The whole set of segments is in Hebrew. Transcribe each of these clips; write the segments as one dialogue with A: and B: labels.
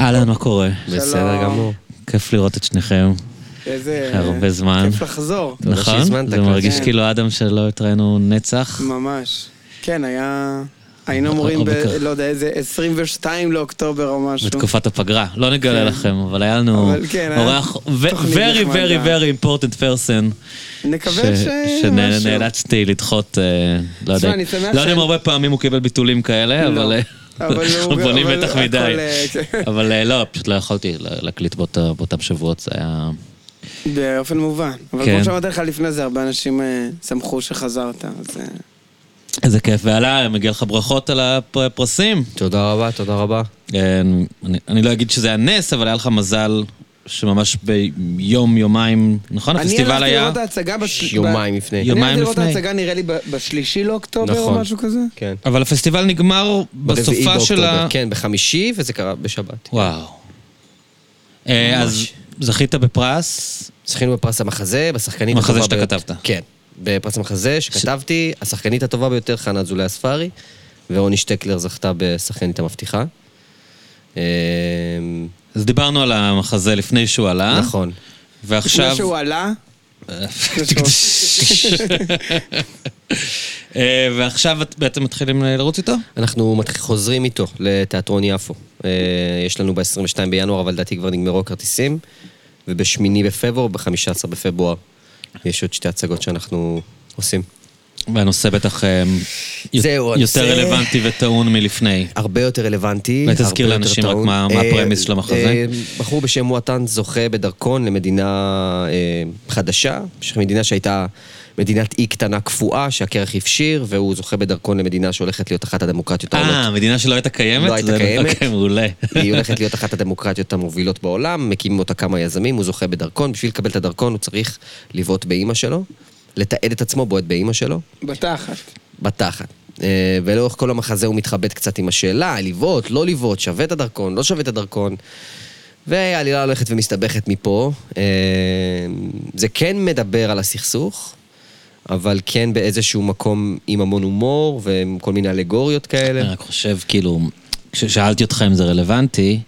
A: אהלן, מה קורה?
B: בסדר גמור.
A: כיף לראות את שניכם,
C: איזה...
A: הרבה זמן. נכון?
C: כיף לחזור,
B: תודה שהזמנת,
A: זה
B: קלפי.
A: מרגיש
C: כן.
A: כאילו אדם שלא התראינו נצח.
C: ממש. כן, היה... היינו אמורים ב...
A: הרבה כך.
C: לא יודע, איזה 22 לאוקטובר או משהו.
A: בתקופת הפגרה, לא נגלה
C: כן.
A: לכם, אבל היה לנו
C: אבל כן, היה
A: אורח
C: תוכנית
A: very
C: נחמדה.
A: very very important person,
C: נקווה ש... משהו.
A: שנאלצתי לדחות, אה, לא
C: תשמע,
A: יודע,
C: אני שמח
A: לא יודע אם
C: שאני-
A: הרבה פעמים הוא קיבל ביטולים כאלה,
C: לא.
A: אבל אה,
C: אבל הוא-
A: בונים
C: אבל
A: בטח
C: הכל,
A: מדי,
C: אה, כן.
A: אבל אה, לא, פשוט לא יכולתי לה- להקליט באותה- באותם שבועות, זה היה...
C: באופן מובן. אבל
A: כן.
C: כמו שאמרתי לך לפני זה, הרבה אנשים אה, שמחו שחזרת, אז... אה,
A: נכון, איזה כיף ועלה, מגיע לך ברכות על הפרסים.
B: תודה רבה, תודה רבה.
A: אה, אני, אני לא אגיד שזה היה נס, אבל היה לך מזל שממש ביום, יומיים, נכון?
C: אני
A: הפסטיבל
C: הלכתי
A: היה...
C: לראות ההצגה בש...
B: יומיים
C: ב-
B: לפני.
A: יומיים
C: אני הלכתי לראות
A: לפני.
C: ההצגה נראה לי ב- בשלישי לאוקטובר או
B: נכון.
C: משהו כזה.
B: כן.
A: אבל הפסטיבל נגמר
B: ברביעי
A: בסופה של
B: באוקטובר.
A: ה...
B: כן, בחמישי, וזה קרה בשבת.
A: וואו. אה, אז זכית בפרס,
B: זכינו בפרס המחזה, בשחקנית
A: המחזה
B: הטובה
A: שאתה
B: ביותר.
A: כתבת.
B: כן. בפרס המחזה שכתבתי, השחקנית הטובה ביותר חנה אזולאי אספרי, ורוני שטקלר זכתה בשחקנית המבטיחה. אה,
A: אז דיברנו על המחזה לפני שהוא עלה.
B: נכון.
A: ועכשיו...
C: לפני שהוא עלה,
A: אה, ועכשיו את- בעצם מתחילים אה, לרוץ איתו?
B: אנחנו מתח- חוזרים איתו לתיאטרון יפו. אה, יש לנו ב-22 בינואר, אבל לדעתי כבר נגמרו הכרטיסים, וב-8 בפברואר, ב-15 בפברואר, יש עוד שתי הצגות שאנחנו עושים.
A: והנושא בטח אה,
B: זהו,
A: יותר
B: הנושא-
A: רלוונטי וטעון מלפני.
B: הרבה יותר רלוונטי.
A: אולי תזכיר
B: הרבה יותר
A: לאנשים רק
B: טעון.
A: מה- מה
B: אה,
A: הפרמיס של המחזה?
B: אה, בחור בשם מועטן זוכה בדרכון למדינה אה, חדשה, ש- מדינה שהייתה מדינת אי קטנה קפואה, שהקרח הפשיר, והוא זוכה בדרכון למדינה שהולכת להיות אחת הדמוקרטיות העולות.
A: אה, המדינה שלא הייתה קיימת?
B: לא הייתה
A: זה-
B: קיימת.
A: אוקיי, מעולה.
B: היא הולכת להיות אחת הדמוקרטיות המובילות בעולם, מקימים אותה כמה יזמים, הוא זוכה בדרכון, בשביל לקבל את הדרכון הוא צריך לבעוט באימא שלו, לתעד את עצמו בועט באימא שלו,
C: בתחת.
B: בתחת. אה, ולאורך כל המחזה הוא מתחבט קצת עם השאלה, לבעוט, לא לבעוט, שווה את הדרכון, לא שווה את הדרכון. והעלילה הולכת ומסתבכת מפה. אה, זה כן מדבר על הסכסוך, אבל כן באיזשהו מקום עם המון הומור ועם כל מיני אלגוריות כאלה.
A: אני רק חושב, כאילו, כששאלתי אותך אם זה רלוונטי,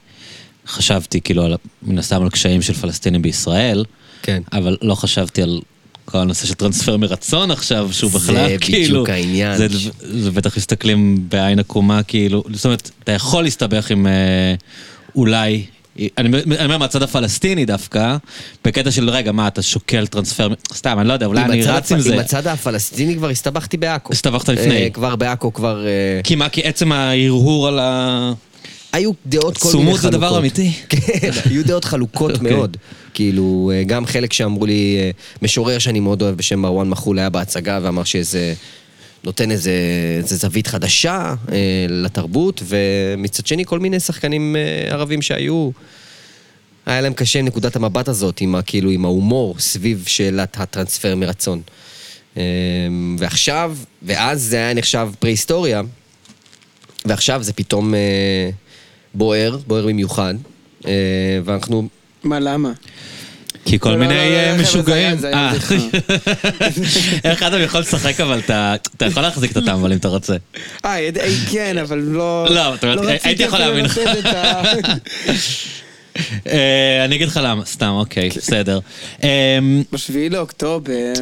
A: חשבתי, כאילו, על- מן הסתם על קשיים של פלסטינים בישראל,
B: כן.
A: אבל לא חשבתי על כל הנושא של טרנספר מרצון עכשיו, שהוא
B: זה
A: בכלל,
B: בדיוק
A: כאילו...
B: העניין.
A: זה דב- זה בטח מסתכלים בעין עקומה, כאילו, זאת אומרת, אתה יכול להסתבך עם אה, אולי... אני אני אומר מהצד הפלסטיני דווקא, בקטע של רגע, מה, אתה שוקל טרנספר, סתם, אני לא יודע, אולי
B: עם
A: אני
B: הצד
A: רץ
B: הפ-
A: עם זה.
B: עם הצד הפלסטיני כבר הסתבכתי בעכו.
A: הסתבכת לפני.
B: אה, כבר בעכו, כבר... אה,
A: כי מה, כי עצם ההרהור על ה...
B: היו דעות כל מיני חלוקות.
A: צומוד זה דבר אמיתי?
B: כן, היו דעות חלוקות
A: אוקיי.
B: מאוד. כאילו, אה, גם חלק שאמרו לי, אה, משורר שאני מאוד אוהב בשם מרואן מחול היה בהצגה ואמר שזה... נותן איזה, איזה זווית חדשה אה, לתרבות, ומצד שני כל מיני שחקנים אה, ערבים שהיו, היה להם קשה עם נקודת המבט הזאת, עם, ה, כאילו, עם ההומור סביב שאלת הטרנספר מרצון. אה, ועכשיו, ואז זה היה נחשב פרה-היסטוריה, ועכשיו זה פתאום אה, בוער, בוער במיוחד, אה, ואנחנו...
C: מה, למה?
A: כי כל
C: לא,
A: מיני
C: לא, לא,
A: אה,
C: חבר'ה,
A: משוגעים.
C: זה היה- זה היה
A: אה. איך אדם יכול לשחק אבל אתה אתה יכול להחזיק את הטמבל אם אתה רוצה.
C: אה, יד- אה, כן, אבל לא...
A: לא, אתה אומר,
C: רציתי
A: הייתי יכול
C: אפילו
A: להאמין לך.
C: לתת את ה-
A: אה, אני אגיד לך למה, סתם, אוקיי,
C: כן.
A: בסדר. אה,
C: בשביעי לאוקטובר,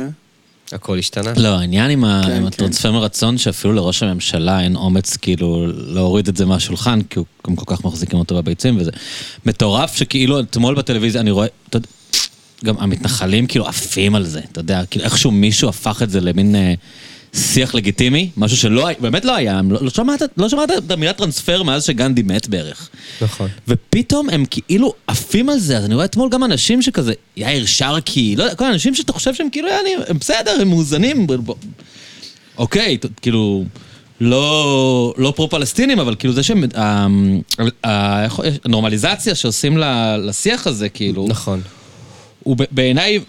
B: הכל השתנה.
A: לא, העניין עם ה-
C: כן,
A: עם
C: כן.
A: הטרנספר מרצון, שאפילו לראש הממשלה אין אומץ כאילו להוריד את זה מהשולחן, כי הוא גם כל כך מחזיקים אותו בביצים וזה. מטורף שכאילו אתמול בטלוויזיה אני רואה, אתה יודע, גם המתנחלים כאילו עפים על זה, אתה יודע, כאילו איכשהו מישהו הפך את זה למין אה, שיח לגיטימי, משהו שלא, היה- באמת לא היה, הם לא, לא שמעת לא שמעת את המילה טרנספר מאז שגנדי מת בערך.
B: נכון.
A: ופתאום הם כאילו עפים על זה, אז אני רואה אתמול גם אנשים שכזה, יאיר שרקי, לא יודע, כל האנשים שאתה חושב שהם כאילו, יעני, הם בסדר, הם מאוזנים. ב- ב- אוקיי, ת- כאילו, לא, לא פרו-פלסטינים, אבל כאילו זה שהם, ה- ה- איך- הנורמליזציה שעושים ל- לשיח הזה, כאילו,
B: נכון.
A: הוא ב- בעיניי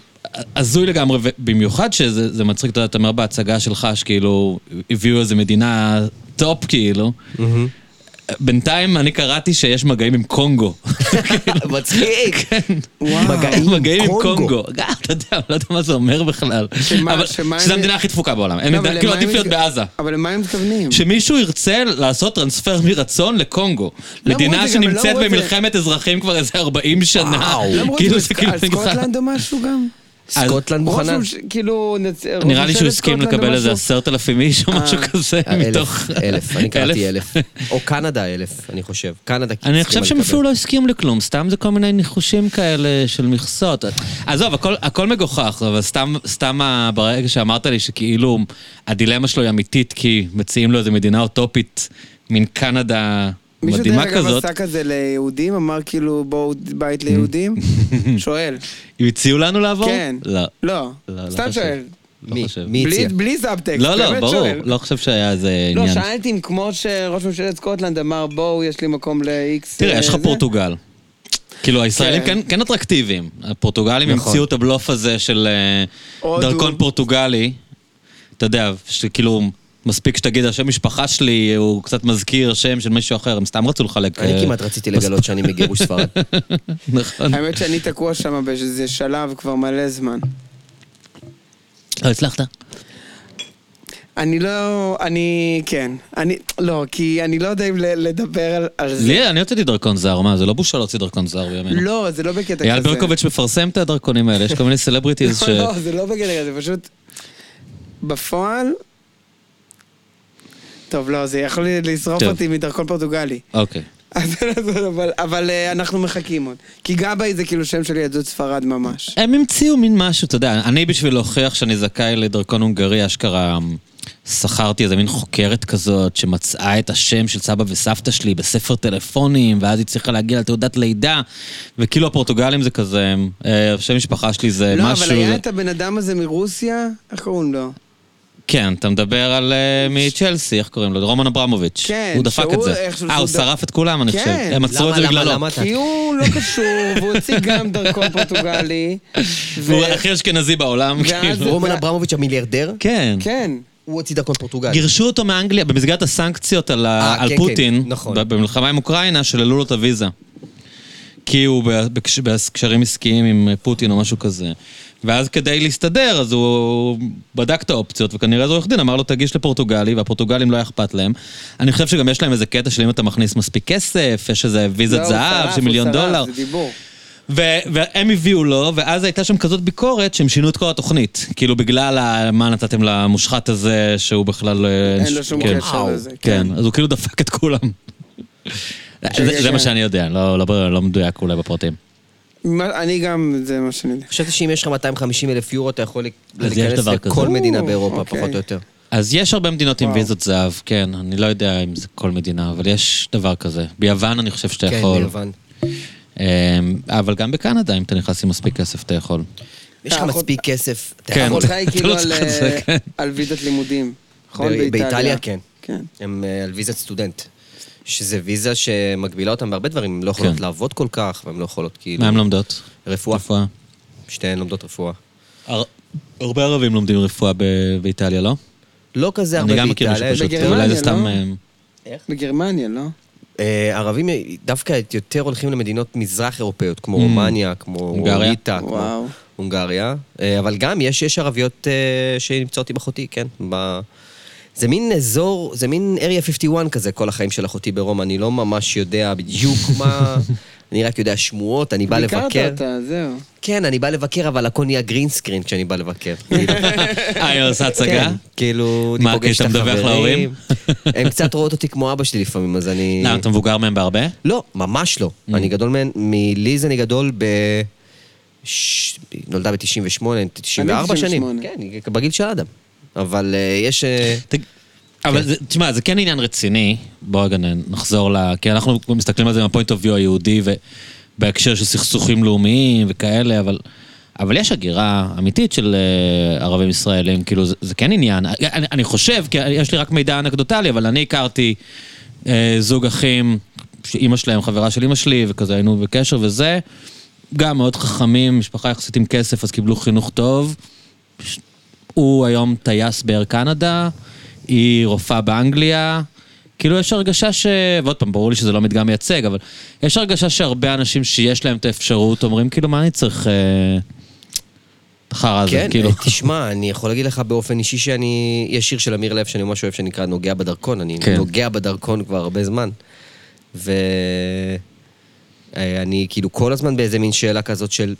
A: הזוי לגמרי, ובמיוחד שזה זה מצחיק, אתה יודע, אתה אומר בהצגה שלך, שכאילו, הביאו איזה מדינה טופ, כאילו. בינתיים אני קראתי שיש מגעים עם קונגו.
B: מצחיק.
A: כן.
C: וואו.
B: מגעים עם
C: אה,
A: מגעים עם
B: קונגו.
A: קונגו. אתה יודע, אני לא יודע מה זה אומר בכלל.
C: שמה-
A: אבל
C: שמה
A: שזו
C: הם-
A: המדינה הכי דפוקה בעולם. הם מדינה-
C: לא, אבל
A: כאילו
C: למה הם
A: עדיף להיות
C: מתכו-
A: בעזה.
C: אבל למה הם מתכוונים?
A: שמישהו ירצה לעשות טרנספר מרצון לקונגו.
C: לא אמרו
A: מדינה
C: את זה, גם לא
A: שנמצאת
C: אמרו את זה.
A: במלחמת אזרחים כבר איזה 40 שנה.
B: וואו.
C: לא אמרו
A: כאילו
C: את
A: זה
C: זה
A: כאילו
C: על
A: נגזר.
C: סקוטלנד או משהו גם?
A: אז-
B: סקוטלנד מוכנה?
C: ראש ממשל- כאילו... נצ- ראש
A: נראה לי
C: ממשלת
A: שהוא הסכים
C: סקוטלנד או
A: לקבל איזה
C: משהו? אה,
A: עשרת אלפים איש או משהו כזה מתוך...
B: אה, אלף, אלף, אני קראתי אלף.
A: אלף.
B: או קנדה אלף, אני חושב. קנדה
A: אני
B: הסכימה
A: חושב שהם
B: לקבל.
A: אפילו לא הסכימו לכלום, סתם זה כל מיני ניחושים כאלה של מכסות. עזוב, הכל, הכל מגוחך, אבל סתם, סתם ה- ברגע שאמרת לי שכאילו הדילמה שלו היא אמיתית, כי מציעים לו איזו מדינה אוטופית, מין קנדה מדהימה
C: מישהו דרך אגב
A: כזאת,
C: עשה כזה ליהודים, אמר כאילו בואו בית ליהודים? שואל.
A: הציעו לנו לעבור?
C: כן.
A: לא.
C: לא.
A: לא, לא
C: סתם
A: חושב.
C: שואל.
A: לא
B: מי?
A: חושב.
B: מי
C: בלי-
B: הציע?
C: בלי סאבטקסט,
A: לא, לא,
C: באמת
A: ברור,
C: שואל.
A: לא חושב שהיה איזה
C: לא,
A: עניין.
C: שאלתי אם כמו שראש ממשלת סקוטלנד אמר, בואו, יש לי מקום ל-X... אה,
A: תראה, יש לך פורטוגל. כאילו, הישראלים
C: כן.
A: כן, כן אטרקטיביים. הפורטוגלים
B: נכון.
A: המציאו את הבלוף הזה של אה,
C: הודו.
A: דרכון פורטוגלי. אתה יודע, שכאילו, מספיק שתגיד, השם משפחה שלי הוא קצת מזכיר שם של מישהו אחר, הם סתם רצו לחלק.
B: אני
A: אה,
B: כמעט רציתי לגלות שאני מגירוש ספרד.
A: נכון.
C: האמת שאני תקוע שם באיזה שלב כבר מלא זמן.
A: לא הצלחת?
C: אני לא... אני... כן. אני... לא, כי אני לא יודע אם ל- לדבר על- על זה.
A: לי, אני הוצאתי דרכון זר, מה, זה לא בושה להוציא דרכון זר בימינו.
C: לא, זה לא בקטע כזה.
A: אייל ברקוביץ' אה, מפרסם את הדרכונים האלה, יש כל מיני סלבריטיז ש...
C: לא, לא, זה לא בקטע כזה, פשוט... בפועל... טוב, לא, זה יכול לשרוף
A: טוב.
C: אותי מדרכון פורטוגלי.
A: אוקיי.
C: אז לא, זה- אבל- אבל אה, אנחנו מחכים עוד. כי גבאי זה כאילו שם של יהדות ספרד ממש.
A: הם המציאו מין משהו, אתה יודע, אני בשביל להוכיח שאני זכאי לדרכון הונגרי, אשכרה אמ, שכרתי איזה מין חוקרת כזאת שמצאה את השם של סבא וסבתא שלי בספר טלפונים, ואז היא צריכה להגיע לתעודת לידה, וכאילו הפורטוגלים זה כזה, אה, שם משפחה שלי זה
C: לא,
A: משהו...
C: אבל היה
A: זה-
C: את הבן אדם הזה מרוסיה, איך קוראים לו?
A: כן, אתה מדבר על אה, מצ'לסי, איך קוראים לו? רומן אברמוביץ'.
C: כן,
A: הוא דפק
C: שהוא
A: את זה.
C: איכשהו
A: אה,
C: שהוא
A: הוא
C: ד-
A: שרף את כולם, אני
C: כן.
A: חושב. הם עצרו את
B: למה,
A: זה
B: למה,
A: בגללו.
B: למה אתה-
C: כי הוא לא קשור, והוא הוציא גם דרכון פורטוגלי. ו-
A: הוא הכי אשכנזי בעולם,
C: ואז-
A: כאילו.
B: רומן אברמוביץ' המיליארדר,
A: כן.
C: כן.
B: הוא הוציא דרכון פורטוגל.
A: גירשו אותו מאנגליה במסגרת הסנקציות על, ה...
B: אה,
A: על
B: כן,
A: פוטין,
B: כן, נכון.
A: ב- במלחמה עם אוקראינה, שללו לו את הוויזה. כי הוא ב- בקש- בקשרים עסקיים עם אה, פוטין או משהו כזה. ואז כדי להסתדר, אז הוא בדק את האופציות, וכנראה אז עורך דין אמר לו, תגיש לפורטוגלי, והפורטוגלים לא היה אכפת להם. אני חושב שגם יש להם איזה קטע של אם אתה מכניס מספיק כסף, יש איזה
C: לא,
A: ויזת
C: הוא
A: זהב
C: שרף,
A: של
C: הוא
A: מיליון
C: שרף,
A: דולר.
C: זה דיבור.
A: ו- והם הביאו לו, ואז הייתה שם כזאת ביקורת שהם שינו את כל התוכנית. כאילו בגלל ה- מה נתתם למושחת הזה, שהוא בכלל... אה,
C: אין לו שום
A: כן.
C: קשר לזה.
A: כן, אז הוא כאילו דפק את כולם. זה- זה
C: כן.
A: מה שאני יודע, לא- לא לא מדויק אולי בפרטים.
C: מה- אני גם, זה מה שאני יודע.
B: חשבתי שאם יש לך 250 אלף יורו, אתה יכול
A: אז יש
B: להיכנס
A: דבר
B: לכל
A: כזה.
B: מדינה
C: או,
B: באירופה,
C: אוקיי.
B: פחות או יותר.
A: אז יש הרבה מדינות עם
C: וואו.
A: ויזות זהב, כן, אני לא יודע אם זה כל מדינה, אבל יש דבר כזה. ביוון אני חושב שאתה
B: כן,
A: יכול.
B: ביוון.
A: אמ, אבל גם בקנדה, אם אתה נכנס עם מספיק כסף, אתה יכול.
B: יש לך
C: אתה יכול-
B: מספיק כסף. אתה
A: כן.
B: יכול-
C: ההחלטה היא
A: אתה לא
C: כאילו על,
A: צריך את זה,
C: אה,
A: כן.
C: על ויזת לימודים. נכון?
B: ב-
C: באיטליה.
B: באיטליה, כן.
C: כן.
B: הם אה, על ויזת סטודנט. שזה ויזה שמגבילה אותם בהרבה דברים, הן לא יכולות
A: כן.
B: לעבוד כל כך, והן לא יכולות כאילו...
A: מה לא- הן לומדות?
B: רפואה.
A: רפואה.
B: שתיהן לומדות רפואה.
A: הר- הרבה ערבים לומדים רפואה ב- באיטליה, לא?
B: לא כזה הרבה
A: אני גם מכיר
B: באיטליה,
A: מישהו פשוט,
C: בגרמניה,
A: אולי זה סתם...
C: לא?
A: אמ,
C: בגרמניה, לא?
B: אה, ערבים דווקא יותר הולכים למדינות מזרח אירופאיות, כמו רומניה, כמו
A: Mm. הונגריה.
B: ליטא,
C: וואו.
B: כמו הונגריה. אה, אבל גם יש, יש ערביות אה, שנמצאות עם אחותי, כן. ב... זה מין אזור, זה מין area 51 כזה, כל החיים של אחותי ברומא. אני לא ממש יודע בדיוק מה... אני רק יודע שמועות, אני בא לבקר.
C: ביקרת אותה, זהו.
B: כן, אני בא לבקר, אבל הכל נהיה גרינסקרין כשאני בא לבקר. כאילו.
A: אה, היא עושה הצגה?
B: כן, כאילו, אני
A: מה,
B: פוגש
A: כי
B: את
A: אתה מדווח
B: החברים.
A: להורים?
B: הם קצת רואות אותי כמו אבא שלי לפעמים, אז אני...
A: למה, אתה מבוגר מהם בהרבה?
B: לא, ממש לא.
A: Mm.
B: אני גדול מהן, מליז אני גדול ב... ש- היא נולדה ב-98, 94
C: אני
B: שנים.
C: 98.
B: כן, היא בגיל של אדם. אבל אה, יש... אה,
A: ת- אבל זה- תשמע, זה כן עניין רציני. בוא רגע נ- נחזור ל... כי אנחנו מסתכלים על זה מהפוינט אוף ויו היהודי, ובהקשר של סכסוכים לאומיים וכאלה, אבל... אבל יש הגירה אמיתית של אה, ערבים ישראלים, כאילו זה, זה כן עניין. אני, אני חושב, כי יש לי רק מידע אנקדוטלי, אבל אני הכרתי אה, זוג אחים, שאימא שלהם חברה של אימא שלי, וכזה היינו בקשר וזה. גם מאוד חכמים, משפחה יחסית עם כסף, אז קיבלו חינוך טוב. הוא היום טייס באר קנדה, היא רופאה באנגליה. כאילו יש הרגשה ש... ועוד פעם, ברור לי שזה לא מדגם מייצג, אבל יש הרגשה שהרבה אנשים שיש להם את האפשרות אומרים, כאילו, מה אני צריך... אה, חרא הזה,
B: כן,
A: כאילו.
B: תשמע, אני יכול להגיד לך באופן אישי שאני... יש שיר של אמיר לב שאני ממש אוהב שנקרא נוגע בדרכון, אני
A: כן.
B: נוגע בדרכון כבר הרבה זמן. ו... אה, אני כאילו כל הזמן באיזה מין שאלה כזאת של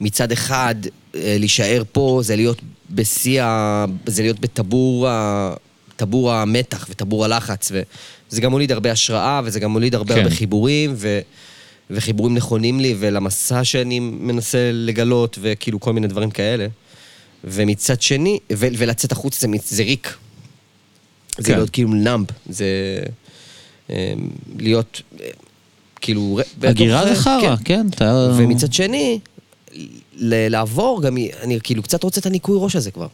B: מצד אחד אה, להישאר פה זה להיות בשיא ה... זה להיות בטבור ה... טבור המתח וטבור הלחץ, וזה גם מוליד הרבה השראה, וזה גם מוליד הרבה
A: כן.
B: הרבה חיבורים, ו... וחיבורים נכונים לי, ולמסע שאני מנסה לגלות, וכאילו כל מיני דברים כאלה. ומצד שני, ו... ולצאת החוצה זה, מצ- זה ריק, זה
A: כן.
B: להיות כאילו נאמב, זה אה, להיות אה, כאילו... ר-
A: הגירה זה
B: בתוך, אה,
A: חרא,
B: כן.
A: כן, אתה...
B: ומצד שני, ל- לעבור גם, אני כאילו קצת רוצה את הניקוי ראש הזה כבר.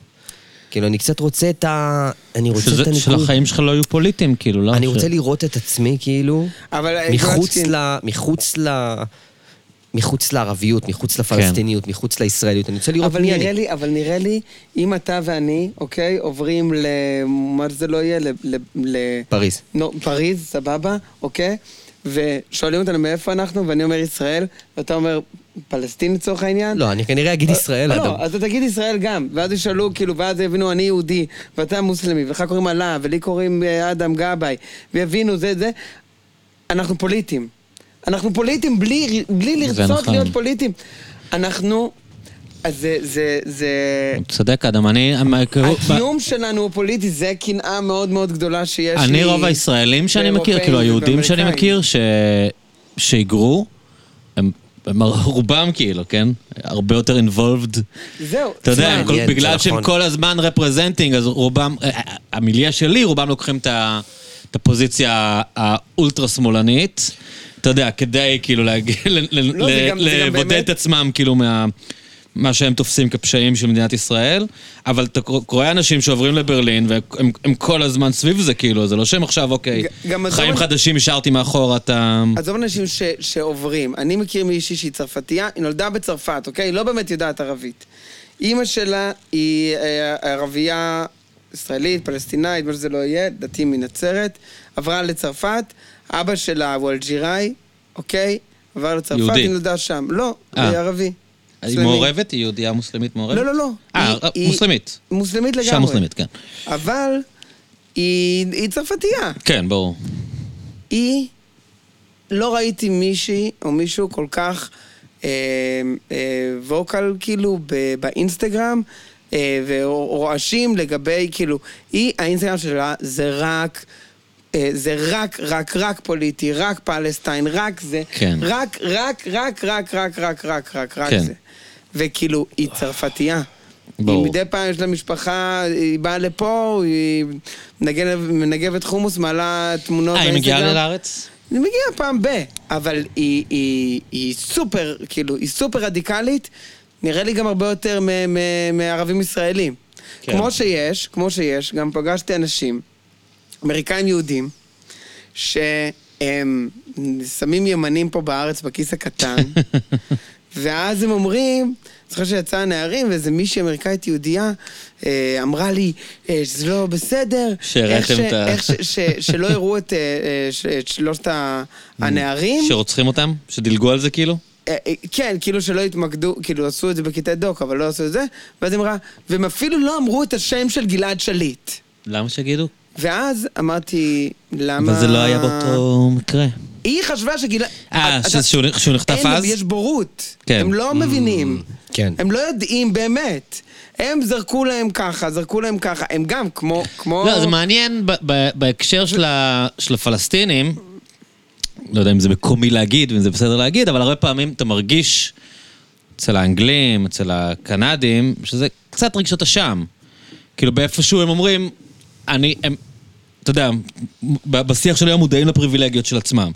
B: כאילו, אני קצת רוצה את ה... אני רוצה את
A: שזה-
B: הניקוי...
A: שלחיים שלך לא יהיו פוליטיים, כאילו, לא?
B: אני
A: ש-
B: רוצה לראות את עצמי כאילו...
C: אבל... אה,
B: מחוץ
C: גולדשטיין-
B: ל... מחוץ ל... מחוץ לערביות,
A: כן.
B: מחוץ לפלסטיניות, מחוץ לישראליות. אני רוצה לראות
C: אבל
B: מי
C: נראה
B: אני.
C: לי, אבל נראה לי, אם אתה ואני, אוקיי, עוברים ל... מה זה לא יהיה? ל... ל... ל...
B: פריז.
C: נו, פריז, סבבה, אוקיי? ושואלים אותנו מאיפה אנחנו, ואני אומר ישראל, ואתה אומר פלסטין לצורך העניין.
B: לא, אני כנראה אגיד ישראל, אדם.
C: לא, אז אתה תגיד ישראל גם, ואז ישאלו, כאילו, ואז יבינו, אני יהודי, ואתה מוסלמי, ולך קוראים עלה, ולי קוראים אה, אדם גבאי, ויבינו זה, זה. אנחנו פוליטיים. אנחנו פוליטיים בלי, בלי
A: זה
C: לרצות
A: נכון.
C: להיות פוליטיים. אנחנו, אז זה, זה, זה...
A: צודק, אדם, אני...
B: אה,
C: הקיום שלנו הוא פוליטי, זה קנאה מאוד מאוד גדולה שיש לי.
A: אני רוב הישראלים שאני מכיר,
C: באירופאים
A: כאילו היהודים שאני
C: ובאמריקאים.
A: מכיר, ש- שהיגרו, הם הם רובם כאילו, כן? הרבה יותר involved.
C: זהו.
A: אתה יודע,
C: תשמע,
A: הם כל-
B: מעניין,
A: בגלל
B: זה
A: שהם
B: נכון.
A: כל הזמן רפרזנטינג, אז רובם, אה, אה, המיליה שלי, רובם לוקחים את ה- את הפוזיציה האולטרה שמאלנית, אתה יודע, כדי כאילו להגיע, ל- ל-
C: לא, זה
A: ל-
C: גם- זה גם
A: לבודד
C: באמת-
A: את עצמם כאילו מה... מה שהם תופסים כפשעים של מדינת ישראל, אבל אתה קור- קורא אנשים שעוברים לברלין והם הם כל הזמן סביב זה, כאילו, זה לא שהם עכשיו, אוקיי,
C: ג- גם לא-
A: חיים
C: עזוב-
A: חדשים השארתי מאחורה, אתה...
C: עזוב אנשים ש, שעוברים. אני מכיר מישהי שהיא צרפתייה, היא נולדה בצרפת, אוקיי? היא לא באמת יודעת ערבית. אימא שלה היא אה, ערבייה ישראלית, פלסטינאית, מה שזה לא יהיה, דתי מנצרת, עברה לצרפת, אבא שלה הוא אלג'יראי, אוקיי? עבר לצרפת,
A: יהודי.
C: היא נולדה שם. לא,
A: אה.
C: היא ערבי.
A: היא
C: מוסלמי.
A: מעורבת? היא יהודייה מוסלמית מעורבת?
C: לא, לא, לא.
A: אה,
C: היא- היא-
A: מוסלמית.
C: מוסלמית לגמרי.
A: אישה מוסלמית, כן.
C: אבל היא, היא צרפתייה.
A: כן, ברור.
C: היא, לא ראיתי מישהי או מישהו כל כך אה, אה, ווקל כאילו ב, באינסטגרם, אה, ורועשים לגבי כאילו, היא, האינסטגרם שלה זה רק... אה, זה רק, רק, רק פוליטי, רק פלסטיין, רק זה.
A: כן.
C: רק, רק, רק, רק, רק, רק, רק, רק, רק
A: כן.
C: זה. וכאילו, היא צרפתייה.
A: ברור.
C: ברור. היא מדי פעם יש לה משפחה, היא באה לפה, היא מנגבת, מנגבת חומוס, מעלה תמונות
A: אה, היא
C: באינסטגרם.
A: מגיעה לארץ?
C: היא מגיעה פעם ב... אבל היא, היא, היא סופר, כאילו, היא סופר רדיקלית, נראה לי גם הרבה יותר מ- מ- מערבים ישראלים.
A: כן.
C: כן. כמו שיש, כמו שיש, גם פגשתי אנשים, אמריקאים יהודים, שהם שמים ימנים פה בארץ בכיס הקטן, ואז הם אומרים, זוכר שיצא הנערים, ואיזה מישהי אמריקאית יהודייה אה, אמרה לי אה, שזה לא בסדר.
A: שהראיתם
C: איך ש-
A: את ה-
C: איך ש- ש- שלא הראו את, אה, אה, ש- את שלושת ה-
A: Mm.
C: הנערים.
A: שרוצחים אותם? שדילגו על זה כאילו?
C: אה, אה, כן, כאילו שלא התמקדו, כאילו עשו את זה בכיתה דוק, אבל לא עשו את זה. ואז היא אמרה, והם אפילו לא אמרו את השם של גלעד שליט.
A: למה שיגידו?
C: ואז אמרתי, למה...
A: אבל זה לא היה באותו מקרה.
C: היא חשבה שגלעד...
A: אה,
C: אתה-
A: שזה- שהוא שהוא נחטף
C: אין,
A: אז?
C: יש בורות.
A: כן.
C: הם לא מבינים.
B: כן.
C: הם לא יודעים באמת. הם זרקו להם ככה, זרקו להם ככה. הם גם כמו... כמו...
A: לא, זה מעניין ב- ב- בהקשר של ה- של הפלסטינים, לא יודע אם זה מקומי להגיד ואם זה בסדר להגיד, אבל הרבה פעמים אתה מרגיש אצל האנגלים, אצל הקנדים, שזה קצת רגשות אשם. כאילו באיפשהו הם אומרים, אני, הם, אתה יודע, ב- בשיח של היום מודעים לפריבילגיות של עצמם.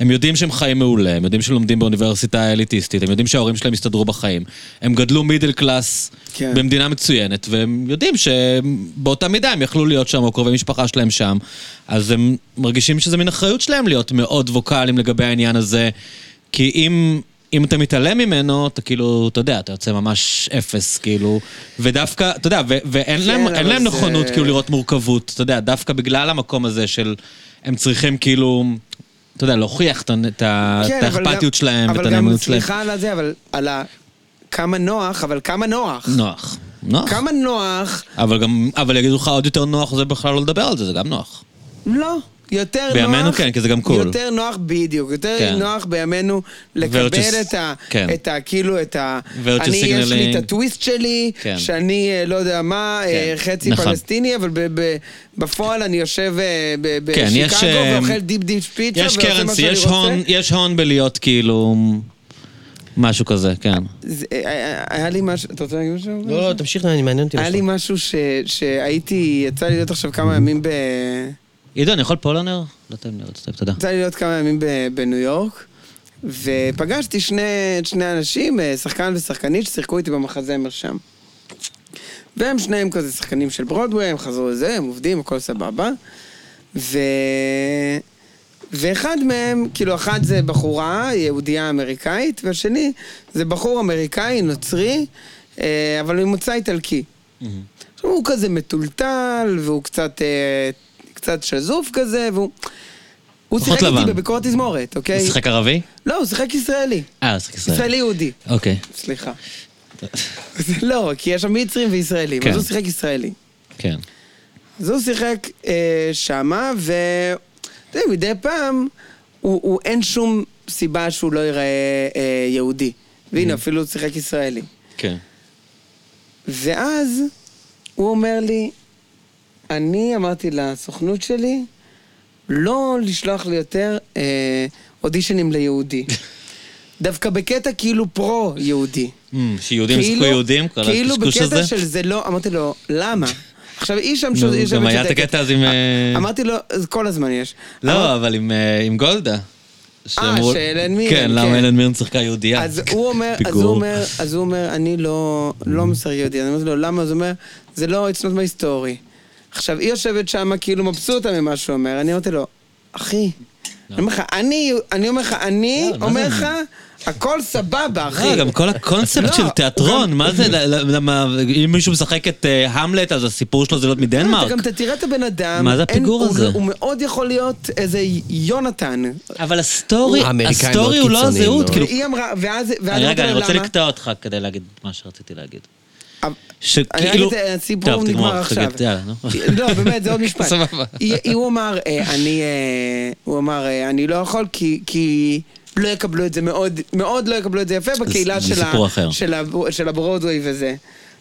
A: הם יודעים שהם חיים מעולה, הם יודעים שלומדים באוניברסיטה האליטיסטית, הם יודעים שההורים שלהם הסתדרו בחיים. הם גדלו מידל קלאס
C: כן.
A: במדינה מצוינת, והם יודעים שבאותה מידה הם יכלו להיות שם, או קרובי משפחה שלהם שם. אז הם מרגישים שזה מין אחריות שלהם להיות מאוד ווקאליים לגבי העניין הזה, כי אם... אם אתה מתעלם ממנו, אתה כאילו, אתה יודע, אתה יוצא ממש אפס, כאילו, ודווקא, אתה יודע, ו- ואין
C: כן,
A: להם,
C: אבל
A: אין להם
C: זה-
A: נכונות כאילו לראות מורכבות, אתה יודע, דווקא בגלל המקום הזה של הם צריכים כאילו, אתה יודע, להוכיח את ה- את ה-
C: כן,
A: את
C: אבל גם-
A: האכפתיות שלהם ואת
C: אבל גם,
A: הנאמנות שלהם.
C: סליחה על הזה, אבל על ה... כמה נוח, אבל כמה נוח.
A: נוח. נוח.
C: כמה נוח,
A: אבל גם, אבל יגידו לך עוד יותר נוח זה בכלל לא לדבר על זה, זה גם נוח.
C: לא. יותר נוח...
A: בימינו כן, כי זה גם קול.
C: יותר נוח בדיוק, יותר
A: כן.
C: נוח בימינו לקבל
A: Virtues-
C: את ה...
A: כן.
C: את ה... כאילו, את ה...
A: Virtue
C: אני, יש לי את
A: signaling.
C: הטוויסט שלי,
A: כן.
C: שאני אה, לא יודע מה, אה,
A: כן.
C: חצי
A: נכון.
C: פלסטיני, אבל ב- ב- בפועל אני יושב אה, ב-
A: כן, יש,
C: בשיקגו
A: אה,
C: ואוכל דיפ דיפ פיצה
A: יש
C: ועושה מה
A: קרנסי,
C: שאני
A: יש הון,
C: רוצה.
A: יש הון בלהיות כאילו... משהו כזה, כן.
C: זה- אה, היה לי משהו... אתה רוצה להגיד משהו?
B: לא, לא, תמשיך, אני מעניין אותי.
C: היה לי משהו ש- שהייתי... יצא לי להיות עכשיו כמה ימים ב...
A: עידו, אני יכול פולנר? לא תן לי עוד סטייפ, תודה.
C: יצא לי להיות כמה ימים ב- בניו יורק, ופגשתי שני, את שני אנשים, אה, שחקן ושחקנית, ששיחקו איתי במחזמר שם. והם שניהם כזה שחקנים של ברודווי, הם חזרו לזה, הם עובדים, הכל סבבה. ו... ואחד מהם, כאילו, אחת זה בחורה יהודייה אמריקאית, והשני זה בחור אמריקאי, נוצרי, אה, אבל ממוצא איטלקי. עכשיו, הוא כזה מטולטל, והוא קצת, אה, קצת שזוף כזה, והוא... הוא
A: פחות
C: שיחק איתי
A: לבן.
C: בביקורת תזמורת, אוקיי?
A: הוא שיחק ערבי?
C: לא, הוא שיחק ישראלי.
A: אה, הוא שיחק ישראלי.
C: ישראלי יהודי.
A: אוקיי,
C: סליחה. זה לא, כי יש שם מצרים וישראלים,
A: כן.
C: אז הוא שיחק ישראלי.
A: כן.
C: אז הוא שיחק אה, שמה, ו... אתה יודע, מדי פעם, הוא, הוא אין שום סיבה שהוא לא ייראה אה, יהודי.
A: Mm.
C: והנה, אפילו הוא שיחק ישראלי.
A: כן.
C: ואז הוא אומר לי, אני אמרתי לסוכנות שלי, לא לשלוח לי יותר אה, אודישנים ליהודי. דווקא בקטע כאילו פרו-יהודי.
A: Mm, שיהודים שיחקו
C: כאילו-
A: יהודים? כל
C: כאילו
A: הקשקוש
C: בקטע
A: הזה?
C: של זה לא, אמרתי לו, למה? עכשיו, היא שם
A: נו,
C: צודקת. היא שם
A: גם היה את
C: צודקת.
A: הקטע הזה עם, אה,
C: אמרתי לו, "אז כל הזמן יש. אמר-
A: לא, אבל עם, אה, עם גולדה. שאמרו-
C: שאלן מירן,
A: כן,
C: כן.
A: למה אלן מירן שיחקה יהודייה?
C: אז הוא אומר, אז הוא
A: פיגור.
C: אומר, אז הוא אומר, אני לא, לא מסר יהודי. אני אומר לו, למה? אז הוא אומר, זה לא, it's not my story. עכשיו, היא יושבת שם כאילו מבסוטה ממה שהוא אומר. אני אמרתי לו, אחי, אני אומר לך, אני, אני אומר לך, אני
A: לא, מה
C: אומר
A: זה
C: לך, הכל סבבה, אחי.
A: אה, גם כל
C: לא,
A: הקונספט של
C: הוא
A: תיאטרון, מה זה, למה, אם מישהו משחק את אה, המלט, אז הסיפור שלו זה להיות
C: אתה
A: מדנמרק.
C: גם אתה תראה את הבן אדם.
A: מה זה
C: אין-
A: הפיגור
C: הוא- לא,
A: הזה?
C: הוא מאוד יכול להיות איזה יונתן.
A: אבל הסטורי,
B: האמריקאים מאוד
A: הסטורי הוא לא
B: קיצוניים
A: הזהות,
B: מאוד.
A: כאילו...
C: והיא אמרה, ואז... ואז
A: רגע, אני
C: אמרתי לו,
A: רוצה
C: "למה?"
A: לקטוע אותך כדי להגיד מה שרציתי להגיד.
C: אבל- אני
A: שכאילו...
C: אגיד, אה, הסיפור
A: טוב, תגמור,
C: נגמר
A: תגיד,
C: עכשיו.
A: יאללה, נו.
C: לא, באמת, זה עוד משפט.
A: סבבה.
C: היא- היא- הוא אמר, אה, אני... אה, הוא אמר, אה, אני לא יכול כי- כי... לא יקבלו את זה מאוד, מאוד לא יקבלו את זה יפה בקהילה
A: זה
C: של,
A: סיפור אחר.
C: של, הב- של הברודווי וזה.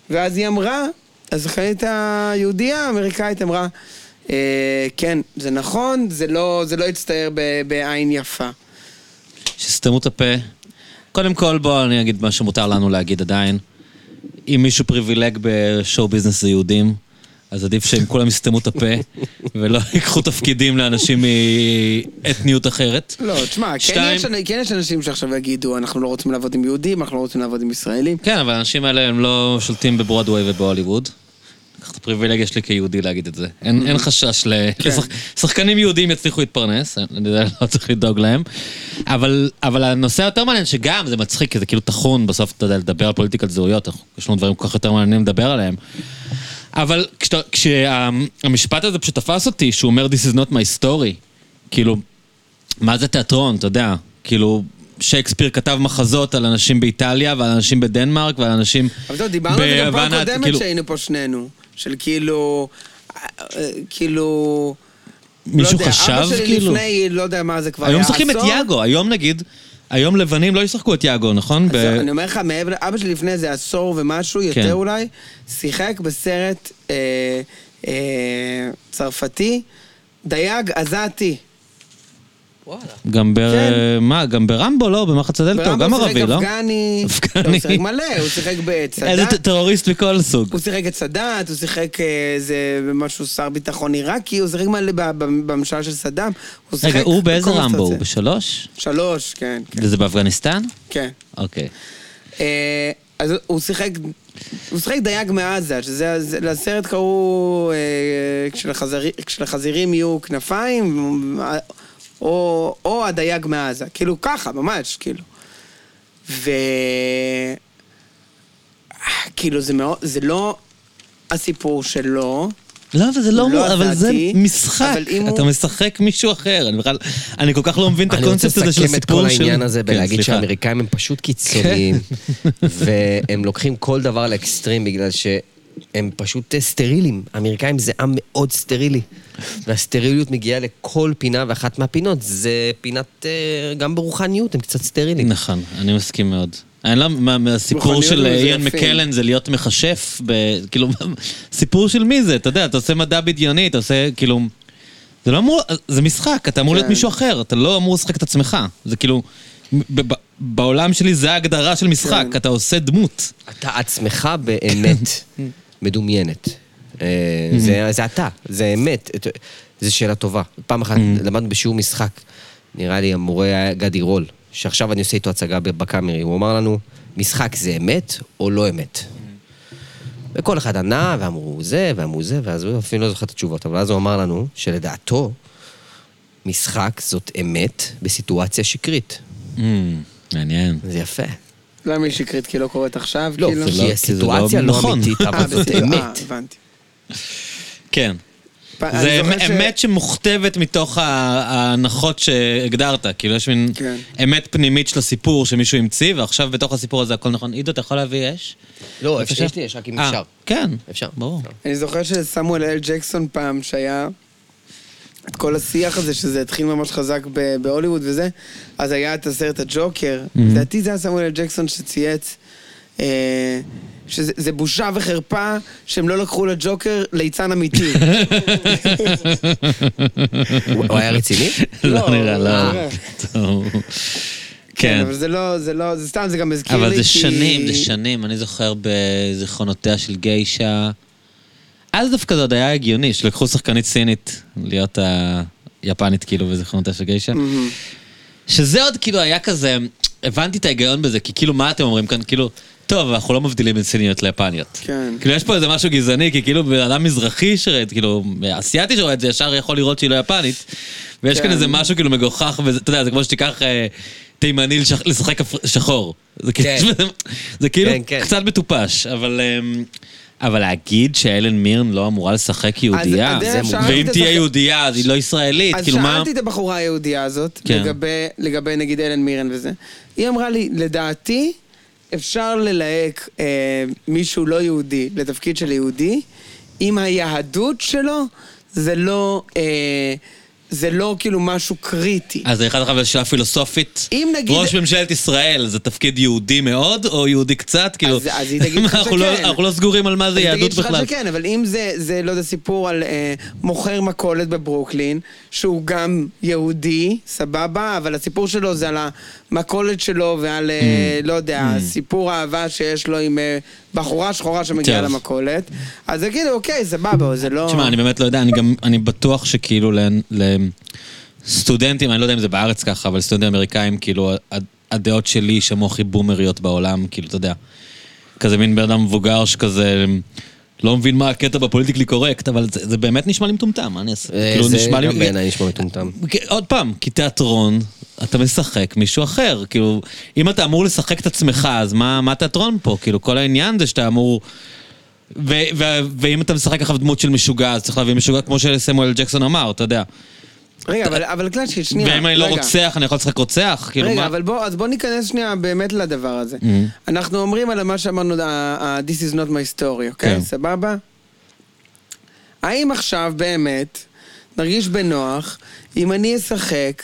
C: ואז היא אמרה, השחקנית היהודייה האמריקאית אמרה, אה, כן, זה נכון, זה לא, זה לא יצטייר ב- בעין יפה.
A: שסתמו את הפה. קודם כל, בואו אני אגיד מה שמותר לנו להגיד עדיין. אם מישהו פריבילג בשואו ביזנס זה יהודים, אז עדיף שהם כולם יסתמו את הפה, ולא ייקחו תפקידים לאנשים מאתניות אחרת.
C: לא, תשמע, כן
A: שתיים-
C: יש, כן יש אנשים שעכשיו יגידו, אנחנו לא רוצים לעבוד עם יהודים, אנחנו לא רוצים לעבוד עם ישראלים.
A: כן, אבל האנשים האלה הם לא שולטים בברודוויי ובהוליווד. קח את הפריבילגיה שלי כיהודי להגיד את זה. אין, אין חשש ל... לשח... שחקנים יהודים יצליחו להתפרנס, אני יודע, לא צריך לדאוג להם. אבל, אבל הנושא היותר מעניין, שגם זה מצחיק, כי זה כאילו טחון, בסוף אתה יודע, לדבר על פוליטיקת זהויות, אנחנו- יש לנו דברים כל כך יותר מעניינים לדבר עליהם. אבל כשאתה- כשהמשפט הזה פשוט תפס אותי, שהוא אומר This is not my story, כאילו, מה זה תיאטרון, אתה יודע? כאילו, שייקספיר כתב מחזות על אנשים באיטליה ועל אנשים בדנמרק ועל אנשים...
C: אבל טוב, דיברנו על זה גם פעם
A: בהוואנה,
C: קודמת
A: כאילו,
C: שהיינו פה שנינו. של כאילו... אה, אה, כאילו...
A: מישהו
C: לא יודע,
A: חשב,
C: אבא שלי
A: כאילו?
C: לפני, לא יודע מה זה כבר היה
A: היום משחקים את
C: עשור.
A: יאגו, היום נגיד, היום לבנים לא ישחקו את יאגו, נכון?
C: אז
A: ב-
C: אני אומר לך, מעבר, אבא שלי לפני איזה עשור ומשהו,
A: כן.
C: יותר אולי, שיחק בסרט אה, אה, צרפתי, דייג עזתי.
A: גם ב...
C: כן.
A: מה, גם ברמבו לא, במחץ הדלתו, גם
C: ברמבו
A: ערבי,
C: הוא
A: לא?
C: שיחק אפגני,
A: אפגני.
C: לא, הוא שיחק מלא, הוא שיחק
A: איזה ט-
C: בצד"ל.
A: טרוריסט מכל סוג.
C: הוא שיחק את סאדאת, הוא שיחק אה, איזה משהו שר ביטחון עיראקי, הוא שיחק מלא ב- ב- בממשלה של סדאם. הוא
A: רגע,
C: שיחק
A: הוא באיזה
C: בכל
A: רמבו?
C: הסרט
A: הוא
C: הזה.
A: בשלוש?
C: שלוש, כן, כן,
A: וזה באפגניסטן?
C: כן.
A: אוקיי.
C: אה, אז הוא שיחק, הוא שיחק דייג מעזה, שזה, זה- לסרט קראו, אה, כשלחזרי- כשלחזירים יהיו כנפיים, או, או הדייג מעזה, כאילו ככה, ממש, כאילו. ו... כאילו זה מאוד, זה לא הסיפור שלו,
A: לא, אבל זה לא
C: לא
A: אמור, אבל זה
C: עבדתי,
A: משחק.
C: אבל אם הוא-
A: אתה משחק מישהו אחר. אני בכלל, אני כל כך לא מבין את
B: אני רוצה
A: הקונספט הזה של
B: לסכם את
A: הסיפור
B: כל
A: של...
B: העניין הזה
A: כן,
B: בלהגיד
A: סליחה. כן.
B: שהאמריקאים הם פשוט קיצוניים, והם לוקחים כל דבר לאקסטרים בגלל שהם פשוט אה, סטרילים. האמריקאים זה עם מאוד סטרילי, והסטריליות מגיעה לכל פינה, ואחת מהפינות זה פינת, אה, גם ברוחניות, הם קצת סטרילים.
A: נכון, אני מסכים מאוד. אני לא, מה- מהסיפור
C: מכוניות
A: של
C: זה
A: איין
C: יפים.
A: מקלן זה להיות מכשף, ב, כאילו, סיפור של מי זה? אתה יודע, אתה עושה מדע בדיוני, אתה עושה, כאילו... זה לא אמור, זה משחק, אתה אמור להיות
C: כן.
A: מישהו אחר, אתה לא אמור לשחק את עצמך. זה כאילו, ב, ב, בעולם שלי זה ההגדרה של משחק,
C: כן.
A: אתה עושה דמות.
B: אתה עצמך באמת מדומיינת. אה,
A: Mm-hmm.
B: זה, זה אתה, זה אמת. את- זו שאלה טובה. פעם אחת
A: Mm-hmm.
B: למדנו בשיעור משחק, נראה לי המורה היה גדי רול, שעכשיו אני עושה איתו הצגה ב- בקאמרי, הוא אמר לנו, משחק זה אמת או לא אמת?
A: Mm-hmm.
B: וכל אחד ענה, ואמרו זה, ואמרו זה, ואז הוא אפילו לא זוכר את התשובות, אבל אז הוא אמר לנו שלדעתו, משחק זאת אמת בסיטואציה שקרית.
A: Mm, מעניין.
B: זה יפה.
C: למה היא שקרית? כי לא קורית עכשיו?
B: לא,
C: כאילו?
A: כי זה
B: כי
A: לא
B: הסיטואציה לא
A: נכון.
B: אמיתית,
C: אה,
B: אבל זאת
C: בסדר, אה,
B: אמת.
C: הבנתי.
A: כן.
C: פ-
A: זה
C: אני זוכר ש-
A: אמת שמוכתבת מתוך ה- ההנחות שהגדרת, כאילו יש מין
C: כן.
A: אמת פנימית של הסיפור שמישהו המציא, ועכשיו בתוך הסיפור הזה הכל נכון. עידו, אתה יכול להביא אש?
B: לא,
A: בבקשה.
B: יש לי, יש רק אם
A: אה,
B: אפשר.
A: כן.
B: אפשר.
A: ברור.
C: אני זוכר שסמואל אל ג'קסון פעם, שהיה את כל השיח הזה, שזה התחיל ממש חזק ב- בהוליווד וזה, אז היה את הסרט הג'וקר.
A: Mm-hmm.
C: לדעתי זה היה סמואל אל ג'קסון שצייץ, אה, שזה זה בושה וחרפה שהם לא לקחו לג'וקר ליצן אמיתי.
B: הוא הוא היה רציני?
A: כן. לא
C: לא,
A: נראה, לא.
C: אה.
A: טוב. כן.
C: אבל זה לא, זה לא, זה סתם, זה גם הזכיר לי,
A: אבל זה
C: כי-
A: שנים, זה שנים. אני זוכר בזיכרונותיה של גיישה. אז דווקא זה עוד היה הגיוני, שלקחו שחקנית סינית להיות היפנית כאילו בזיכרונותיה של גיישה.
C: מהמם.
A: שזה עוד כאילו היה כזה, הבנתי את ההיגיון בזה, כי כאילו מה אתם אומרים כאן, כאילו, טוב, אנחנו לא מבדילים בין סיניות ליפניות.
C: כן.
A: כאילו יש פה איזה משהו גזעני, כי כאילו בן אדם מזרחי שראית, כאילו אסיאתי שרואה את זה, ישר יכול לראות שהיא לא יפנית. ויש
C: כן.
A: כאן איזה משהו כאילו מגוחך, וזה- אתה יודע, זה כמו שתיקח אה, תימני לש- לשחק אפר- שחור. זה כאילו-
B: כן.
A: יש בזה- זה כאילו
B: כן, כן.
A: קצת מטופש, אבל... אמ, אבל להגיד שאלן מירן לא אמורה לשחק יהודייה,
C: הדרך
A: זה-
C: שאלתי
A: ואם
C: את
A: תהיה
C: השחק-
A: יהודייה אז היא לא ישראלית,
C: אז
A: כאילו מה...
C: שאלתי את הבחורה היהודייה הזאת,
A: כן.
C: לגבי, לגבי נגיד אלן מירן וזה. היא אמרה לי, לדעתי, אפשר ללהק אה, מישהו לא יהודי לתפקיד של יהודי, אם היהדות שלו זה לא, אה, זה לא כאילו משהו קריטי.
A: אז דרך אגב, זו שאלה פילוסופית.
C: אם נגיד-
A: ראש ממשלת ישראל זה תפקיד יהודי מאוד, או יהודי קצת? כאילו...
C: אז היא תגיד לך
A: אנחנו לא-
C: שכן.
A: אנחנו לא סגורים על מה זה
C: אני
A: יהדות
C: תגיד לך
A: בכלל.
C: שכן, אבל אם זה, זה לא יודע, סיפור על אה, מוכר מכולת בברוקלין, שהוא גם יהודי, סבבה, אבל הסיפור שלו זה על המכולת שלו ועל, אה,
A: Mm.
C: לא יודע, סיפור האהבה שיש לו עם אה, בחורה שחורה שמגיעה
A: טוב.
C: למכולת, אז יגידו, אוקיי, סבבה, זה לא...
A: תשמע, אני באמת לא יודע, אני גם, אני בטוח שכאילו לסטודנטים, אני לא יודע אם זה בארץ ככה, אבל סטודנטים אמריקאים, כאילו, הד- הדעות שלי יישמעו הכי בומריות בעולם, כאילו, אתה יודע. כזה מין בן אדם מבוגר שכזה... לא מבין מה הקטע בפוליטיקלי קורקט, אבל זה, זה באמת נשמע לי מטומטם, מה אני אעשה?
B: אה,
A: כאילו,
B: זה
A: נשמע לי-
B: גם בעיניי נשמע מטומטם.
A: כי- עוד פעם, כי תיאטרון, אתה משחק מישהו אחר. כאילו, אם אתה אמור לשחק את עצמך, אז מה, מה תיאטרון פה? כאילו, כל העניין זה שאתה אמור... ו- ו- ואם אתה משחק עכשיו דמות של משוגע, אז צריך להביא משוגע כמו שסמואל ג'קסון אמר, אתה יודע.
C: רגע, אבל, אבל קלאצ'י, שנייה.
A: ואם אני לא
C: רגע.
A: רוצח, אני יכול לשחק רוצח? כאילו,
C: רגע,
A: מה... Mm-hmm.
C: אבל בוא, אז בוא ניכנס שנייה באמת לדבר הזה. אנחנו אומרים על מה שאמרנו, ה- ה- This is not my story,
A: כן.
C: אוקיי? סבבה? האם עכשיו באמת נרגיש בנוח אם אני אשחק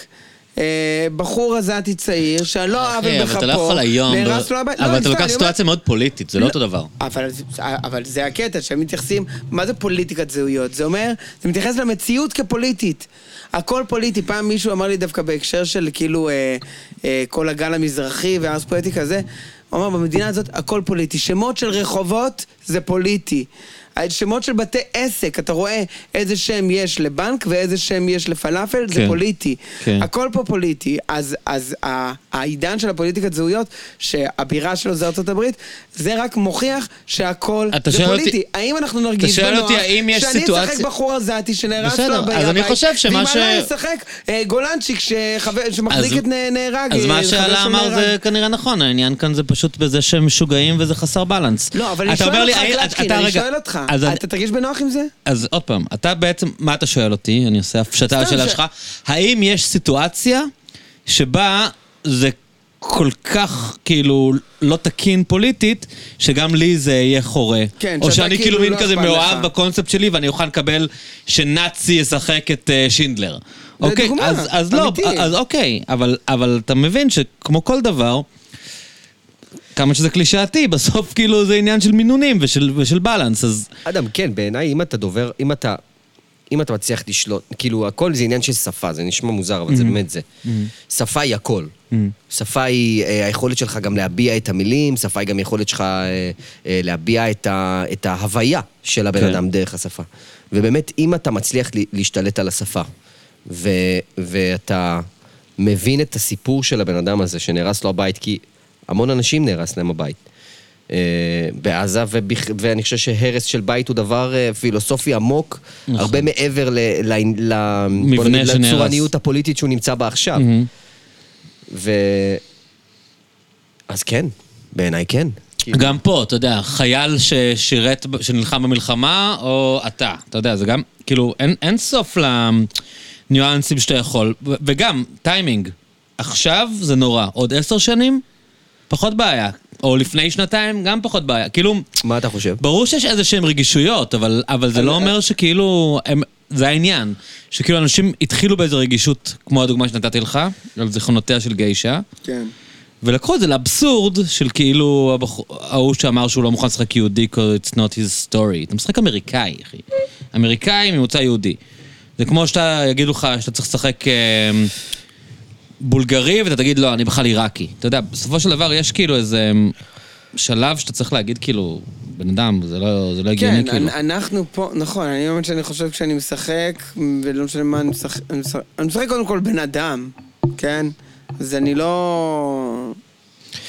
C: אה, בחור עזתי צעיר שעל לא עוול
A: אחי,
C: בכפו,
A: אבל אתה לא יכול היום...
C: נהרס
A: ב-
C: לו הבית, לא,
A: אבל אתה
C: סתם,
A: לוקח
C: אני אומר-
A: סיטואציה מאוד פוליטית, זה לא אותו דבר.
C: אבל, אבל זה הקטע, שהם מתייחסים, מה זה פוליטיקת זהויות? זה אומר, זה מתייחס למציאות כפוליטית. הכל פוליטי. פעם מישהו אמר לי דווקא בהקשר של כאילו אה, אה, כל הגל המזרחי והארס פואטיקה זה, הוא אמר, במדינה הזאת הכל פוליטי. שמות של רחובות זה פוליטי. שמות של בתי עסק, אתה רואה איזה שם יש לבנק ואיזה שם יש לפלאפל, זה
A: כן.
C: פוליטי.
A: כן.
C: הכל פה פוליטי, אז, אז ה- העידן של הפוליטיקת זהויות, שהבירה שלו זה ארצות הברית, זה רק מוכיח שהכל
A: אתה
C: זה
A: שואל אותי-
C: פוליטי. האם אנחנו נרגיש
A: שואל
C: בנוח
A: אותי האם יש
C: שאני
A: סיטואציה-
C: אשחק בחור עזתי שנהרס
A: בסדר,
C: לו הבית,
A: אז אני חושב שמה ש-
C: ואם עליי ישחק אה, גולנצ'יק שחבר-
A: אז-
C: שמחזיק את נ- נהרג,
A: אז
C: אה,
A: מה
C: חבר
A: שאלה
C: שלו
A: אמר
C: נהרג.
A: זה כנראה נכון, העניין כאן זה פשוט בזה שהם משוגעים וזה חסר בלנס.
C: לא, אבל אני
A: אתה
C: שואל
A: אומר לי, לי,
C: יצחק
A: האם-
C: לצ'קין,
A: אתה
C: אני
A: רגע-
C: שואל אותך,
A: אז אני-
C: אתה תרגיש בנוח עם זה?
A: אז עוד פעם, אתה בעצם, מה אתה שואל אותי? אני עושה הפשטה
C: סתם
A: לשאלה
C: ש-
A: שלך. האם יש סיטואציה שבה זה כל כך, כאילו, לא תקין פוליטית, שגם לי זה יהיה חורה?
C: כן,
A: או
C: שאתה
A: שאני כאילו
C: כאילו
A: מין
C: לא
A: כזה
C: אכפת
A: מאוהב
C: לך.
A: בקונספט שלי ואני אוכל לקבל שנאצי ישחק את אה, שינדלר. אוקיי,
C: לדוגמה,
A: אז, אז לא,
C: אמיתי.
A: אז אוקיי, אבל, אבל אתה מבין שכמו כל דבר, כמה שזה קלישאתי, בסוף כאילו זה עניין של מינונים ושל, ושל בלנס, אז...
B: אדם, כן, בעיניי, אם אתה דובר, אם אתה... אם אתה מצליח לשלוט, כאילו, הכל זה עניין של שפה, זה נשמע מוזר, אבל
A: Mm-hmm.
B: זה באמת זה. שפה היא הכל. שפה היא אה, היכולת שלך גם להביע את המילים, שפה היא גם היכולת שלך אה, אה, להביע את ה- את ההוויה של הבן
A: כן.
B: אדם דרך השפה. ובאמת, אם אתה מצליח ל- להשתלט על השפה, ו- ואתה מבין את הסיפור של הבן אדם הזה, שנהרס לו הבית, כי המון אנשים נהרס להם הבית. אה, בעזה, ובכ... ואני חושב שהרס של בית הוא דבר אה, פילוסופי עמוק,
A: נכון.
B: הרבה מעבר ל... ל... ל... בוא
A: מבנה
B: נגיד,
A: שנהרס.
B: לצורניות הפוליטית שהוא נמצא בה עכשיו. ו... אז כן, בעיניי כן.
A: גם פה, אתה יודע, חייל ששירת, ב- שנלחם במלחמה, או אתה. אתה יודע, זה גם, כאילו, אין, אין סוף לניואנסים שאתה יכול. ו- וגם, טיימינג. עכשיו זה נורא. עוד עשר שנים, פחות בעיה. או לפני שנתיים, גם פחות בעיה. כאילו,
B: מה אתה חושב?
A: ברור שיש איזה שהן רגישויות, אבל, אבל זה לא אומר שכאילו, הם, זה העניין. שכאילו אנשים התחילו באיזו רגישות, כמו הדוגמה שנתתי לך, על זיכרונותיה של גיישה.
C: כן.
A: ולקחו את זה לאבסורד של כאילו הבחור- ההוא שאמר שהוא לא מוכן לשחק יהודי, because it's not his story. אתה משחק אמריקאי, אחי. אמריקאי ממוצא יהודי. זה כמו שאתה, יגידו לך שאתה צריך לשחק אה, בולגרי, ואתה תגיד, לא, אני בכלל עיראקי. אתה יודע, בסופו של דבר יש כאילו איזה אה, שלב שאתה צריך להגיד, כאילו, בן אדם, זה לא, זה לא הגיוני,
C: כן,
A: כאילו.
C: אנ- אנחנו פה, נכון, אני באמת שאני חושב כשאני משחק, ולא משנה מה אני משחק, אני משחק, אני משחק קודם כל בן אדם, כן? אז אני לא...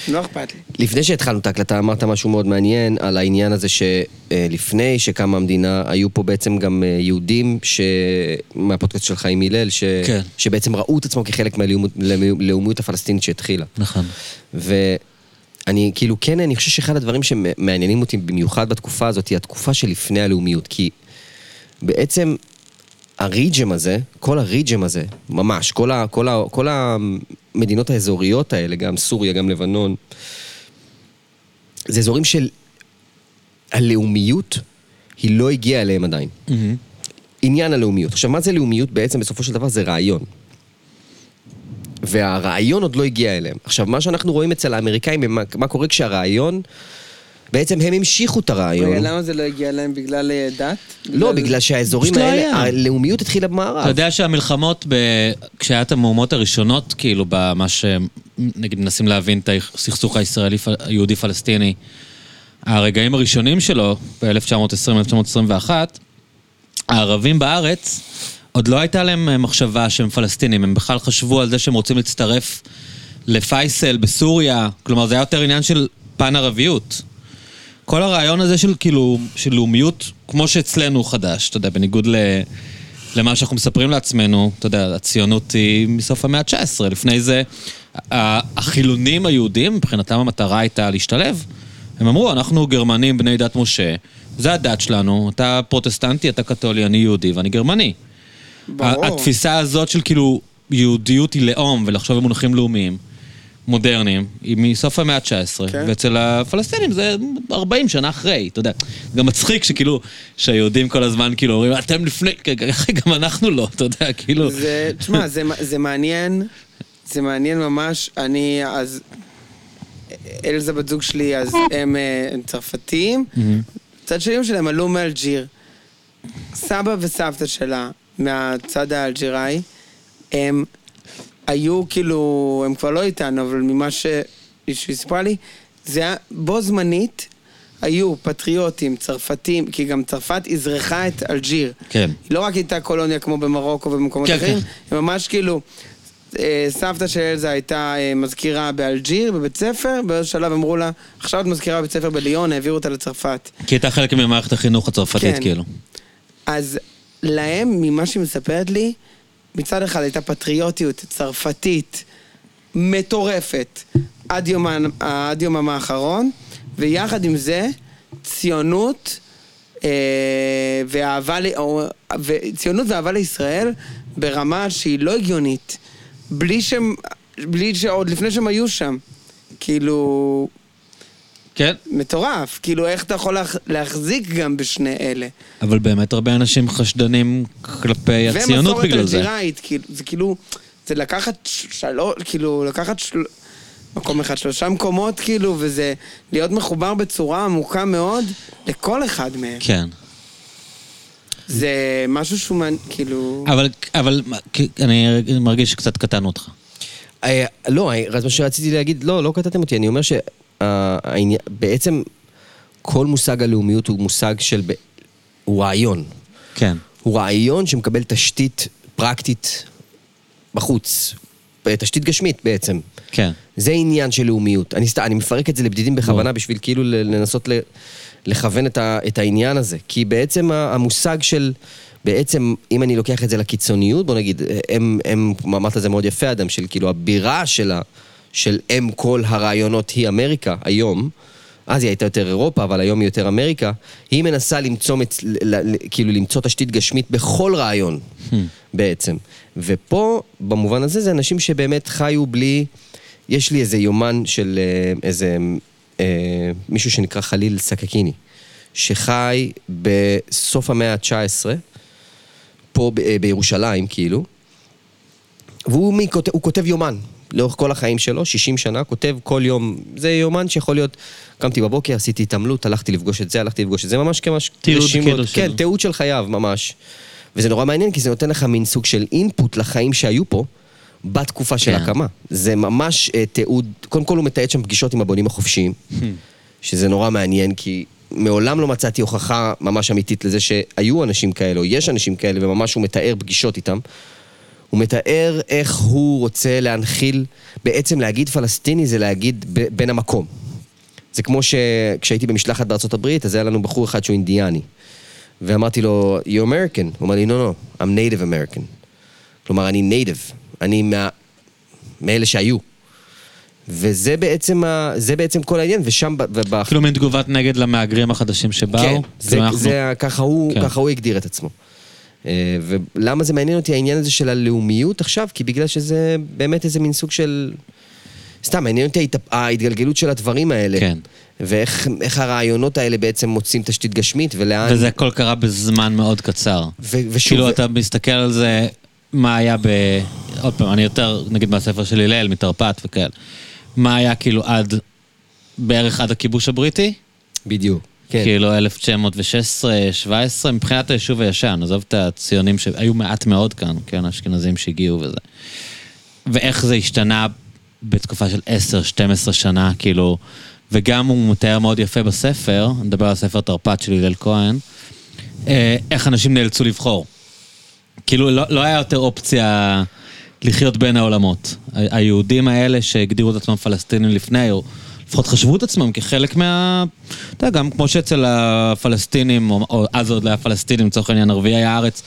C: לא אכפת לי.
B: לפני שהתחלנו את ההקלטה אמרת משהו מאוד מעניין על העניין הזה שלפני שקמה המדינה היו פה בעצם גם אה, יהודים ש... מהפודקאסט של חיים הלל ש...
A: כן.
B: שבעצם ראו את עצמם כחלק מהלאומיות הפלסטינית שהתחילה.
A: נכון.
B: ואני כאילו, כן, אני חושב שאחד הדברים שמעניינים אותי במיוחד בתקופה הזאת, היא התקופה שלפני הלאומיות. כי בעצם הריג'ם הזה, כל הריג'ם הזה, ממש, כל, ה, כל, ה, כל המדינות האזוריות האלה, גם סוריה, גם לבנון, זה אזורים של הלאומיות, היא לא הגיעה אליהם עדיין. עניין הלאומיות. עכשיו, מה זה לאומיות בעצם? בסופו של דבר זה רעיון. והרעיון עוד לא הגיע אליהם. עכשיו, מה שאנחנו רואים אצל האמריקאים, הם- מה, מה קורה כשהרעיון, בעצם הם המשיכו את הרעיון.
C: רגע, למה זה לא הגיע להם? בגלל אה, דת?
B: לא, בגלל שהאזורים
A: פשוט לא
B: האלה,
A: היה.
B: הלאומיות התחילה במערב.
A: אתה יודע שהמלחמות, ב... כשהיה את המהומות הראשונות, כאילו, במה ש... נגיד, מנסים להבין את הסכסוך הישראלי-יהודי-פלסטיני, הרגעים הראשונים שלו, ב-1920-1921, הערבים בארץ, עוד לא הייתה להם אה, מחשבה שהם פלסטינים, הם בכלל חשבו על זה שהם רוצים להצטרף לפייסל בסוריה, כלומר, זה היה יותר עניין של פן ערביות. כל הרעיון הזה של כאילו, של לאומיות, כמו שאצלנו הוא חדש, אתה יודע, בניגוד ל, למה שאנחנו מספרים לעצמנו, אתה יודע, הציונות היא מסוף המאה ה-19, לפני זה ה- החילונים היהודים, מבחינתם המטרה הייתה להשתלב. הם אמרו, אנחנו גרמנים בני דת משה, זה הדת שלנו, אתה פרוטסטנטי, אתה קתולי, אני יהודי ואני גרמני.
C: ברור.
A: התפיסה הזאת של כאילו יהודיות היא לאום ולחשוב במונחים לאומיים, מודרניים, היא מסוף המאה ה-19,
C: כן.
A: ואצל הפלסטינים זה 40 שנה אחרי, אתה יודע. גם מצחיק שכאילו, שהיהודים כל הזמן כאילו אומרים, אתם לפני, גם אנחנו לא, אתה יודע, כאילו.
C: זה, תשמע, זה, מע- זה מעניין, זה מעניין ממש. אני אז, אלזה בת זוג שלי, אז הם, אה, הם צרפתים. הצד של אמא שלהם עלו מאלג'יר. סבא וסבתא שלה, מהצד האלג'יראי, הם היו כאילו, הם כבר לא איתנו, אבל ממה ש- שהיא סיפרה לי, זה היה בו זמנית. היו פטריוטים, צרפתים, כי גם צרפת אזרחה את אלג'יר.
A: כן.
C: היא לא רק הייתה קולוניה כמו במרוקו ובמקומות
A: כן,
C: אחרים,
A: כן.
C: היא ממש כאילו... אה, סבתא של אלזה הייתה אה, מזכירה באלג'יר, בבית ספר, באיזשהו שלב אמרו לה, עכשיו את מזכירה בבית ספר בליון, העבירו אותה לצרפת.
A: כי הייתה חלק ממערכת החינוך הצרפתית,
C: כן.
A: כאילו.
C: אז להם, ממה שהיא מספרת לי, מצד אחד הייתה פטריוטיות צרפתית מטורפת עד יום, ה- עד יומם האחרון, ויחד עם זה, ציונות אה, ואהבה, ל- או- ו- ציונות ואהבה לישראל ברמה שהיא לא הגיונית, בלי שהם, בלי שעוד לפני שהם היו שם. כאילו,
A: כן.
C: מטורף. כאילו, איך אתה יכול להח- להחזיק גם בשני אלה?
A: אבל באמת הרבה אנשים חשדנים כלפי הציונות בגלל
C: ומסורת
A: זה.
C: אלג'יראית, כאילו, זה כאילו, זה לקחת שלוש, כאילו, לקחת של... מקום אחד, שלושה מקומות, כאילו, וזה להיות מחובר בצורה עמוקה מאוד לכל אחד מהם.
A: כן.
C: זה משהו שהוא, מעניין, כאילו...
A: אבל, אבל כי- אני מרגיש שקצת קטענו אותך.
B: אה, לא, אה, אז מה שרציתי להגיד, לא, לא קטעתם אותי, אני אומר שבעצם כל מושג הלאומיות הוא מושג של... ב- הוא רעיון.
A: כן.
B: הוא רעיון שמקבל תשתית פרקטית בחוץ. תשתית גשמית בעצם.
A: כן.
B: זה עניין של לאומיות. אני, סת... אני מפרק את זה לבדידים בכוונה בשביל כאילו ל- לנסות ל... לכוון את, ה... את העניין הזה. כי בעצם ה- המושג של... בעצם, אם אני לוקח את זה לקיצוניות, בוא נגיד, הם, הם אמרת את זה מאוד יפה, אדם, של כאילו הבירה של, ה... של אם כל הרעיונות היא אמריקה היום, אז היא הייתה יותר אירופה, אבל היום היא יותר אמריקה, היא מנסה למצוא, מצ... ל... ל... כאילו למצוא תשתית גשמית בכל רעיון, בעצם. ופה, במובן הזה, זה אנשים שבאמת חיו בלי... יש לי איזה יומן של אה, איזה אה, מישהו שנקרא חליל סקקיני, שחי בסוף המאה ה-19, פה ב- אה, בירושלים, כאילו, והוא מי, כות- הוא כותב יומן. לאורך כל החיים שלו, 60 שנה, כותב כל יום. זה יומן שיכול להיות, קמתי בבוקר, עשיתי התעמלות, הלכתי לפגוש את זה, הלכתי לפגוש את זה, ממש כמש...
A: תיעוד
B: רשימות.
A: כאילו
B: כן,
A: שלו.
B: תיעוד של חייו, ממש. וזה נורא מעניין, כי זה נותן לך מין סוג של אינפוט לחיים שהיו פה, בתקופה של
A: כן.
B: הקמה. זה ממש אה, תיעוד, קודם כל הוא מתעד שם פגישות עם הבונים החופשיים, שזה נורא מעניין, כי מעולם לא מצאתי הוכחה ממש אמיתית לזה שהיו אנשים כאלה, או יש אנשים כאלה, וממש הוא מתאר פגישות איתם. הוא מתאר איך הוא רוצה להנחיל, בעצם להגיד פלסטיני זה להגיד ב- בן המקום. זה כמו שכשהייתי במשלחת בארצות הברית, אז היה לנו בחור אחד שהוא אינדיאני. ואמרתי לו, you American? הוא אמר לי, no, no, I'm native American. כלומר, אני native, אני מה... מאלה שהיו. וזה בעצם, ה... זה בעצם כל העניין, ושם... ב- ובח...
A: כאילו מין תגובת נגד למהגרים החדשים שבאו.
B: כן, זה,
A: כאילו אנחנו-
B: זה, ככה, הוא,
A: כן.
B: ככה הוא הגדיר את עצמו. אה, ולמה זה מעניין אותי העניין הזה של הלאומיות עכשיו? כי בגלל שזה באמת איזה מין סוג של... סתם, מעניין אותי ההת- ההתגלגלות של הדברים האלה.
A: כן.
B: ואיך איך הרעיונות האלה בעצם מוצאים תשתית גשמית, ולאן...
A: וזה הכל קרה בזמן מאוד קצר.
B: ו- ושוב,
A: כאילו,
B: ו-
A: אתה מסתכל על זה, מה היה ב... עוד פעם, אני יותר, נגיד, מהספר של הלל, מתרפ"ט וכאלה. מה היה כאילו עד, בערך עד הכיבוש הבריטי?
B: בדיוק. כן.
A: כן. כאילו 1916-17, מבחינת היישוב הישן, עזוב את הציונים שהיו מעט מאוד כאן, כן, אשכנזים שהגיעו וזה. ואיך זה השתנה בתקופה של 10-12 שנה, כאילו, וגם הוא מתאר מאוד יפה בספר, אני מדבר על הספר תרפ"ט של הלל כהן, אה, איך אנשים נאלצו לבחור. כאילו, לא, לא היה יותר אופציה לחיות בין העולמות. ה- היהודים האלה שהגדירו את עצמם פלסטינים לפני, או לפחות חשבו את עצמם כחלק מה... אתה יודע, גם כמו שאצל הפלסטינים, או, או אז עוד לא היה פלסטינים, לצורך העניין, ערביי הארץ,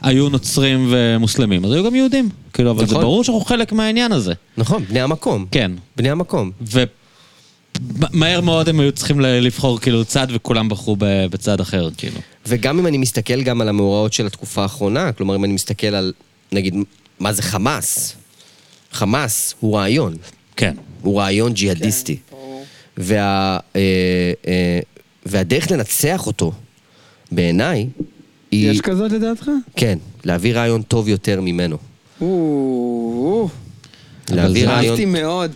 A: היו נוצרים ומוסלמים, אז היו גם יהודים. כאילו, אבל
B: נכון.
A: זה ברור שאנחנו חלק מהעניין הזה.
B: נכון, בני המקום.
A: כן.
B: בני המקום.
A: ומהר מאוד הם היו צריכים ל- לבחור כאילו צד, וכולם בחרו ב- בצד אחר, כאילו.
B: וגם אם אני מסתכל גם על המאורעות של התקופה האחרונה, כלומר, אם אני מסתכל על, נגיד, מה זה חמאס? חמאס הוא רעיון.
A: כן.
B: הוא רעיון ג'יהאדיסטי.
C: ברור.
B: וה, אה, אה, והדרך לנצח אותו, בעיניי, היא...
C: יש כזאת לדעתך?
B: כן, להביא רעיון טוב יותר ממנו.
C: או,
B: להביא
A: זה-
B: רעיון...
C: אהבתי מאוד.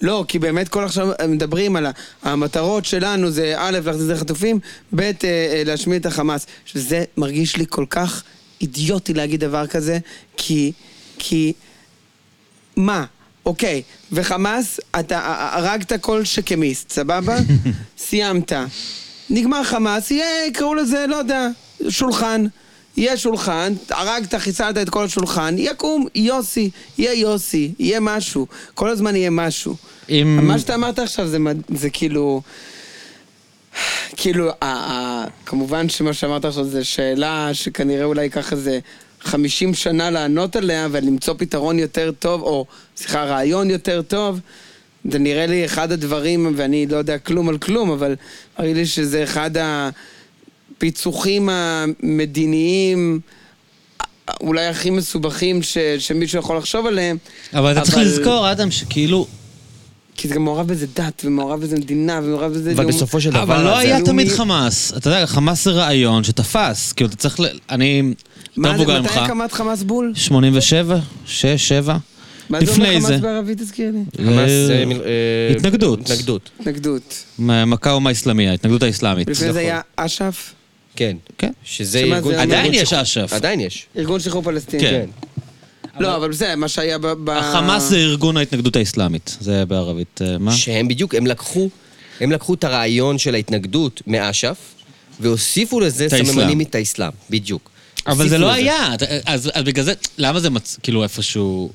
C: לא, כי באמת כל עכשיו מדברים על ה- המטרות שלנו זה א', להחזיר את החטופים, ב', אה, אה, להשמיד את החמאס. שזה מרגיש לי כל כך אידיוטי להגיד דבר כזה, כי... כי... מה? אוקיי, וחמאס, אתה ה- הרגת כל שקמיסט, סבבה? סיימת. נגמר חמאס, יהיה, יקראו לזה, לא יודע, שולחן. יהיה שולחן, הרגת, חיסלת את כל השולחן, יקום יוסי, יהיה יוסי, יהיה משהו. כל הזמן יהיה משהו.
A: אם-
C: מה שאתה אמרת עכשיו זה, מד- זה כאילו... כאילו, ה- ה- כמובן שמה שאמרת עכשיו זה שאלה שכנראה אולי ייקח איזה 50 שנה לענות עליה ולמצוא פתרון יותר טוב, או סליחה, רעיון יותר טוב, זה נראה לי אחד הדברים, ואני לא יודע כלום על כלום, אבל נראה לי שזה אחד הפיצוחים המדיניים אולי הכי מסובכים ש, שמישהו יכול לחשוב עליהם.
A: אבל אתה צריך לזכור, אדם, שכאילו...
C: כי זה גם מעורב בזה דת, ומעורב בזה מדינה, ומעורב בזה...
B: אבל
C: לאומ-
B: בסופו של דבר...
A: אבל לא
B: זה-
A: היה
C: לאומי-
A: תמיד חמאס. אתה יודע, חמאס זה רעיון שתפס. כאילו, אתה צריך ל... אני... יותר
C: מה זה,
A: מבוגר ממך.
C: מתי הקמת חמאס בול?
A: 87? 6? 7?
C: מה זה אומר
A: לפני
C: חמאס
A: זה.
C: בערבית, תזכיר לי?
B: חמאס,
A: אה,
B: אה, מל- אה,
A: התנגדות.
B: התנגדות,
C: התנגדות.
A: מ- מקאום האסלאמי, ההתנגדות האסלאמית.
C: לפני
A: נכון.
C: זה היה אש"ף,
B: כן.
A: כן.
B: שזה
C: שמה
B: ארגון...
C: זה-
A: עדיין
B: ארגון
A: יש
B: שחרור-
A: אש"ף.
B: עדיין יש.
C: ארגון שחרור פלסטיני.
A: כן.
C: לא, אבל בסדר, מה שהיה ב... ב-
A: החמאס זה ארגון ההתנגדות האסלאמית. זה בערבית. אה, מה?
B: שהם בדיוק, הם לקחו, הם לקחו את הרעיון של ההתנגדות מאש"ף, והוסיפו לזה
A: את האסלאם.
B: סממנים את האסלאם, בדיוק.
A: אבל זה
B: הוסיפו
A: לא
B: לזה.
A: היה. אתה- אז אז בגלל זה... למה זה מצ... כאילו איפשהו...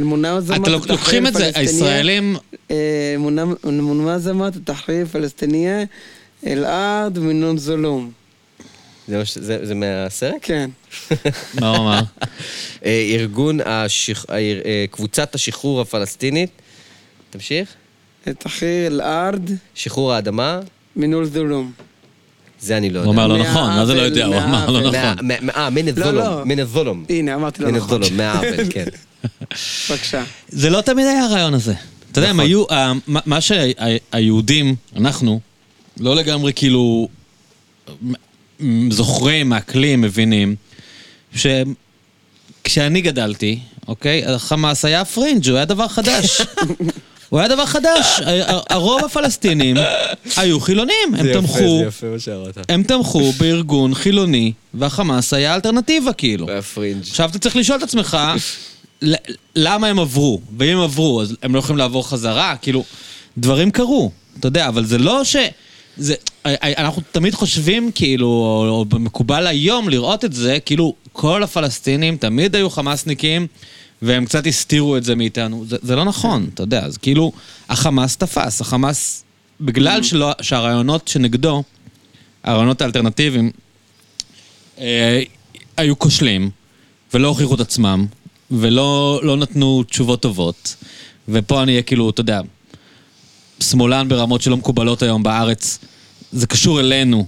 C: אל-מונאזמת
A: אתה לוק-
C: התחריר
A: לוקחים את זה,
C: הפלסטיניה,
A: הישראלים...
C: אה, מונא- מונמזמת התחריף פלסטיניה אל-ארד מנון זולום.
B: זה מה ש- זה זה מהסרט?
C: כן.
A: מה הוא אמר?
B: אה, ארגון, השח- האר- אה, קבוצת השחרור הפלסטינית, תמשיך,
C: תחריר אל-ארד
B: שחרור האדמה,
C: מנון זולום.
B: זה אני לא
A: הוא
B: יודע.
A: אמר לא
C: מהעוול,
A: נכון, מה זה לא יודע? הוא אמר לא
C: מהעוול.
A: נכון.
B: מה- מה- אה, מן
C: לא.
B: הזולום, מן הזולום.
C: הנה, אמרתי לו
B: מן
C: נכון.
B: הזולום, מהעוול, כן.
C: בבקשה.
A: זה לא תמיד היה הרעיון הזה. אתה יודע, הם
B: נכון.
A: היו, ה- מה- מה שהיהודים, אנחנו, לא לגמרי כאילו מ- זוכרים, מעכלים, מבינים, שכשאני גדלתי, אוקיי, החמאס היה פרינג', הוא היה דבר חדש. הוא היה דבר חדש. ה- ה- הרוב הפלסטינים היו חילונים, הם תמכו,
B: יפה מה שאמרת.
A: הם תמכו בארגון חילוני, והחמאס היה אלטרנטיבה כאילו.
B: והפרינג'.
A: עכשיו אתה צריך לשאול את עצמך, ל- למה הם עברו? ואם הם עברו, אז הם לא יכולים לעבור חזרה? כאילו, דברים קרו, אתה יודע, אבל זה לא ש... זה, אה, אנחנו תמיד חושבים, כאילו, או, או מקובל היום לראות את זה, כאילו, כל הפלסטינים תמיד היו חמאסניקים, והם קצת הסתירו את זה מאיתנו. זה, זה לא נכון, אתה יודע, אז כאילו, החמאס תפס, החמאס, בגלל שלא, שהרעיונות שנגדו, הרעיונות האלטרנטיביים, אה, היו כושלים, ולא הוכיחו את עצמם, ולא לא נתנו תשובות טובות, ופה אני אהיה כאילו, אתה יודע, שמאלן ברמות שלא מקובלות היום בארץ, זה קשור אלינו,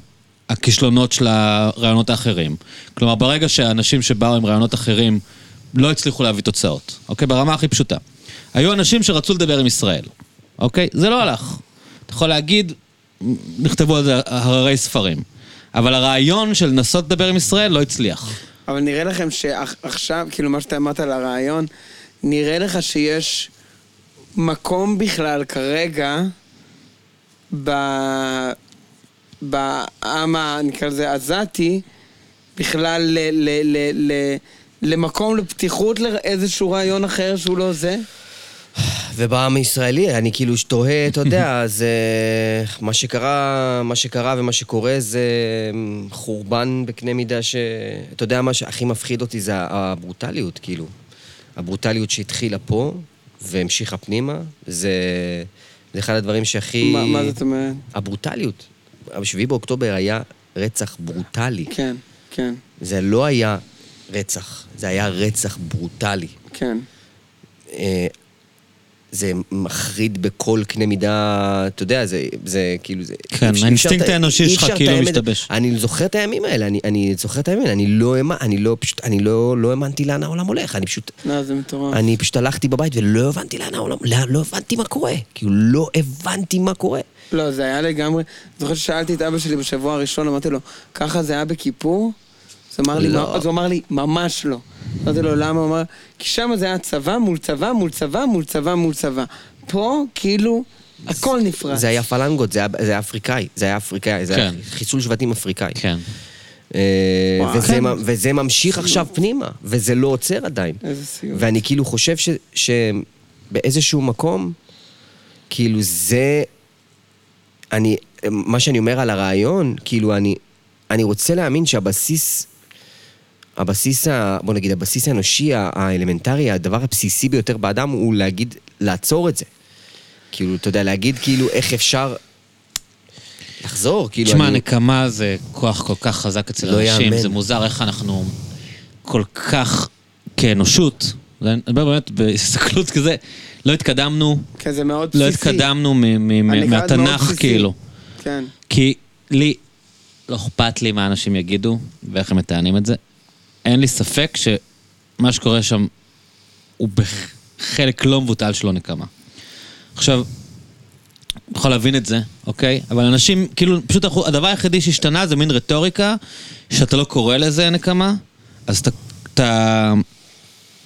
A: הכישלונות של הרעיונות האחרים. כלומר, ברגע שהאנשים שבאו עם רעיונות אחרים לא הצליחו להביא תוצאות, אוקיי? ברמה הכי פשוטה. היו אנשים שרצו לדבר עם ישראל, אוקיי? זה לא הלך. אתה יכול להגיד, נכתבו על זה הררי ספרים. אבל הרעיון של לנסות לדבר עם ישראל לא הצליח.
C: אבל נראה לכם שעכשיו, כאילו מה שאתה אמרת על הרעיון, נראה לך שיש מקום בכלל כרגע ב... בעם, ה- נקרא לזה עזתי, בכלל ל... ל... ל... ל... למקום לפתיחות לאיזשהו רעיון אחר שהוא לא זה?
B: ובעם הישראלי, אני כאילו תוהה, אתה יודע, זה... מה שקרה, מה שקרה ומה שקורה זה אמ, חורבן בקנה מידה ש... אתה יודע, מה שהכי מפחיד אותי זה הברוטליות, כאילו. הברוטליות שהתחילה פה והמשיכה פנימה, זה... זה אחד הדברים שהכי...
C: מה, מה זאת אומרת?
B: הברוטליות. ב-7 באוקטובר היה רצח ברוטלי.
C: כן, כן,
B: זה לא היה רצח, זה היה רצח ברוטלי.
C: כן.
B: אה, זה מחריד בכל קנה מידה, אתה יודע, זה, זה כאילו, זה...
A: כן,
B: אי אפשר-
A: האינסטינקט
B: אי אפשר-
A: האנושי
B: אי
A: שלך
B: אפשר
A: כאילו
B: לתאם את זה.
A: משתבש.
B: אני זוכר את הימים האלה, אני, אני זוכר את הימים האלה, אני לא האמנתי, אני לא, פשוט, אני לא, לא האמנתי לאן העולם הולך, אני פשוט...
C: לא, זה מטורף.
B: אני פשוט הלכתי בבית ולא הבנתי לאן העולם, לא, לא הבנתי מה קורה. כאילו, לא הבנתי מה קורה.
C: לא, זה היה לגמרי... זוכר ששאלתי את אבא שלי בשבוע הראשון, אמרתי לו, ככה זה היה בכיפור? אז הוא אמר לי,
B: לא.
C: "מה-" אז הוא אמר לי, ממש לא. אמרתי לו, למה? הוא אמר, כי שם זה היה צבא מול צבא מול צבא מול צבא מול צבא. פה, כאילו, הכל נפרץ.
B: זה היה פלנגות, זה היה, זה היה אפריקאי, זה היה אפריקאי, זה היה
A: כן.
B: חיסול שבטים אפריקאי.
A: כן.
B: אה,
C: וואו.
B: וזה,
C: כן.
B: מ- וזה ממשיך עכשיו פנימה, וזה לא עוצר עדיין.
C: איזה סיום.
B: ואני כאילו חושב ש, שבאיזשהו מקום, כאילו זה... אני, מה שאני אומר על הרעיון, כאילו אני, אני רוצה להאמין שהבסיס, הבסיס, ה, בוא נגיד, הבסיס האנושי, ה- האלמנטרי, הדבר הבסיסי ביותר באדם הוא להגיד, לעצור את זה. כאילו, אתה יודע, להגיד כאילו איך אפשר לחזור, כאילו...
A: תשמע,
B: אני-
A: נקמה זה כוח כל כך חזק אצל
B: לא
A: אנשים,
B: יאמן.
A: זה מוזר איך אנחנו כל כך, כאנושות, אני מדבר באמת בהסתכלות כזה, לא התקדמנו,
C: כן, זה מאוד
A: לא
C: בסיסי.
A: התקדמנו מ- מ-
C: אני
A: מ-
C: נקרא מאוד
A: מהתנ"ך
C: בסיסי.
A: כאילו.
C: כן.
A: כי לי לא אכפת לי מה אנשים יגידו ואיך הם מתענים את זה. אין לי ספק שמה שקורה שם הוא בחלק לא מבוטל שלו נקמה. עכשיו, אני יכול להבין את זה, אוקיי? אבל אנשים, כאילו, פשוט אנחנו, הדבר היחידי שהשתנה זה מין רטוריקה, שאתה לא קורא לזה נקמה, אז אתה... אתה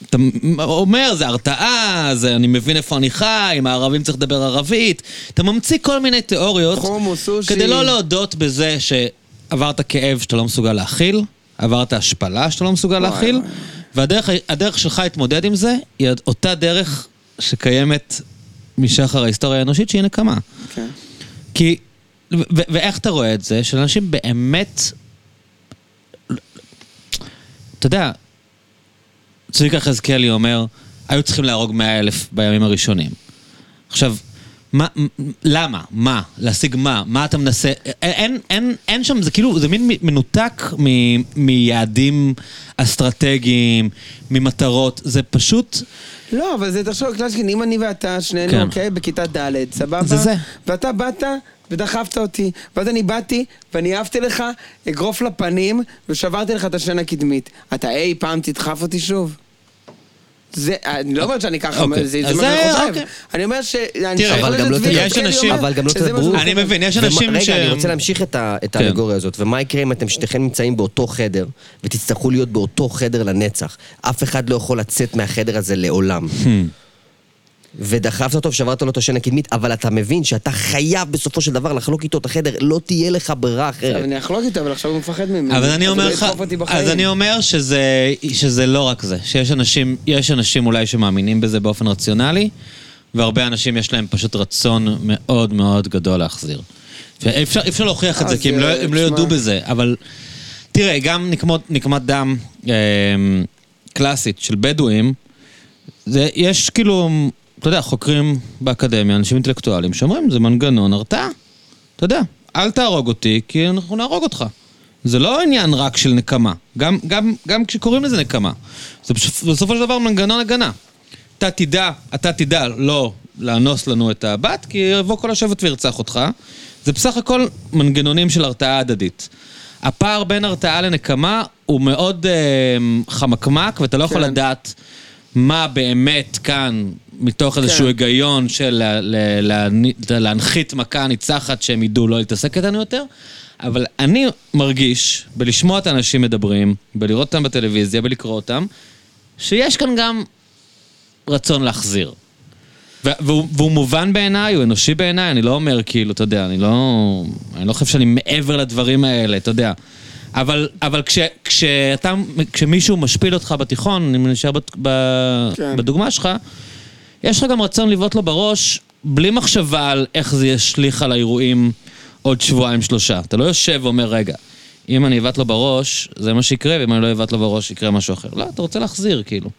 A: אתה אומר, זה הרתעה, זה אני מבין איפה אני חי, עם הערבים צריך לדבר ערבית. אתה ממציא כל מיני תיאוריות.
C: חומוס, סושי.
A: כדי לא להודות בזה שעברת כאב שאתה לא מסוגל להכיל, עברת השפלה שאתה לא מסוגל
C: וואי,
A: להכיל,
C: וואי.
A: והדרך הדרך שלך להתמודד עם זה היא אותה דרך שקיימת משחר ההיסטוריה האנושית, שהיא נקמה.
C: כן.
A: כי, ו- ו- ואיך אתה רואה את זה? שאנשים באמת... אתה יודע, צביקה יחזקאלי אומר, היו צריכים להרוג 100 אלף בימים הראשונים. עכשיו, מה, מ- למה? מה? להשיג מה? מה אתה מנסה? א- אין, אין, אין שם, זה כאילו, זה מין מ- מנותק מ, מיעדים אסטרטגיים, ממטרות, זה פשוט...
C: לא, אבל זה, תחשוב, קלצ'קין, אם אני ואתה, שנינו,
A: כן.
C: אוקיי, בכיתה ד', סבבה?
A: זה זה.
C: ואתה באת ודחפת אותי, ואז אני באתי ואני אהבתי לך אגרוף לפנים ושברתי לך את השן הקדמית. אתה אי פעם תדחף אותי שוב? זה, אני לא אומרת שאני ככה,
A: אוקיי.
C: זה זה
A: אז
C: מה שאני
A: זה-
C: חושב.
A: אוקיי.
C: אני אומר ש... אני
A: תראה,
C: שואל
A: אבל
C: את
A: גם
C: זה
A: לא
C: צביקה,
A: תדע- יש
C: כי אני
A: אנשים-
C: אומר
B: אבל גם לא
C: שזה מה
B: תדברו.
C: שהוא
A: אני
C: חושב.
A: מבין, כן, יש
B: ומה-
A: אנשים ש...
B: רגע, אני רוצה להמשיך את ה- את
A: כן.
B: האלגוריה הזאת. ומה יקרה אם אתם שניכם נמצאים באותו חדר, ותצטרכו להיות באותו חדר לנצח? אף אחד לא יכול לצאת מהחדר הזה לעולם.
A: Hmm.
B: ודחפת אותו ושברת לו את השן הקדמית, אבל אתה מבין שאתה חייב בסופו של דבר לחלוק איתו את החדר, לא תהיה לך ברירה
C: אבל
B: אחרת.
C: אני אחלוק איתו, אבל עכשיו הוא מפחד ממני.
A: אבל אני
C: אז הוא
A: אומר
C: לא
A: לך,
C: ידחוף אותי
A: אז
C: בחיים.
A: אני אומר שזה, שזה לא רק זה, שיש אנשים, יש אנשים אולי שמאמינים בזה באופן רציונלי, והרבה אנשים יש להם פשוט רצון מאוד מאוד גדול להחזיר. ואפשר, אפשר להוכיח את זה,
C: אז,
A: כי הם לא,
C: אה,
A: הם לא
C: תשמע.
A: יודו בזה, אבל תראה, גם נקמות, נקמת דם אה, קלאסית של בדואים, זה, יש כאילו, אתה יודע, חוקרים באקדמיה, אנשים אינטלקטואלים, שאומרים, זה מנגנון הרתעה. אתה יודע, אל תהרוג אותי, כי אנחנו נהרוג אותך. זה לא עניין רק של נקמה, גם, גם, גם כשקוראים לזה נקמה. זה פש- בסופו של דבר מנגנון הגנה. אתה תדע, אתה תדע לא לאנוס לנו את הבת, כי יבוא כל השבט וירצח אותך. זה בסך הכל מנגנונים של הרתעה הדדית. הפער בין הרתעה לנקמה הוא מאוד אה, חמקמק, ואתה לא יכול
C: כן.
A: לדעת מה באמת כאן, מתוך איזשהו היגיון של לה, לה, להני- להנחית מכה ניצחת שהם ידעו לא להתעסק איתנו יותר, אבל אני מרגיש, בלשמוע את האנשים מדברים, בלראות אותם בטלוויזיה, בלקרוא אותם, שיש כאן גם רצון להחזיר. ו- והוא, והוא מובן בעיניי, הוא אנושי בעיניי, אני לא אומר כאילו, אתה יודע, אני לא... אני לא חושב שאני מעבר לדברים האלה, אתה יודע. אבל, אבל כש, כשאתה, כשמישהו משפיל אותך בתיכון, אם נשאר בת, ב,
C: כן.
A: כן. בדוגמה שלך, יש לך גם רצון לבעוט לו בראש, בלי מחשבה על איך זה ישליך על האירועים עוד שבועיים שלושה. אתה לא יושב ואומר, רגע, אם אני אבעט לו בראש, זה מה שיקרה, ואם אני לא אבעט לו בראש, יקרה משהו אחר. לא, אתה רוצה להחזיר, כאילו.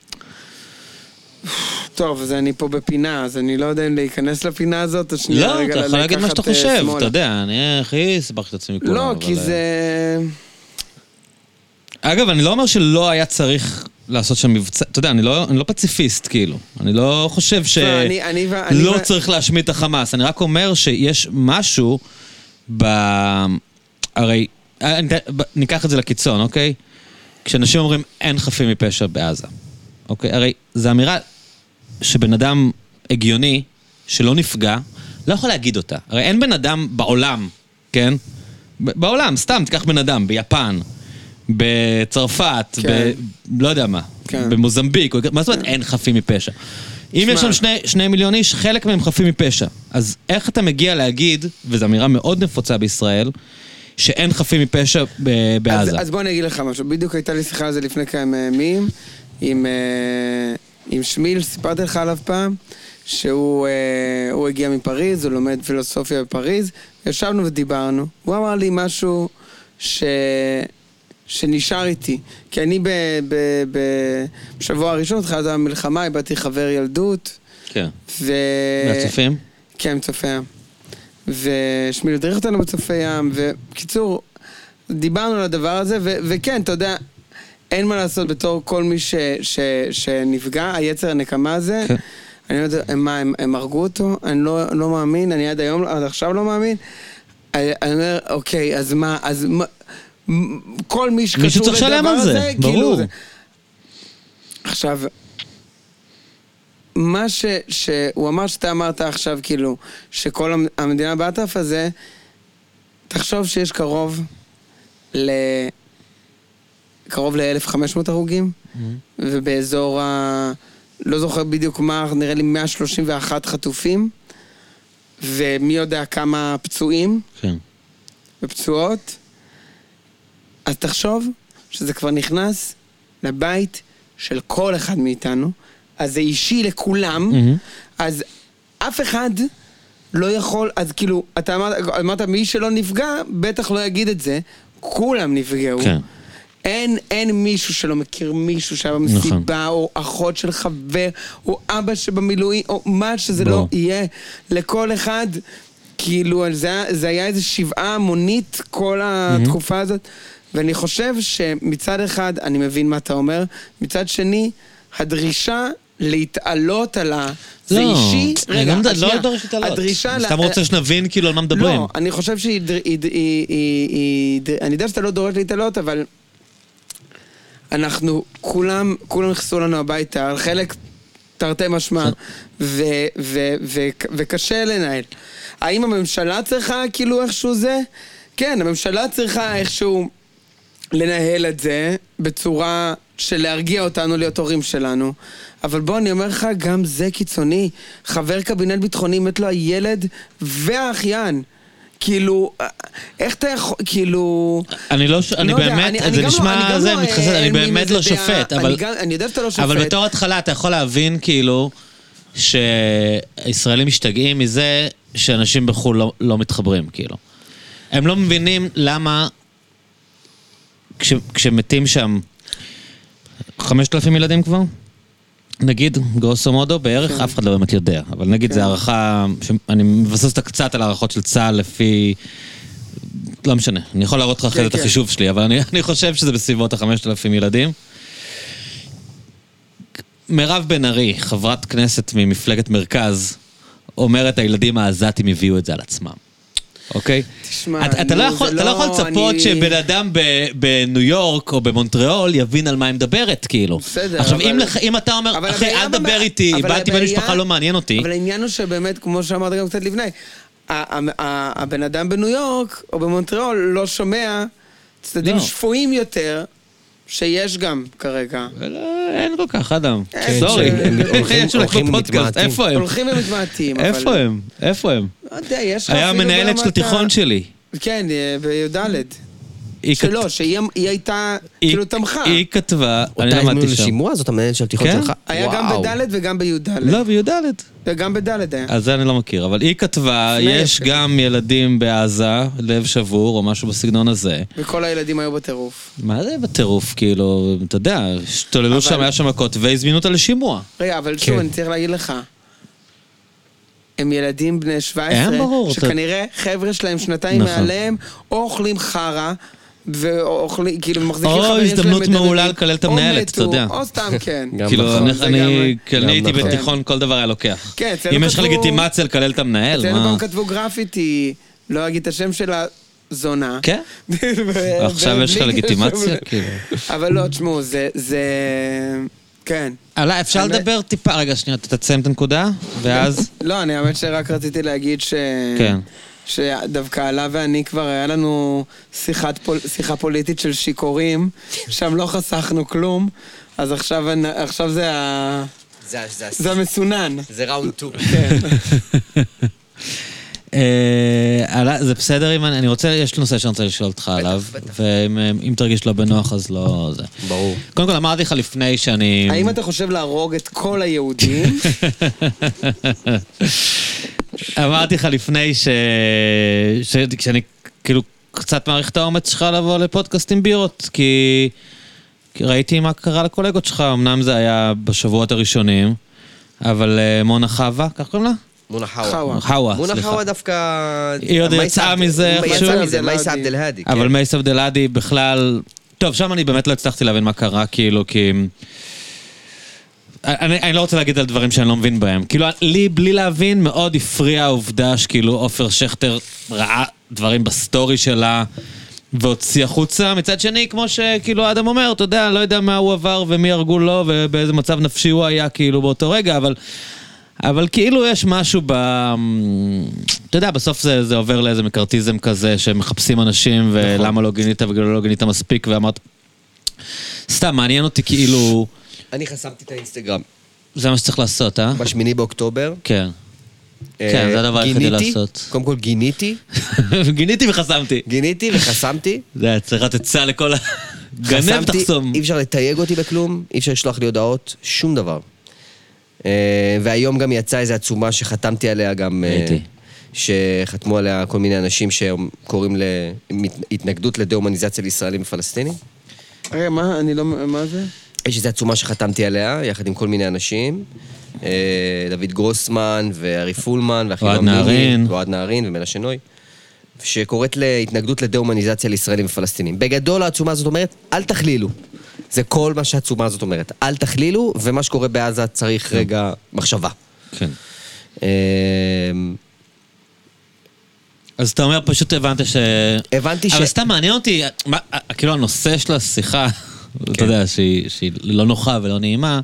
C: טוב, אז אני פה בפינה, אז אני לא יודע אם להיכנס לפינה הזאת, או שנייה
A: לא,
C: רגע
A: אתה יכול להגיד מה
C: לקחת,
A: שאתה
C: אה,
A: חושב,
C: שמאלה.
A: אתה יודע, אני הכי אסבך את עצמי מכולם.
C: לא,
A: אבל,
C: כי
A: אה,
C: זה...
A: אגב, אני לא אומר שלא היה צריך לעשות שם מבצע, אתה יודע, אני לא אני לא פציפיסט, כאילו. אני לא חושב ש...
C: לא, אני- אני ו- אני
A: לא
C: ו-
A: צריך להשמיד את החמאס. אני רק אומר שיש משהו ב... הרי... אה, אני- ב- ניקח את זה לקיצון, אוקיי? כשאנשים אומרים אין חפים מפשע בעזה, אוקיי? הרי זו אמירה שבן אדם הגיוני, שלא נפגע, לא יכול להגיד אותה. הרי אין בן אדם בעולם, כן? ב- בעולם, סתם, תיקח בן אדם, ביפן, בצרפת,
C: כן.
A: ב... לא יודע מה,
C: כן.
A: במוזמביק, או- מה זאת אומרת אין חפים מפשע? אם יש שם שני, שני מיליון איש, חלק מהם חפים מפשע. אז איך אתה מגיע להגיד, וזו אמירה מאוד נפוצה בישראל, שאין חפים מפשע ב- בעזה?
C: אז, אז בוא אני אגיד לך משהו. בדיוק הייתה לי שיחה על זה לפני כמה ימים, עם, אה, עם שמיל, סיפרתי לך עליו פעם, שהוא אה, הוא הגיע מפריז, הוא לומד פילוסופיה בפריז, ישבנו ודיברנו. הוא אמר לי משהו ש... שנשאר איתי. כי אני ב... ב... ב... בשבוע הראשון, התחילת המלחמה, איבדתי חבר ילדות,
A: כן.
C: ו...
A: מהצופים?
C: כן, צופי ים. ושמיל הדריך אותנו בצופי ים, וקיצור, דיברנו על הדבר הזה, ו- וכן, אתה יודע, אין מה לעשות בתור כל מי ש, ש, שנפגע, היצר הנקמה הזה.
A: כן.
C: אני לא יודע, הם, מה, הם, הם הרגו אותו? אני לא, לא מאמין, אני עד היום, עד עכשיו לא מאמין. אני, אני אומר, אוקיי, אז מה, אז מה, מ- כל מי שקשור לדבר הזה,
A: מישהו צריך לשלם על זה, ברור.
C: כאילו זה. עכשיו, מה ש, שהוא אמר שאתה אמרת עכשיו, כאילו, שכל המ- המדינה באטרף הזה, תחשוב שיש קרוב ל... קרוב ל-1,500 הרוגים, ובאזור ה... לא זוכר בדיוק מה, נראה לי 131 חטופים, ומי יודע כמה פצועים
A: כן.
C: ופצועות. אז תחשוב שזה כבר נכנס לבית של כל אחד מאיתנו, אז זה אישי לכולם,
A: מהמם.
C: אז אף אחד לא יכול, אז כאילו, אתה אמרת, אמרת מי שלא נפגע, בטח לא יגיד את זה, כולם נפגעו.
A: כן.
C: אין, אין מישהו שלא מכיר מישהו שהיה במסיבה,
A: נכון.
C: או אחות של חבר, או אבא שבמילואים, או מה שזה
A: ברור.
C: לא יהיה. לכל אחד, כאילו, על זה, זה היה איזו שבעה המונית כל
A: Mhm.
C: התקופה הזאת. ואני חושב שמצד אחד, אני מבין מה אתה אומר, מצד שני, הדרישה להתעלות על ה... זה
A: לא,
C: אישי?
A: אני
C: רגע,
A: לא מד-
C: שנייה.
A: לא דורש התעלות.
C: הדרישה...
A: אני
C: ל- אה,
A: סתם רוצה שנבין כאילו על מה מדברים.
C: לא, אני חושב שהיא... דר- היא- היא- היא- היא- דר- אני יודע שאתה לא דורש להתעלות, אבל... אנחנו, כולם, כולם נכנסו לנו הביתה, על חלק תרתי
A: כן.
C: משמע, ו- ו- ו- וקשה לנהל. האם הממשלה צריכה כאילו איכשהו זה? כן, הממשלה צריכה איכשהו לנהל את זה בצורה של להרגיע אותנו להיות הורים שלנו. אבל בוא, אני אומר לך, גם זה קיצוני. חבר קבינט ביטחוני, מת לו הילד והאחיין. כאילו, איך אתה יכול, כאילו...
A: אני לא, ש- אני
C: לא יודע,
A: באמת,
C: אני- אני
A: זה
C: גם לא- אני
A: נשמע,
C: גם
A: זה
C: לא,
A: מתחסד,
C: אה,
A: אני
C: אין לי
A: באמת
C: איזה
A: לא
C: דעה.
A: שופט,
C: אני
A: אבל...
C: גם- אני יודע שאתה לא שופט.
A: אבל בתור התחלה אתה יכול להבין כאילו שישראלים משתגעים מזה שאנשים בחו"ל לא, לא מתחברים, כאילו. הם לא מבינים למה כש, כשמתים שם 5,000 ילדים כבר? נגיד, גרוסו מודו, בערך
C: כן.
A: אף אחד לא באמת יודע, אבל נגיד
C: כן.
A: זו הערכה, אני מבסס אותה קצת על הערכות של צה"ל לפי... לא משנה, אני יכול להראות לך אחרי
C: כן,
A: זה את
C: כן.
A: החישוב שלי, אבל אני, אני חושב שזה בסביבות ה-5,000 ילדים. מירב בן ארי, חברת כנסת ממפלגת מרכז, אומרת הילדים העזתים הביאו את זה על עצמם. אוקיי?
C: תשמע,
A: אתה, אתה,
C: נו,
A: לא
C: זה
A: יכול, אתה לא
C: לא-
A: יכול לצפות
C: אני-
A: שבן אדם ב, בניו יורק או במונטריאול יבין על מה היא מדברת, כאילו.
C: בסדר,
A: עכשיו,
C: אבל-
A: אם, לך, אם אתה אומר,
C: אבל
A: אחי,
C: הבעיה
A: אל תדבר
C: בבע-
A: איתי,
C: אבל
A: איבדתי בן
C: הבעיה-
A: משפחה, לא מעניין אותי.
C: אבל העניין הוא שבאמת, כמו שאמרת גם קצת לפני, ה- ה- ה- הבן אדם בניו יורק או במונטריאול לא שומע צדדים
A: לא.
C: שפויים יותר, שיש גם כרגע.
A: אבל, אה, אין כל כך, אדם.
C: אין,
A: סורי.
C: שהם- הם
B: הולכים-
A: יש לנו
B: הולכים
A: בפודקאסט,
B: ומתמעטים.
A: איפה הם?
C: הולכים ומתמעטים, אבל...
A: איפה הם? איפה הם?
C: לא יודע, יש לך
A: היה
C: אפילו
A: מנהלת
C: ברמת
A: של
C: ה-
A: התיכון שלי.
C: כן, אה, בי"ד.
A: היא כת-
C: שלא, שהיא אמ- היא הייתה,
A: היא-
C: כאילו תמכה.
A: היא כתבה, אני
B: אותה הזמינו
A: למדתי שם.
B: לשימוע? זאת המנהלת של התיכון
A: כן.
B: שלך?
C: היה גם
B: וואו.
C: בד' וגם בי"ד.
A: לא, בי"ד.
C: וגם בד' היה.
A: אז זה אני לא מכיר, אבל היא כתבה,
C: לפני
A: יש
C: יפה.
A: גם ילדים בעזה, לב שבור או משהו בסגנון הזה.
C: וכל הילדים היו בטירוף.
A: מה זה בטירוף, כאילו, אתה יודע, השתוללו
C: אבל-
A: שם, היה שם מכות, והזמינו אותה לשימוע.
C: רגע, אבל שוב,
B: כן.
C: אני צריך להגיד לך. הם ילדים בני 17,
A: אין, אה, ברור, אתה-
C: שכנראה חבר'ה שלהם שנתיים
A: נכון.
C: מעליהם, או אוכלים חרא, ואוכלים, כאילו, מחזיקים
A: או
C: חברים שלהם...
A: הזדמנות
C: מדממים,
A: מעולה לקלל את
C: או
A: המנהלת, אתה
C: מתו,
A: יודע.
C: או סתם כן.
B: גם
A: כאילו,
B: נכון,
A: אני-
C: זה
A: אני
C: גם-
A: כאילו, אני הייתי
B: נכון.
A: בתיכון, כל דבר היה לוקח.
C: כן, אצלנו
A: אם יש לך
C: כתבו-
A: לגיטימציה לקלל את המנהל,
C: אצלנו
A: מה?
C: גם כתבו גרפיטי, לא אגיד את השם של הזונה.
A: כן?
C: ו-
A: עכשיו יש לך
C: ובלי קשר
A: לגיטימציה,
C: ל-
A: כאילו.
C: אבל לא, תשמעו, זה... זה... כן.
A: עלה, אפשר
C: האמת-
A: לדבר טיפה, רגע, שנייה, אתה תסיים את הנקודה, ואז...
C: לא, אני האמת שרק רציתי להגיד ש...
A: כן.
C: שדווקא עלה ואני כבר, היה לנו שיחת פול... שיחה פוליטית של שיכורים, שם לא חסכנו כלום, אז עכשיו, אני- עכשיו זה, ה...
B: זה- זה-
C: זה כן. המסונן.
B: זה ראונד 2.
A: אה, עלה, זה בסדר אם אני... אני רוצה, יש נושא שאני רוצה לשאול אותך עליו, ואם אה, אם תרגיש לא בנוח אז לא... זה.
B: ברור.
A: קודם כל, אמרתי לך לפני שאני...
C: האם אתה חושב להרוג את כל היהודים?
A: אמרתי לך לפני ש... ש... שאני כאילו קצת מעריך את האומץ שלך לבוא לפודקאסט עם בירות, כי... כי ראיתי מה קרה לקולגות שלך, אמנם זה היה בשבועות הראשונים, אבל אה, מונה חווה, כך קוראים לה?
B: מונה חאווה.
C: חאווה.
A: חווה,
B: מונה
A: סליחה.
B: חאווה דווקא...
A: היא עוד
B: מייס
A: יצאה
B: עבד-
A: מזה
B: היא
A: איכשהו.
B: יצאה מזה,
C: לא
B: מייס
C: יודעים.
B: עבד אל-האדי.
A: אבל
B: כן.
A: מייס עבדלאדי בכלל טוב, שם אני באמת לא הצלחתי להבין מה קרה, כאילו, כי... אני, אני לא רוצה להגיד על דברים שאני לא מבין בהם. כאילו, לי, בלי להבין, מאוד הפריעה העובדה שכאילו עופר שכטר ראה דברים בסטורי שלה והוציא החוצה. מצד שני, כמו שכאילו אדם אומר, אתה יודע, לא יודע מה הוא עבר ומי הרגו לו ובאיזה מצב נפשי הוא היה כאילו באותו רגע, אבל... אבל כאילו יש משהו ב... אמ, אתה יודע, בסוף זה, זה עובר לאיזה מקארתיזם כזה, שמחפשים אנשים, ולמה לא גינית וכאילו לא גינית מספיק, ואמרת... סתם, מעניין אותי כאילו...
B: אני חסמתי את האינסטגרם.
A: זה מה שצריך לעשות, אה?
B: ב-8 באוקטובר.
A: כן. כן,
B: אה,
A: זה הדבר היחידי
B: גיניתי,
A: לעשות.
B: קודם כל גיניתי,
A: גיניתי וחסמתי.
B: גיניתי וחסמתי.
A: זה היה צריך לתת עצה לכל ה... גנב
B: חסמתי,
A: תחסום.
B: אי אפשר לתייג אותי בכלום, אי אפשר לשלוח לי הודעות, שום דבר. אה, והיום גם יצאה איזו עצומה שחתמתי עליה גם... אה,
A: ראיתי.
B: שחתמו עליה כל מיני אנשים שקוראים להתנגדות לדה-הומניזציה לישראלים ופלסטינים.
C: רגע, מה? אני לא... מה זה?
B: יש איזו עצומה שחתמתי עליה, יחד עם כל מיני אנשים. אה, דוד גרוסמן, וארי פולמן, ואחים
A: אוהד
B: אמירי,
A: נהרין.
B: ואוהד נהרין ומנשנוי. שקוראת להתנגדות לדה-הומניזציה לישראלים ופלסטינים. בגדול העצומה הזאת אומרת, אל תכלילו. זה כל מה שהעצומה הזאת אומרת. אל תכלילו, ומה שקורה בעזה צריך רגע מחשבה.
A: כן.
B: אה,
A: אז אתה אומר, פשוט הבנת ש...
B: הבנתי ש...
A: אבל סתם מעניין אותי, מה- כאילו הנושא של השיחה,
B: כן.
A: אתה יודע, שהיא שהיא לא נוחה ולא נעימה,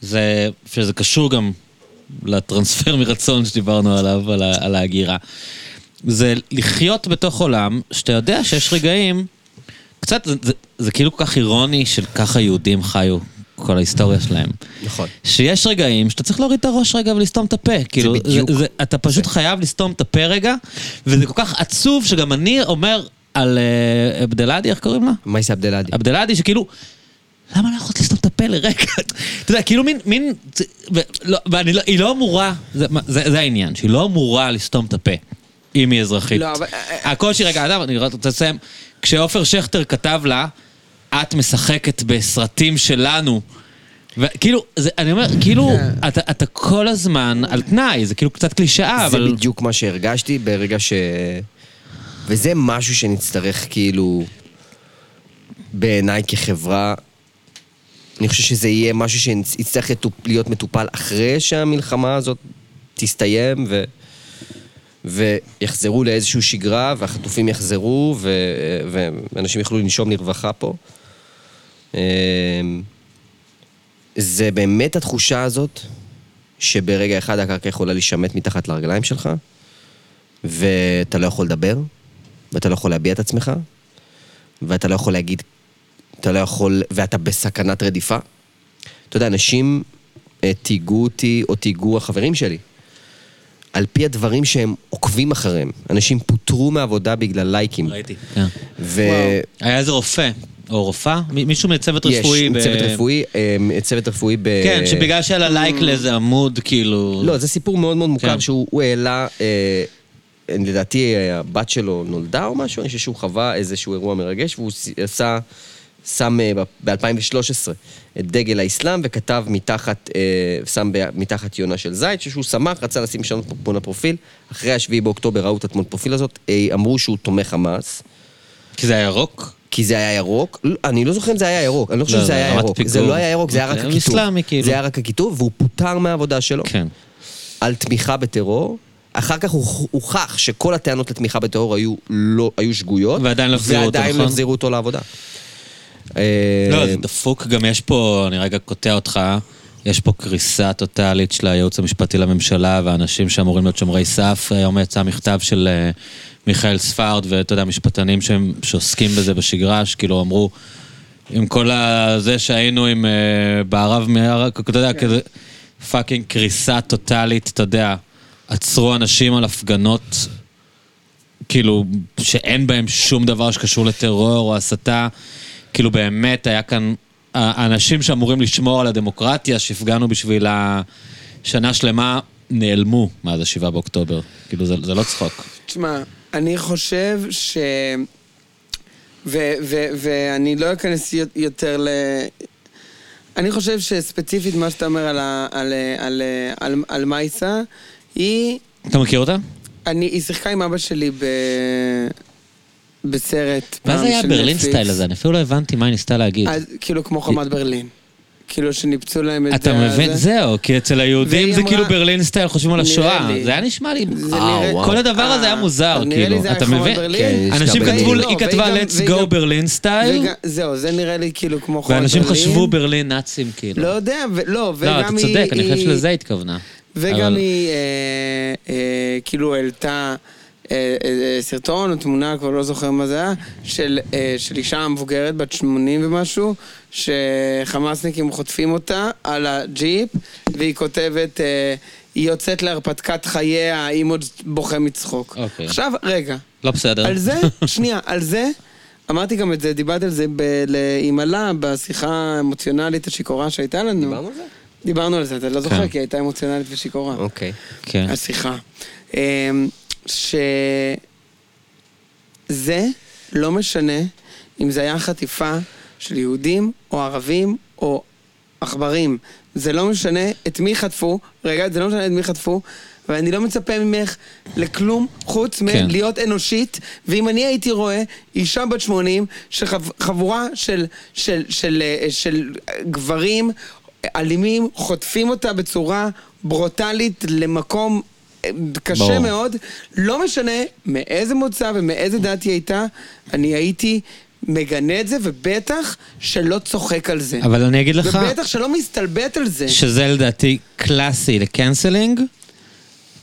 A: זה שזה קשור גם לטרנספר מרצון שדיברנו עליו, על ה- על ההגירה. זה לחיות בתוך עולם שאתה יודע שיש רגעים, קצת, זה- זה- זה כאילו כל כך אירוני של ככה יהודים חיו כל ההיסטוריה שלהם.
B: נכון.
A: שיש רגעים שאתה צריך להוריד את הראש רגע ולסתום את הפה. כאילו,
B: בדיוק.
A: זה, אתה פשוט חייב לסתום את הפה רגע, וזה כל כך עצוב שגם אני אומר על אה, עבדלאדי, איך קוראים לה?
B: מייסה עבדלאדי.
A: עבדלאדי, שכאילו... למה לא יכולת לסתום את הפה לרגע? אתה יודע, כאילו מין, מין, זה- ו- לא- ואני לא, היא לא אמורה, זה, מה- זה, זה העניין, שהיא לא אמורה לסתום את הפה, אם היא אזרחית.
C: לא, אבל-
B: אה,
A: הקושי, רגע, אדם, אני רק רוצה לסיים. כשעופר שכטר כתב לה, את משחקת בסרטים שלנו. וכאילו, זה, אני אומר, כאילו, אתה, אתה כל הזמן על תנאי, זה כאילו קצת קלישאה,
B: כן. זה
A: אבל...
B: בדיוק מה שהרגשתי ברגע ש... וזה משהו שנצטרך כאילו, בעיניי כחברה, אני חושב שזה יהיה משהו שיצטרך לטופ- להיות מטופל אחרי שהמלחמה הזאת תסתיים ו... ויחזרו לאיזושהי שגרה, והחטופים יחזרו, ו... ו- ואנשים יוכלו לנשום לרווחה פה. אמ, זה באמת התחושה הזאת, שברגע אחד הקרקע יכולה להישמט מתחת לרגליים שלך, ואתה לא יכול לדבר, ואתה לא יכול להביע את עצמך, ואתה לא יכול להגיד, אתה לא יכול, ואתה בסכנת רדיפה. אתה יודע, אנשים אה, תהיגו אותי, או תהיגו החברים שלי, על פי הדברים שהם עוקבים אחריהם. אנשים פוטרו מעבודה בגלל לייקים.
A: כן.
B: ו...
C: וואו.
A: היה איזה רופא, או רופאה, מ- מישהו מצוות
B: יש,
A: רפואי.
B: עם
A: ב-
B: צוות רפואי, אה, צוות רפואי ב...
A: כן, שבגלל שהיה לה לייק לאיזה עמוד, כאילו...
B: לא, זה סיפור מאוד מאוד מוכר
A: כן.
B: שהוא הוא העלה, אה, לדעתי אה, הבת שלו נולדה או משהו, אני חושב שהוא חווה איזשהו אירוע מרגש, והוא ס- עשה, שם אה, ב-2013 את דגל האסלאם וכתב מתחת, אה, שם ב- מתחת יונה של זית, שהוא שמח, רצה לשים שם תמונה פרופיל, אחרי השביעי באוקטובר ראו את התמונת פרופיל הזאת, אה, אמרו שהוא תומך חמאס.
A: כי זה היה ירוק?
B: כי זה היה ירוק, לא, אני לא זוכר אם זה היה ירוק, אני לא חושב
A: לא,
B: שזה
A: זה
B: היה
A: רמת
B: ירוק, זה
A: פיגור.
B: לא היה ירוק, זה היה רק
A: זה
B: הכיתוב,
A: אסלאמי, כאילו.
B: זה היה רק הכיתוב, והוא פוטר מהעבודה שלו,
A: כן.
B: על תמיכה בטרור. אחר כך הוא הוכח שכל הטענות לתמיכה בטרור היו, לא, היו שגויות.
A: ועדיין לא החזירו אותו,
B: ועדיין לא
A: נכון?
B: החזירו אותו לעבודה. אה,
A: לא, זה דפוק, גם יש פה, אני רגע קוטע אותך, יש פה קריסה טוטאלית של הייעוץ המשפטי לממשלה והאנשים שאמורים להיות שומרי סף. אה, היום יצא מכתב של אה, מיכאל ספרד ואתה יודע, משפטנים שהם, שעוסקים בזה בשגרה, שכאילו אמרו, עם כל ה- זה שהיינו עם אה, בערב מהר, אתה יודע, כזה פאקינג קריסה טוטאלית, אתה יודע, עצרו אנשים על הפגנות כאילו, שאין בהם שום דבר שקשור לטרור או הסתה. כאילו, באמת, היה כאן... האנשים שאמורים לשמור על הדמוקרטיה שהפגנו בשביל השנה שלמה, נעלמו מאז השבעה באוקטובר. כאילו, זה, זה לא צחוק.
C: תשמע, אני חושב ש... ו- ו- ואני לא אכנס יות- יותר ל... אני חושב שספציפית מה שאתה אומר על, ה- על, אה, על, אה, על, על מייסה, היא...
A: אתה מכיר אותה?
C: אני, היא שיחקה עם אבא שלי ב... בסרט פעם
A: מה זה היה
C: של
A: הברלין
C: נטפליקס.
A: סטייל הזה? אני אפילו לא הבנתי מה היא ניסתה להגיד.
C: אז כאילו כמו חומת ברלין. כאילו שניפצו להם את זה.
A: אתה מבין?
C: הזה.
A: זהו, כי אצל היהודים
C: והיא
A: זה
C: אמרה-
A: כאילו ברלין סטייל, חושבים על
C: נראה
A: השואה.
C: לי.
A: זה היה נשמע לי...
C: זה
A: אה,
C: נראה-
A: וואו. כל הדבר הזה היה
C: אה,
A: מוזר,
C: אבל נראה לי
A: כאילו,
C: זה היה
A: אתה
C: חומת
A: מבין?
C: ברלין.
B: כן, יש
A: אנשים
B: גם
A: כתבו,
B: ברלין.
A: היא
C: לא,
A: כתבה
C: והיא גם-
A: let's
C: והיא
A: go
C: גם-
A: ברלין סטייל,
C: וגם- זהו, זה נראה לי כאילו כמו חומת ברלין.
A: ואנשים חשבו ברלין נאצים, כאילו.
C: לא יודע, ו- לא, וגם
A: לא, אתה
C: היא...
A: צודק, אני חושב
C: היא-
A: שלזה היא התכוונה.
C: וגם
A: אבל-
C: היא אה, אה, כאילו העלתה אה, אה, אה, סרטון או תמונה, כבר לא זוכר מה זה היה, של אה, של אישה מבוגרת, בת 80 ומשהו, שחמאסניקים חוטפים אותה על הג'יפ, והיא כותבת, אה, היא יוצאת להרפתקת חייה, היא עוד בוכה מצחוק.
A: אוקיי.
C: עכשיו, רגע,
A: לא בסדר.
C: על זה, שנייה, על זה, אמרתי גם את זה, דיברתי על זה ב- ל- עם אלה בשיחה האמוציונלית השיכורה שהייתה לנו.
B: דיברנו על זה?
C: דיברנו על זה, אתה לא זוכר,
A: כן.
C: כי היא הייתה אמוציונלית ושיכורה.
B: אוקיי.
A: כן.
C: השיחה. אמ, ש... זה לא משנה אם זה היה חטיפה של יהודים או ערבים או עכברים. זה לא משנה את מי חטפו, רגע, זה לא משנה את מי חטפו, ואני לא מצפה ממך לכלום חוץ
A: כן.
C: מלהיות אנושית, ואם אני הייתי רואה אישה בת 80, שחבורה של, של, של, אה, של אה, גברים אלימים חוטפים אותה בצורה ברוטלית למקום אה, קשה
A: ברור.
C: ברור. מאוד. מאוד, לא משנה מאיזה מוצא ומאיזה דת היא הייתה, אני הייתי מגנה את זה, ובטח שלא צוחק על זה.
A: אבל אני אגיד לך...
C: ובטח שלא מסתלבט על זה.
A: שזה לדעתי קלאסי לקנסלינג.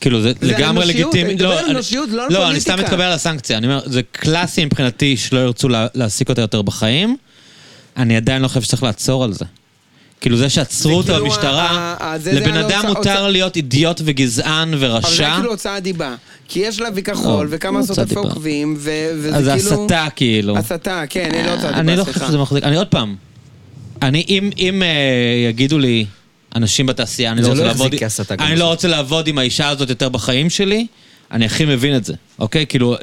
A: כאילו זה,
C: זה
A: לגמרי
C: אנושיות,
A: לגיטימי.
C: אני מדבר על אנושיות, לא על
A: לא, אני
C: פוליטיקה.
A: סתם מתקבל על הסנקציה. אני אומר, זה קלאסי מבחינתי שלא ירצו לה, להעסיק אותה יותר בחיים. אני עדיין לא חושב שצריך לעצור על זה. כאילו זה שעצרו
C: זה
A: אותה
C: כאילו
A: במשטרה,
C: ה- ה- זה- זה
A: לבן
C: היה
A: אדם
C: הוצא-
A: מותר
C: הוצא-
A: להיות אידיוט וגזען
C: אבל זה
A: ורשע.
C: היה כאילו הוצאת דיבה. כי יש לה וכחול,
A: לא,
C: וכמה
A: לא
C: עשרות
A: הוצאת
C: אלפי
A: דיבה.
C: עוקבים, ו- וזה
A: אז
C: כאילו...
A: זה הסתה כאילו.
C: הסתה, כן, אני לא הוצאת
A: אני
C: דיבה,
A: לא חושב
C: סליחה.
A: שזה מחזיק, אני עוד פעם, אני, אם, אם אה, יגידו לי אנשים בתעשייה, אני
B: זה
A: לא רוצה
B: לא
A: לעבוד,
B: יחזיק כהסתה גם
A: אני
B: בסוף.
A: לא רוצה לעבוד עם האישה הזאת יותר בחיים שלי, אני הכי מבין את זה, אוקיי? כאילו,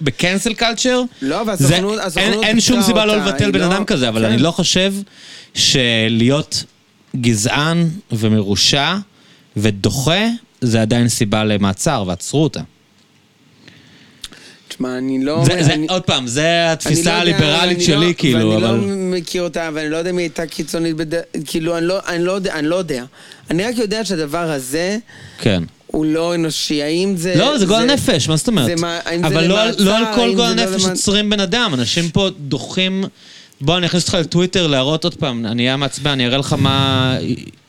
A: בקנסל קלצ'ר,
C: לא, והסוכנות- הסוכנות
A: אין שום
C: פיצתה
A: סיבה לא
C: אותה,
A: לבטל
C: היא
A: בן
C: לא-
A: אדם כזה, אבל
C: כן.
A: אני לא חושב שלהיות גזען ומרושע ודוחה, זה עדיין סיבה למעצר, ועצרו אותה.
C: תשמע, אני לא...
A: זה- זה-
C: אני-
A: עוד פעם, זה
C: אני לא
A: התפיסה
C: יודע,
A: הליברלית
C: אני
A: שלי,
C: לא-
A: כאילו, אבל...
C: ואני לא מכיר אותה, ואני לא יודע אם היא הייתה קיצונית, בד- כאילו, אני לא- אני לא יודע- אני לא יודע. אני רק יודע שהדבר הזה...
A: כן.
C: הוא לא אנושי, האם אה, זה...
A: לא, זה גועל נפש, מה זאת אומרת?
C: זה מה- האם זה
A: אבל לא-
C: למעצר,
A: לא על כל
C: האם
A: גועל
C: זה לא
A: נפש
C: למע-
A: עוצרים בן אדם, אנשים פה דוחים... בוא, אני אכניס אותך לטוויטר להראות עוד פעם, אני אהיה מעצבן, אני אראה לך מה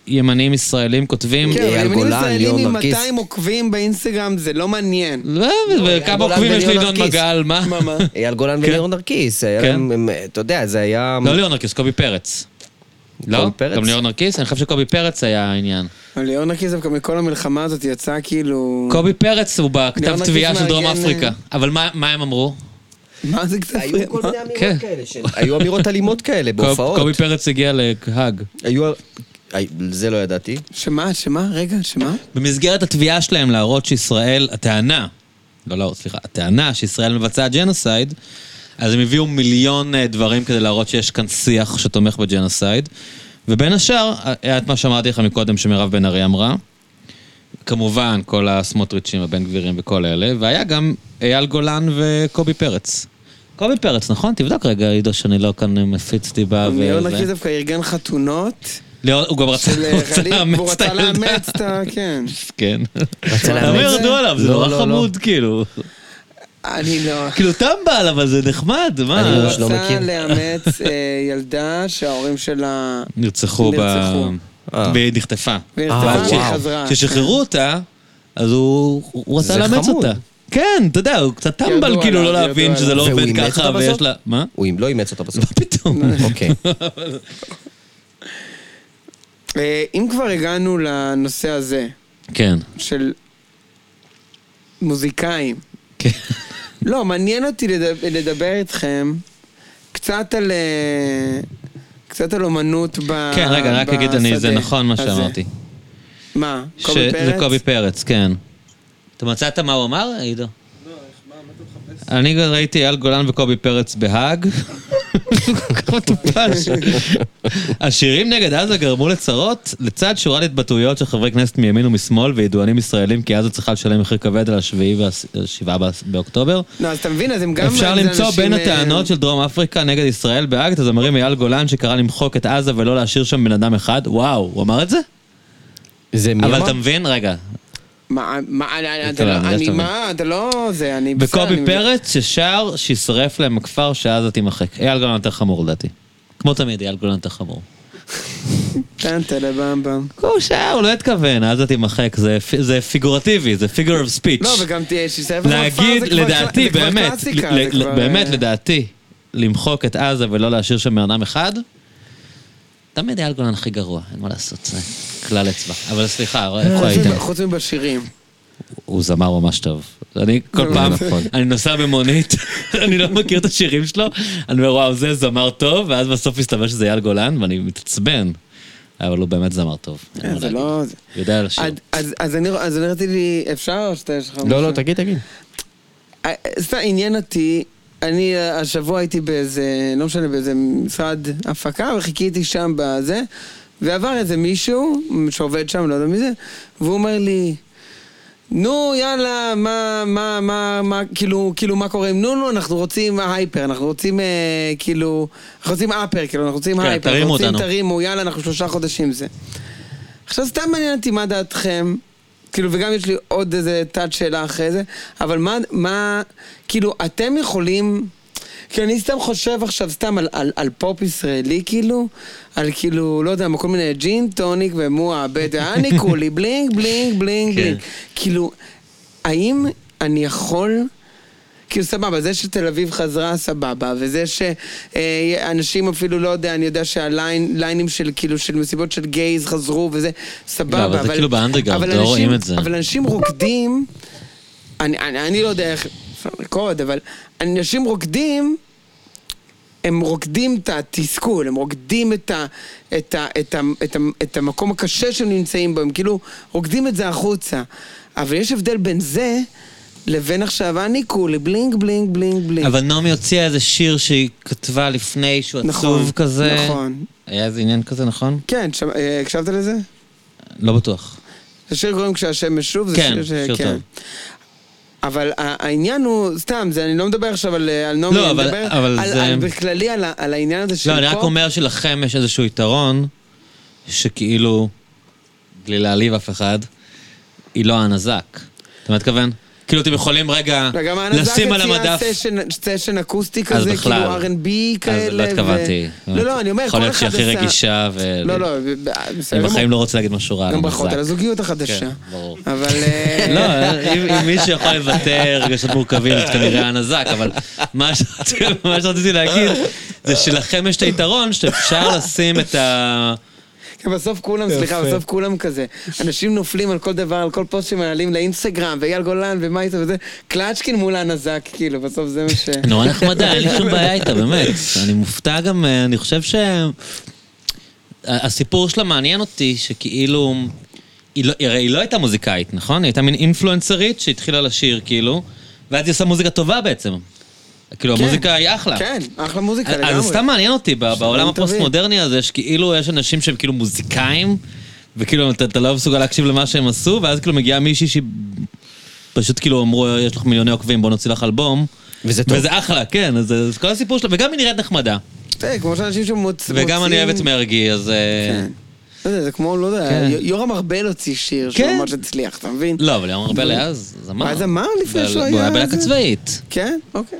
A: ימנים ישראלים כותבים.
C: כן,
B: אייל
C: אבל ימנים
B: גולן,
C: ישראלים
B: ליאון
C: עם
B: נרקיס.
C: 200 עוקבים באינסטגרם, זה לא מעניין.
A: לא,
B: אייל
A: וכמה
B: גולן
A: עוקבים יש
B: וליאון
A: לינון
B: נרקיס.
A: מגל, מה?
C: מה, מה?
B: אייל גולן
A: כן.
B: וליאור נרקיס, היה
A: כן.
B: להם, הם, אתה יודע, זה היה...
A: לא ליאון נרקיס, קובי פרץ. לא?
B: פרץ.
A: גם ליאור נרקיס? אני חושב שקובי פרץ היה העניין.
C: אבל ליאור נקיס דווקא מכל המלחמה הזאת יצא כאילו...
A: קובי פרץ הוא בכתב
C: נרקיס
A: תביעה של דרום
C: מארגן,
A: אפריקה.
C: אה,
A: אבל מה- מה הם אמרו?
C: מה זה קצת...
B: היו כל מיני
A: כן.
B: אמירות כאלה, של- היו אמירות אלימות כאלה בהופעות.
A: קובי פרץ הגיע להאג.
B: היו... הי- זה לא ידעתי.
C: שמה, שמה, רגע, שמה?
A: אה, במסגרת התביעה שלהם להראות שישראל, הטענה, לא להראות, סליחה, הטענה שישראל מבצעת ג'נוסייד, אז הם הביאו מיליון אה, דברים כדי להראות שיש כאן שיח שתומך בג'נוסייד, ובין השאר, היה את מה שאמרתי לך מקודם שמירב בן ארי אמרה, כמובן כל הסמוטריצ'ים, הבן גבירים וכל אלה, והיה גם אייל גולן וקובי פרץ. קובי פרץ, נכון? תבדוק רגע, עידו, שאני לא כאן מפיץ דיבה
C: ליאור נקיס
A: וזה.
C: דווקא ארגן חתונות
A: ליאור, הוא גם רצה
C: לא של אה,
A: רצה
C: חיילים, והוא
A: לאמץ את
C: רצה
A: הילדה.
C: לאמץ את ה... כן.
A: כן.
B: רצה
A: למה
B: לאמץ?
A: ירדו עליו? זה
B: לא,
A: נורא
B: לא, לא.
A: חמוד, כאילו.
C: אני לא...
A: כאילו טמבל, אבל זה נחמד,
B: אני
A: מה?
B: ממש לא
C: הוא רצה
B: מכיר.
C: לאמץ אה, ילדה שההורים שלה...
A: נרצחו ב...
C: נרצחו.
B: אה.
A: והיא נחטפה.
C: ונרצחה
B: אה,
C: והיא
B: וואו.
C: חזרה.
A: כששחררו אותה, אז הוא הוא רצה
B: זה
A: לאמץ
B: חמוד.
A: אותה. כן, אתה יודע, הוא קצת
C: ידוע
A: טמבל כאילו
C: עליו,
A: לא
C: ידוע
A: להבין
C: עליו.
A: שזה לא
B: והוא
A: עובד
B: אימץ
A: ככה
B: אותה
A: ויש
B: בסוף?
A: לה... מה?
B: הוא אם- לא אימץ אותה בסוף.
A: פתאום.
B: אוקיי.
C: אה, אם כבר הגענו לנושא הזה,
A: כן.
C: של מוזיקאים.
A: כן.
B: אה,
C: לא, מעניין אותי לדבר, לדבר איתכם קצת על... אה, קצת על אומנות ב...
A: כן, רגע, רק אגיד, אני- זה
C: בשדה
A: נכון מה
C: הזה.
A: שאמרתי.
C: מה?
A: ש-
C: קובי פרץ?
A: זה קובי פרץ, כן. אתה מצאת מה הוא אמר, עידו? לא, מה אתה מחפש? אני גם ראיתי אייל גולן וקובי פרץ בהאג. כל כך מטופש. השירים נגד עזה גרמו לצרות לצד שורת התבטאויות של חברי כנסת מימין ומשמאל וידוענים ישראלים כי עזה צריכה לשלם מחיר כבד על השביעי והשבעה באוקטובר.
C: נו, לא, אז אתה מבין, אז הם גם...
A: אפשר
C: זה
A: למצוא
C: אנשים,
A: בין
C: אה,
A: הטענות של דרום אפריקה נגד ישראל באקט הזמרים אייל גולן שקרא למחוק את עזה ולא להשאיר שם בן אדם אחד. וואו, הוא אמר את זה?
B: זה מי
A: אבל אתה
B: אמר?
A: מבין? רגע.
C: מה, מה, אני- אתה
A: טוב,
C: לא-
A: אני יודע
C: אני
A: שאתה
C: מה, אתה לא... זה, אני... בסדר,
A: וקובי
C: אני-
A: פרץ ששר שישרף להם הכפר שעזה תימחק. אייל גולן יותר חמור לדעתי. כמו תמיד, אייל גולן יותר חמור.
C: טן, טלה, במ, במ.
A: הוא שר, הוא לא התכוון, עזה תימחק, זה פ- זה פיגורטיבי, זה figure of speech.
C: לא, וגם תהיה שיסייף
A: להגיד, לדעתי, באמת,
C: זה כבר
A: ל- ל-
C: קלאסיקה, זה
A: באמת,
C: כבר, אה,
A: לדעתי, למחוק את עזה ולא להשאיר שם בן אדם אחד, תמיד אייל גולן הכי גרוע, אין מה לעשות, זה כלל אצבע. אבל סליחה, איפה
C: חוץ
A: היית?
C: מב- חוץ מבשירים.
A: הוא זמר ממש טוב. אני כל
C: זה
A: פעם,
B: נכון.
A: אני נוסע במונית, אני לא מכיר את השירים שלו, אני אומר, וואו, זה זמר טוב, ואז בסוף מסתבר שזה אייל גולן, ואני מתעצבן. אבל הוא באמת זמר טוב. אין
C: אה,
A: מה
C: זה
A: להגיד.
C: לא... זה-
A: הוא יודע לשיר.
C: אז- אז- אז אני אז אני רציתי... אפשר או שאתה יש לך...
B: לא,
C: משהו?
B: לא, תגיד, תגיד.
C: אה, סתם, עניין אותי, אני אה, השבוע הייתי באיזה, לא משנה, באיזה משרד הפקה, וחיכיתי שם בזה, ועבר איזה מישהו שעובד שם, לא יודע מי זה, והוא אומר לי, נו, יאללה, מה, מה, מה, מה, כאילו, כאילו, מה קורה עם נונו? אנחנו רוצים הייפר, אנחנו רוצים, אה, כאילו, אנחנו רוצים אפר, כאילו, אנחנו רוצים
A: כן,
C: הייפר,
A: תרימו
C: אנחנו רוצים,
A: אותנו.
C: תרימו, יאללה, אנחנו שלושה חודשים זה. עכשיו, סתם מעניין אותי מה דעתכם, כאילו, וגם יש לי עוד איזה תת שאלה אחרי זה, אבל מה, מה, כאילו, אתם יכולים... כאילו, אני סתם חושב עכשיו סתם על, על, על פופ ישראלי, כאילו, על כאילו, לא יודע, כל מיני ג'ין, טוניק ומועבד, אני כולי, בלינג, בלינג, בלינג,
A: כן.
C: בלינג. כאילו, האם אני יכול... כאילו סבבה, זה שתל אביב חזרה, סבבה, וזה שאנשים אפילו, לא יודע, אני יודע שהליינים של, כאילו, של מסיבות של גייז חזרו וזה, סבבה,
A: לא, אבל זה כאילו באנדרגראונד,
C: אבל
A: לא
C: אנשים-
A: רואים את זה.
C: אבל אנשים רוקדים, אני, אני, אני לא יודע איך, אפשר לרקוד, אבל אנשים רוקדים, הם רוקדים את התסכול, הם רוקדים את, ה, את, ה, את, ה, את, ה, את המקום הקשה שהם נמצאים בו, הם כאילו רוקדים את זה החוצה. אבל יש הבדל בין זה לבין עכשיו אני כולי בלינג בלינג בלינג בלינג.
A: אבל נעמי הוציאה איזה שיר שהיא כתבה לפני שהוא עצוב
C: נכון,
A: כזה.
C: נכון.
A: היה איזה עניין כזה, נכון?
C: כן, שם, אה, הקשבת לזה?
A: לא בטוח.
C: זה שיר קוראים כשהשמש שוב, זה
A: כן,
C: שיר, ש-
A: שיר טוב.
C: אבל ה- העניין הוא, סתם, זה, אני לא מדבר עכשיו על, אה, על נעמי,
A: לא,
C: אני
A: אבל-
C: מדבר
A: אבל
C: על,
A: זה-
C: על, בכללי על, ה- על העניין הזה של
A: לא, אני רק
C: פופ.
A: אומר שלכם יש איזשהו יתרון, שכאילו, בלי להעליב אף אחד, היא לא הנזק. אתה מתכוון? כאילו, אתם יכולים רגע
C: וגם האנזק
A: לשים על המדף...
C: סשן, סשן אקוסטי
A: אז
C: כזה,
A: בכלל.
C: כאילו R&B כאלה.
A: אז לא התכוונתי.
C: ו... לא, לא, אני אומר,
A: יכול
C: כל
A: להיות שהיא
C: אחד
A: הכי
C: עשה...
A: רגישה, ו...
C: לא, לא, ב-
A: אני
C: בסדר
A: בחיים
C: גמור.
A: לא רוצה להגיד משהו רע על
C: גם ברכות
A: המזק.
C: על הזוגיות החדשה.
A: כן, ברור.
C: אבל... אה,
A: לא, אם אם מישהו יכול לבטא רגשות מורכבים, אז כנראה הנזק, אבל מה שרציתי- מה שרציתי להגיד, זה שלכם יש את היתרון שאפשר לשים את ה...
C: כן, בסוף כולם, סליחה, בסוף כולם כזה. אנשים נופלים על כל דבר, על כל פוסט שמעלים לאינסטגרם, ואייל גולן ומה איתו וזה. קלצ'קין מול הנזק, כאילו, בסוף זה מה ש...
A: נורא נחמדה, אין לי שום בעיה איתה, באמת. אני מופתע גם, אה, אני חושב ש... ה- הסיפור שלה מעניין אותי, שכאילו... היא לא, הרי היא לא הייתה מוזיקאית, נכון? היא הייתה מין אינפלואנסרית שהתחילה לשיר, כאילו, ואז היא עושה מוזיקה טובה בעצם. כאילו,
C: כן.
A: המוזיקה היא אחלה.
C: כן, אחלה מוזיקה
A: אז-
C: לגמרי. לא
A: אז זה סתם מעניין אותי, ב- בעולם
C: טובים.
A: הפוסט-מודרני הזה, שכאילו יש אנשים שהם כאילו מוזיקאים, וכאילו אתה אתה לא מסוגל להקשיב למה שהם עשו, ואז כאילו מגיעה מישהי שהיא... פשוט כאילו אמרו, יש לך מיליוני עוקבים, בוא נוציא לך אלבום.
B: וזה טוב.
A: וזה אחלה, כן, אז זה- זה כל הסיפור שלה, וגם היא נראית נחמדה.
C: תראה, אה, כמו שאנשים שמוצאים...
A: וגם אני אוהב את מרגי, אז... אה,
C: כן. לא יודע, זה כמו, לא יודע,
A: כן.
C: י- יורם ארבל הוציא שיר שהוא
A: כן.
C: ממש הצליח, אתה מבין?
A: לא, אבל יום הרבה לאז, זמר.
C: אז אמר לפני
A: אבל-
C: שהוא
A: הוא היה
C: היה
A: בלהקה
C: זה.
A: צבאית.
C: כן, אוקיי.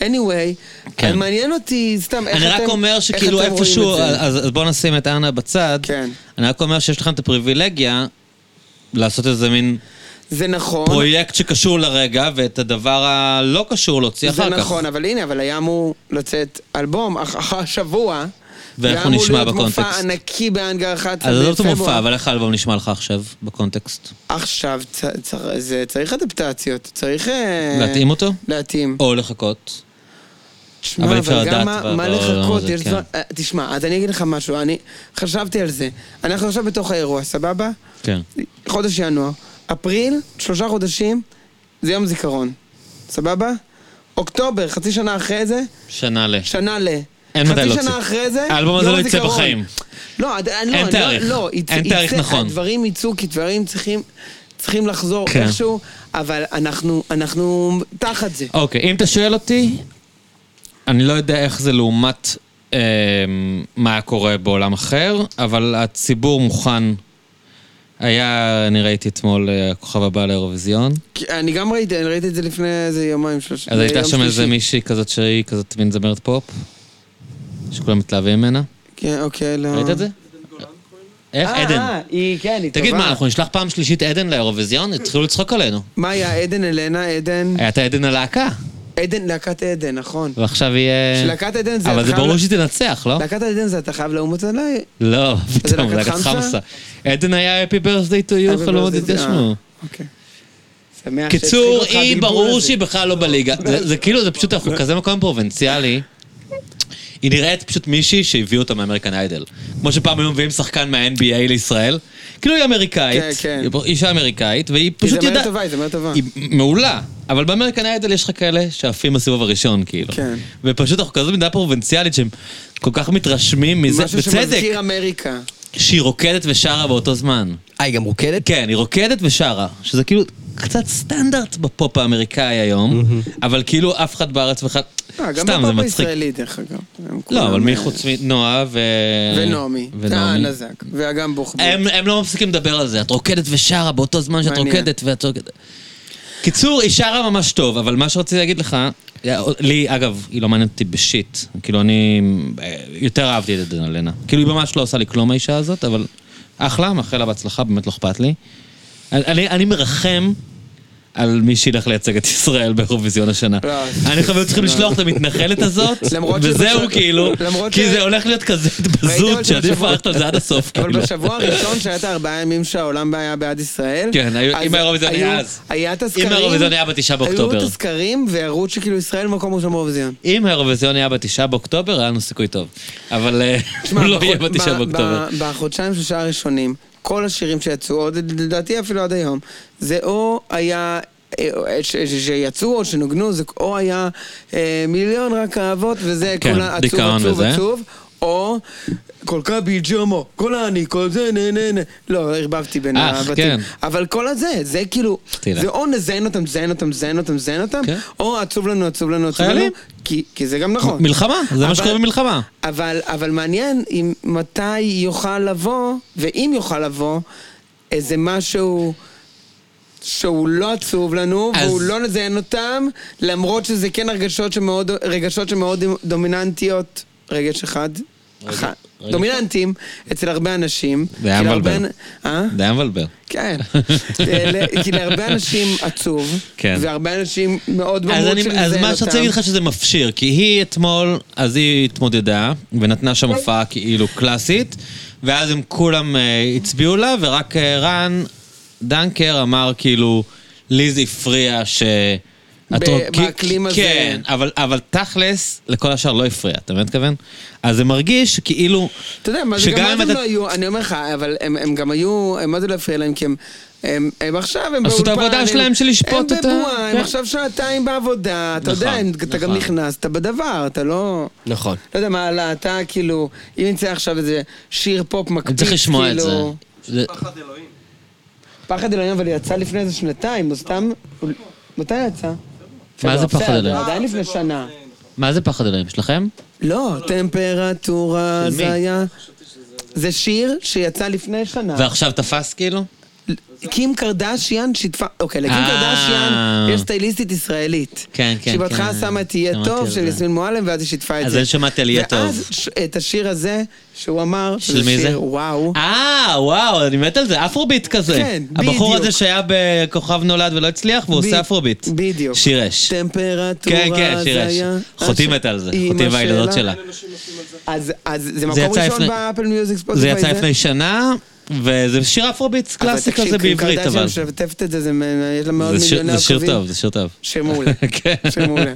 C: anyway,
A: כן.
C: אז מעניין אותי סתם איך
A: אני
C: אתם...
A: רק אומר
C: איך
A: שכאילו
C: אתם רואים
A: איפשהו,
C: את זה.
A: אז אז בואו נשים את אנה בצד.
C: כן.
A: אני רק אומר שיש לכם את הפריבילגיה לעשות איזה מין
C: זה נכון.
A: פרויקט שקשור לרגע, ואת הדבר הלא קשור להוציא אחר
C: זה
A: כך.
C: נכון, אבל הנה, אבל היה אמור לצאת אלבום אח- אחר השבוע.
A: ואיך הוא נשמע בקונטקסט?
C: והיה אמור להיות מופע ענקי בהנגר 11
A: אז עזוב את המופע,
C: בפברואר.
A: אבל איך האלבום נשמע לך עכשיו, בקונטקסט?
C: עכשיו צ- צר- זה- צריך אדפטציות, צריך... אה,
A: להתאים אותו?
C: להתאים.
A: או לחכות?
C: תשמע,
A: אבל
C: אבל
A: אי אפשר לדעת
C: גם מה,
A: ב-
C: מה
A: בעולם
C: לחכות,
A: הזה,
C: יש
A: כן.
C: דבר... אה, תשמע, אז אני אגיד לך משהו, אני חשבתי על זה. אנחנו עכשיו בתוך האירוע, סבבה?
A: כן.
C: חודש ינואר. אפריל, שלושה חודשים, זה יום זיכרון. סבבה? אוקטובר, חצי שנה אחרי זה,
A: שנה ל...
C: שנה ל...
A: אין מתי
C: חצי
A: להוציא.
C: שנה אחרי זה,
A: האלבום הזה
C: יום
A: לא יצא
C: הזיכרון.
A: בחיים.
C: לא, עד- לא,
A: אין
C: לא,
A: תאריך.
C: לא, יצא-
A: אין תאריך
C: יצא-
A: נכון.
C: הדברים יצאו, כי דברים צריכים... צריכים לחזור
A: כן.
C: איכשהו, אבל אנחנו, אנחנו תחת זה.
A: אוקיי, אם אתה שואל אותי, אני לא יודע איך זה לעומת אה, מה היה קורה בעולם אחר, אבל הציבור מוכן. היה, אני ראיתי אתמול, אה, הכוכב הבא לאירוויזיון.
C: כי אני גם ראיתי, אני ראיתי את זה לפני איזה יומיים, שלושה.
A: אז הייתה
C: יום
A: שם איזה
C: שלישי.
A: מישהי כזאת שהיא כזאת מין זמרת פופ, שכולם מתלהבים ממנה.
C: כן, אוקיי, לא.
A: ראית את זה? איך?
C: אה,
A: עדן.
C: אה, היא, כן, היא טובה.
A: תגיד, מה, אנחנו נשלח פעם שלישית עדן לאירוויזיון? התחילו לצחוק עלינו.
C: מה היה עדן אלנה, עדן...
A: היה את עדן הלהקה,
C: עדן, להקת עדן, נכון.
A: ועכשיו יהיה...
C: שלהקת עדן זה...
A: אבל
C: אתה
A: זה
C: חייב
A: ברור
C: לה-
A: שהיא תנצח, לא?
C: להקת עדן זה אתה חייב לעומות עליי?
A: לא, פתאום,
C: להקת
A: להקת
C: חמסה?
A: חמסה. עדן היה happy birthday to you, חלומות
C: אה,
A: התגשמו.
C: אוקיי. שמח שהתחיל
A: קיצור,
C: אותך
A: היא
C: הבלבול
A: ברור
C: הזה.
A: שהיא בכלל לא בליגה. זה- זה כאילו, זה פשוט, אנחנו כזה מקום פרובינציאלי. היא נראית פשוט מישהי שהביאו אותה מאמריקן איידל. כמו שפעם היו מביאים שחקן מה-NBA לישראל. כאילו היא אמריקאית,
C: כן, כן.
A: היא אישה אמריקאית, והיא
C: היא
A: פשוט
C: זמרת
A: יודעת...
C: טובה, היא זמרת טובה.
A: היא מעולה, אבל באמריקן איידל יש לך כאלה שעפים בסיבוב הראשון, כאילו.
C: כן.
A: ופשוט אנחנו כזו מדינה פרובינציאלית שהם כל כך מתרשמים מזה,
C: משהו
A: בצדק,
C: שמזכיר אמריקה.
A: שהיא רוקדת ושרה באותו זמן.
B: אה, היא גם רוקדת?
A: כן, היא רוקדת ושרה, שזה כאילו קצת סטנדרט בפופ האמריקאי היום, אבל כאילו אף אחד בארץ ואחד...
C: אה, גם
A: סתם, זה
C: בפאפ
A: מצחיק.
C: הישראלי, דרך אגב. הם
A: לא,
C: כולם,
A: אבל מי
C: אה,
A: חוץ מנועה ו...
C: ונעמי. אה,
A: ונעמי.
C: נזק. ואגם בוחבוט.
A: הם, הם לא מפסיקים לדבר על זה, את רוקדת ושרה באותו זמן שאת
C: מעניין.
A: רוקדת ואת רוקדת. קיצור, היא שרה ממש טוב, אבל מה שרציתי להגיד לך, לי, אגב, היא לא מעניינת אותי בשיט. כאילו, אני אה, יותר אהבתי את אדרנלינה. כאילו, היא ממש לא עושה לי כלום, האישה הזאת, אבל אחלה, מאחל לה בהצלחה, באמת לא אכפת לי. אני- אני, אני מרחם על מי שילך לייצג את ישראל באירוויזיון השנה.
C: לא.
A: אני חושב צריכים לשלוח את המתנחלת הזאת,
C: למרות
A: וזהו
C: שבשב-
A: כאילו,
C: למרות
A: כי
C: ש-
A: זה הולך להיות כזה
C: ראיתם אבל
A: התבזות, שעדיף
C: שבשבוע-
A: ללכת על זה עד הסוף,
C: אבל
A: כאילו.
C: בשבוע הראשון שהיה את הארבעה ימים שהעולם היה בעד ישראל,
A: כן, היו-
C: אז
A: אם האירוויזיון היה
C: היו-
A: אז.
C: היה את הסקרים,
A: אם האירוויזיון היה בתשעה
C: היו
A: באוקטובר.
C: את הסקרים והראו שכאילו ישראל במקום ראשון באירוויזיון.
A: אם האירוויזיון היה בתשעה באוקטובר, היה לנו סיכוי טוב. אבל אה, הוא לא
C: בח-
A: יהיה
C: ב-
A: בתשעה
C: ב-
A: באוקטובר.
C: בחודשיים שלושה הראשונים, כל השירים שיצאו, עוד לדעתי אפילו עד היום, זה או היה... אה, ש- ש- שיצאו או שנוגנו, זה או היה אה, מיליון רק אהבות וזה
A: כן,
C: כולה עצוב
A: דיכאון
C: עצוב
A: וזה.
C: עצוב, או כל קאבי ג'ומו, כל אני, כל זה, נה נה נה. לא, הרבבתי בין
A: אך,
C: הבתים.
A: כן.
C: אבל כל הזה, זה כאילו,
A: תראה.
C: זה או נזיין אותם, זיין אותם, זיין אותם, זיין אותם,
A: כן.
C: או עצוב לנו, עצוב לנו, עצוב לנו,
A: חיילים.
C: כי- כי זה גם נכון.
A: מלחמה, זה
C: אבל-
A: מה שקורה במלחמה.
C: אבל, אבל מעניין אם מתי יוכל לבוא, ואם יוכל לבוא, איזה משהו שהוא לא עצוב לנו, אז...
A: אז-
C: והוא לא נזיין אותם, למרות שזה כן הרגשות שמאוד, רגשות שמאוד דומיננטיות. רגש אחד.
A: רגע-
C: אחד.
A: רגע-
C: דומיננטיים אצל הרבה אנשים.
A: זה היה
C: כי להרבה
A: מבלבל.
C: אנ- אה?
A: זה היה מבלבל.
C: כן. ל- כי להרבה אנשים עצוב,
A: כן.
C: והרבה אנשים מאוד במות
A: אז,
C: שמזיין
A: אני,
C: אותם.
A: אז מה שרציתי להגיד לך שזה מפשיר, כי היא אתמול, אז היא התמודדה, ונתנה שם
C: אוקיי.
A: הופעה כאילו קלאסית, ואז הם כולם אה, הצביעו לה, ורק אה, רן דנקר אמר כאילו, לי זה הפריע ש... את
C: ב-
A: רוק-
C: באקלים הזה.
A: כן, אבל, אבל תכלס, לכל השאר לא הפריע, אתה מבין מה אני מתכוון? אז זה מרגיש כאילו...
C: אתה יודע, מה זה
A: שגם
C: גם
A: אם
C: אז הם
A: אתה-
C: לא היו, אני אומר לך, אבל הם הם גם היו, הם מה זה לא הפריע להם, כי הם... הם, הם עכשיו, הם
A: עשו את
C: באולפן,
A: העבודה
C: הם-
A: שלהם של לשפוט אותה.
C: הם בבועה, הם
A: כן.
C: עכשיו שעתיים בעבודה, אתה יודע,
A: נכון,
C: הם- אתה גם
A: נכון.
C: נכנס, אתה בדבר, אתה לא...
A: כן.
B: נכון.
C: לא יודע מה, לא, אתה כאילו, אם יצא עכשיו איזה שיר פופ מקפיץ,
A: אני
C: כאילו...
A: צריך לשמוע את זה. זה.
C: פחד אלוהים, אבל יצא לפני איזה שנתיים, אז סתם... מתי יצא?
A: מה זה לא. פחד
C: בסדר,
A: אלוהים?
C: עדיין לפני שנה.
A: מה זה פחד אלוהים שלכם?
C: לא, טמפרטורה,
A: של
C: זה
A: מי?
C: היה... זה שיר שיצא לפני שנה.
A: ועכשיו תפס כאילו?
C: קים קרדשיאן שיתפה, אוקיי, לקים
A: אה.
C: קרדשיאן יש סטייליסטית ישראלית.
A: כן, כן,
C: שהיא בהתחלה
A: כן.
C: שמה את יהיה
A: שמעתי
C: טוב
A: על
C: של
A: זה.
C: יסמין מועלם, ואז היא שיתפה את
A: אז
C: זה.
A: אני שמעתי על יהיה
C: ואז
A: טוב.
C: ש- את השיר הזה, שהוא אמר,
A: של מי זה?
C: שיר וואו.
A: אה, וואו, אני מת על זה, אפרוביט כזה.
C: כן,
A: הבחור
C: בדיוק.
A: הזה שהיה בכוכב נולד ולא הצליח, והוא
C: ב-
A: עושה אפרוביט.
C: בדיוק.
A: שירש.
C: טמפרטורה,
A: כן, כן,
C: זה
A: שירש.
C: היה-
A: חוטאים
C: אה,
A: את על זה,
C: אימא
A: חוטאים והילדות שלה.
C: אז אז זה
A: זה
C: מקום
A: יצא
C: ראשון
A: לפני-
C: באפל מיוזיק ספוטיפיי.
A: זה יצא לפני שנה, וזה שיר אפרוביט
C: אוקיי, אבל
A: קלאסי
C: תקשיב,
A: כזה
C: קים
A: בעברית, אבל.
C: קרדשיאן שמשתפת את זה, זה מ- יש לה מאוד
A: זה שיר-
C: מיליוני
A: זה שיר
C: עוקבים.
A: טוב, זה שיר טוב.
C: שיר מעולה.
A: כן.
C: שיר מעולה.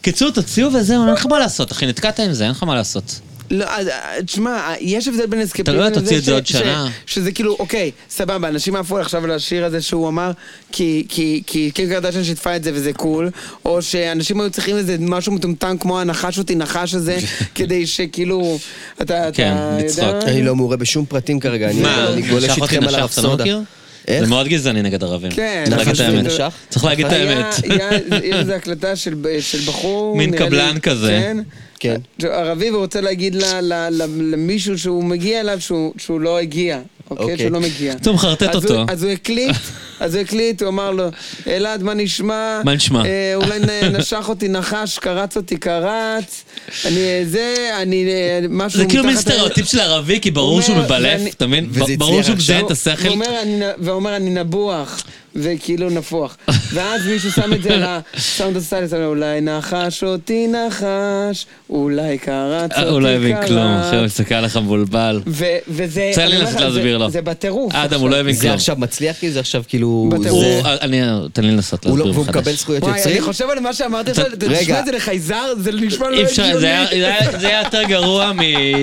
A: קיצור, תוציאו וזהו, אין לך מה לעשות, אחי, נתקעת עם זה, אין לך מה לעשות.
C: לא, אז, אה, תשמע, יש הבדל בין אסקפיזם
A: אתה לא
C: לזה
A: תוציא את זה
C: ש-
A: עוד
C: ש-
A: שנה.
C: שזה כאילו, אוקיי, סבבה, אנשים עפו עכשיו לשיר הזה שהוא אמר, כי, כי, כי קים קרדשן שיתפה את זה וזה קול, או שאנשים היו צריכים איזה משהו מטומטם כמו הנחש אותי נחש הזה, כדי שכאילו, אתה,
A: כן,
C: אתה
A: לצחוק.
B: אני לא מעורה בשום פרטים כרגע, אני
A: מה,
B: אני
A: נשך
B: גולש
A: אותי
B: איתכם על
A: נשך, אתה לא
B: הרפסודה.
A: מכיר?
B: איך?
A: זה מאוד גזעני נגד ערבים.
C: כן.
A: צריך להגיד את
B: נחש
A: האמת.
B: ונשך?
A: צריך להגיד את
C: היה-
A: האמת.
C: היה- יש איזו הקלטה של ב- של בחור...
A: מין
C: נראה לי-
A: קבלן כזה.
C: כן.
B: כן.
C: ערבי ורוצה להגיד ל- ל- ל- למישהו שהוא מגיע אליו שהוא שהוא לא הגיע, אוקיי?
B: אוקיי.
C: שהוא לא מגיע.
A: אתה מחרטט
C: אז הוא-
A: אותו.
C: אז הוא הקליט, אז הוא הקליט, הוא אמר לו, אלעד, מה נשמע?
A: מה נשמע?"
C: "אה, אולי נ- נשך אותי נחש, קרץ אותי קרץ, אני אה, זה, אני אה, משהו...
A: זה כאילו מין
C: מתחת ל-
A: סטריאוטיפ של ערבי, כי ברור
C: אומר,
A: שהוא מבלף,
C: ואני-
A: אתה מבין?
B: וזה הצליח
A: ברור שהוא
B: עכשיו.
A: מזיין את השכל.
C: ואומר אני, נ- ואומר אני נבוח, וכאילו נפוח. ואז מישהו שם את זה על הסאונד הסטייל, שם אולי נחש אותי נחש, אולי קרץ
A: אה,
C: אותי
A: הוא לא הבין
C: קרץ."
A: כלום, אחי, הוא מסתכל עליך מבולבל.
C: ו- וזה...
A: צריך
C: אני אומר
A: לנסות
C: לך, זה-
A: להסביר לו.
C: זה בטירוף.
A: אדם,
C: עכשיו.
A: הוא לא הבין
B: זה
A: כלום.
B: עכשיו מצליח לי, זה עכשיו כאילו...
C: בטרור.
A: הוא-
B: זה-
A: אני, תן לי לנסות
B: הוא לא-
A: להסביר
B: והוא מקבל
A: מחדש.
B: זכויות
C: וואי, אני
B: יוצרים?
C: חושב על מה שאמרת עכשיו, אתה
B: רגע.
C: תשמע את זה לחייזר, זה נשמע לא
A: אי אפשר, זה היה-
C: הגיוני.
A: זה היה- זה היה יותר גרוע מ-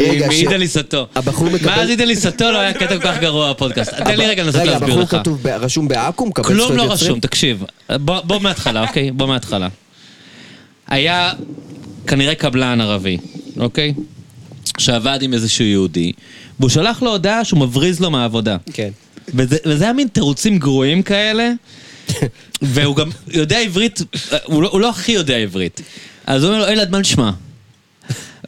B: רגע, ש-
A: מעיד על עיסתו.
B: הבחור מקבל-
A: מאז עיד על עיסתו לא היה קטע כל כך גרוע בפודקאסט. תן לי רגע לנסות
B: רגע,
A: להסביר
B: הבחור
A: לך.
B: כתוב, ב- רשום בעכו, מקבל זכויות
A: כלום
B: יוצרים?
A: לא רשום, תקשיב. בוא בוא מההתחלה, אוקיי? בוא מההתחלה. היה כנראה קבלן ערבי, אוקיי? שעבד עם איזשהו יהודי, והוא שלח לו הודעה שהוא מבריז לו מהעבודה.
B: כן.
A: וזה, וזה היה מין תירוצים גרועים כאלה, והוא גם יודע עברית, הוא לא, הוא לא הכי יודע עברית. אז הוא אומר לו, אלעד, מה נשמע?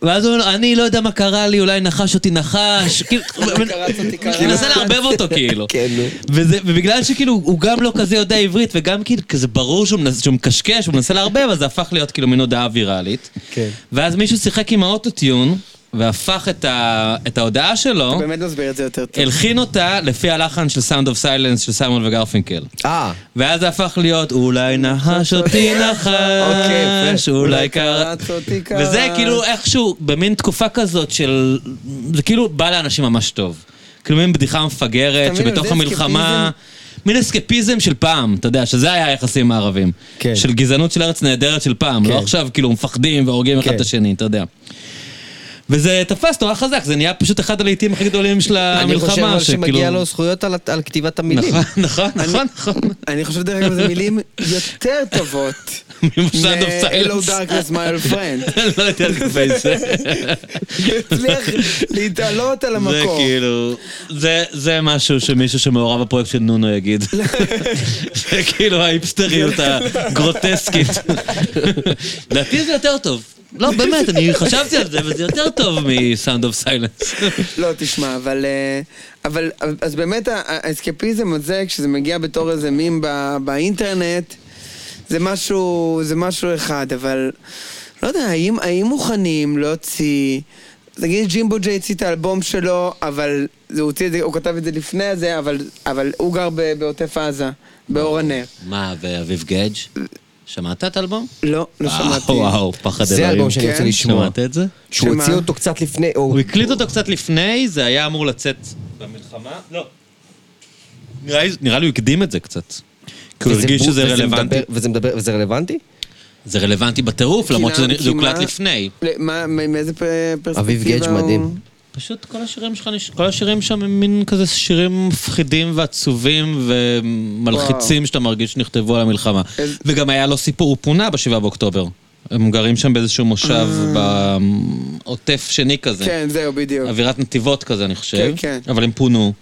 A: ואז הוא אומר לו, אני לא יודע מה קרה לי, אולי נחש אותי נחש. כאילו,
C: קרץ אותי קרץ.
A: תנסה לערבב אותו כאילו.
B: כן, נו.
A: וזה, ובגלל שכאילו הוא גם לא כזה יודע עברית, וגם כאילו כזה ברור שהוא, מנס, שהוא מקשקש, הוא מנסה לערבב, אז זה הפך להיות כאילו מין הודעה ויראלית.
B: כן.
A: ואז מישהו שיחק עם האוטוטיון, והפך את, ה, את ההודעה שלו,
C: באמת מסביר את זה יותר טוב.
A: הלחין אותה לפי הלחן של סאונד אוף סיילנס של סיימון וגרפינקל.
B: אה,
A: ואז זה הפך להיות אולי נחש אותי
C: אוקיי,
A: נחש,
C: יפה.
A: אולי
C: "אולי
A: קרץ
C: קרץ אותי קרץ".
A: וזה כאילו איכשהו במין תקופה כזאת של... זה כאילו בא לאנשים ממש טוב. כאילו מין בדיחה מפגרת
C: אתה מבין,
A: שבתוך
C: זה
A: המלחמה... מין אסקפיזם של פעם, אתה יודע, שזה היה היחסים עם הערבים.
B: כן.
A: של גזענות של ארץ נהדרת של פעם, לא
B: כן.
A: עכשיו כאילו מפחדים והורגים אחד את
B: כן.
A: השני, אתה יודע. וזה תפס נורא חזק, זה נהיה פשוט אחד הלהיטים הכי גדולים של המלחמה.
B: אני חושב אבל שמגיע
A: אה, שכאילו-
B: לו זכויות על על כתיבת המילים.
A: נכון, נכון, נכון, נכון.
C: אני חושב דרך אגב זה מילים יותר טובות.
A: מ-Sound of
C: מ-Hello
A: Silence.
C: Darkness, my old friend.
A: לא יודע לגבי זה.
C: הצליח להתעלות על
A: זה
C: המקור.
A: כאילו, זה- זה משהו שמישהו שמעורב בפרויקט של נונו יגיד. זה כאילו ההיפסטריות
C: כן.
A: הגרוטסקית. לדעתי זה יותר טוב. לא, באמת, אני חשבתי על זה, וזה יותר טוב מ-Sound of Silence.
C: לא, תשמע, אבל... אה, אבל אז באמת ה- האסקפיזם הזה, כשזה מגיע בתור איזה מים ב- באינטרנט, זה משהו, זה משהו אחד, אבל לא יודע, האם, האם מוכנים להוציא... נגיד ג'ימבו ג'יי הוציא את האלבום שלו, אבל זה הוא הוציא את זה, הוא כתב את זה לפני זה, אבל, אבל הוא גר ב- בעוטף עזה, באור הנר.
A: מה, ואביב גדג'? שמעת את האלבום?
C: לא, לא שמעתי.
A: אה, וואו, פחד אלוהים.
B: זה אלבום שאני רוצה
C: כן?
B: לשמוע.
A: שמעת את זה?
B: שהוא
C: שמה?
B: הוציא אותו קצת לפני, או
A: הוא הקליט אותו קצת לפני, זה היה אמור לצאת במלחמה. לא. נראה לי- נראה לי הוא הקדים את זה קצת. כי הוא
B: וזה
A: הרגיש
B: בול-
A: שזה
B: וזה
A: רלוונטי.
B: מדבר- וזה מדבר, וזה רלוונטי?
A: זה רלוונטי בטירוף, למרות
C: כי
A: שזה
C: למה-
A: זה
C: כי
A: הוקלט
C: מה-
A: לפני.
C: ל- מה- מ- מאיזה פ- פרספקטיבה
B: אביב גייג'
C: הוא-
B: מדהים.
A: פשוט כל השירים שלך, נש- כל השירים שם הם מין כזה שירים מפחידים ועצובים ומלחיצים
C: וואו.
A: שאתה מרגיש שנכתבו על המלחמה.
C: איזה-
A: וגם היה לו סיפור, הוא פונה ב-7 באוקטובר. הם גרים שם באיזשהו מושב בעוטף שני כזה.
C: אה. כן, זהו, בדיוק.
A: אווירת נתיבות כזה, אני חושב.
C: כן, כן.
A: אבל הם פונו.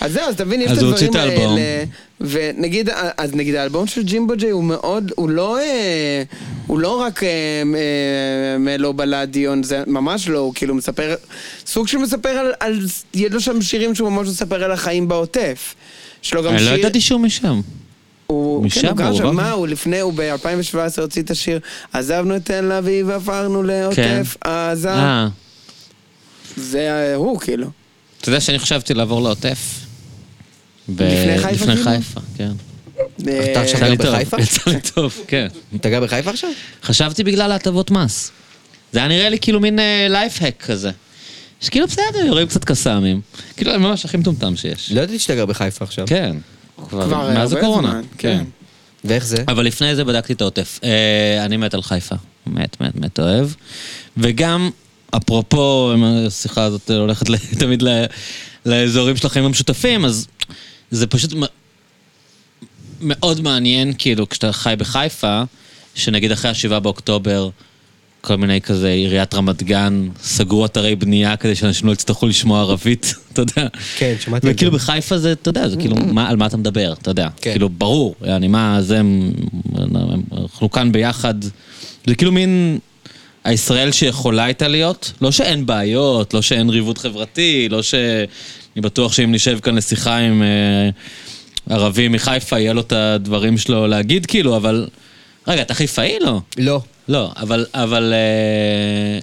C: אז זהו, אז תבין, יש
A: אז
C: את
A: הוא הוציא
C: הדברים
A: את האלבום.
C: האלה. ונגיד, אה, אז נגיד האלבום של ג'ימבו ג'יי הוא מאוד, הוא לא, אה, הוא לא רק אה, אה, מלו בלדיון, זה ממש לא, הוא כאילו מספר, סוג של מספר על, על יש לו שם שירים שהוא ממש מספר על החיים בעוטף. יש לו גם
A: אני
C: שיר...
A: לא ידעתי שהוא משם.
C: הוא,
A: משם
C: כן, הוא גר
A: הוא
C: שם,
A: בא.
C: מה, הוא לפני, הוא ב-2017 הוציא את השיר עזבנו את תל אביב, עברנו לעוטף עזה.
A: אה.
C: זה אה, הוא, כאילו.
A: אתה יודע שאני חשבתי לעבור לעוטף. ב-
C: לפני חיפה,
A: לפני
C: כאילו?
A: חיפה, כן.
C: אה,
B: עכשיו
A: יצא לי
B: גר
A: טוב,
B: בחיפה?
A: יצא לי טוב, כן.
B: אתה גר בחיפה עכשיו?
A: חשבתי בגלל ההטבות מס. זה היה נראה לי כאילו מין לייפהק כזה. שכאילו בסדר, יורים קצת קסאמים. כאילו, אני ממש הכי מטומטם שיש.
B: לא ידעתי שאתה גר בחיפה עכשיו.
A: כן.
C: כבר אה,
A: מאז
C: הרבה
A: הקורונה.
C: זמן, כן.
B: ואיך זה?
A: אבל לפני זה בדקתי את העוטף. אה, אני מת על חיפה. מת, מת, מת אוהב. וגם אפרופו, אם השיחה הזאת הולכת ל- תמיד ל- לאזורים של החיים המשותפים, אז זה פשוט מ- מאוד מעניין, כאילו, כשאתה חי בחיפה, שנגיד אחרי השבעה באוקטובר, כל מיני כזה, עיריית רמת גן, סגרו אתרי בנייה כדי שאנשים לא יצטרכו לשמוע ערבית, אתה יודע.
B: כן, שמעתי על
A: וכאילו
B: זה.
A: בחיפה זה, אתה יודע, זה כאילו, מה, על מה אתה מדבר, אתה יודע.
B: כן.
A: כאילו, ברור, יעני, מה זה, הם- הם- אנחנו כאן ביחד. זה כאילו מין הישראל שיכולה הייתה להיות, לא שאין בעיות, לא שאין ריבוד חברתי, לא ש... אני בטוח שאם נשב כאן לשיחה עם אה, ערבי מחיפה, יהיה לו את הדברים שלו להגיד, כאילו, אבל... רגע, אתה חיפאי? לא.
B: לא.
A: לא, אבל, אבל, אה,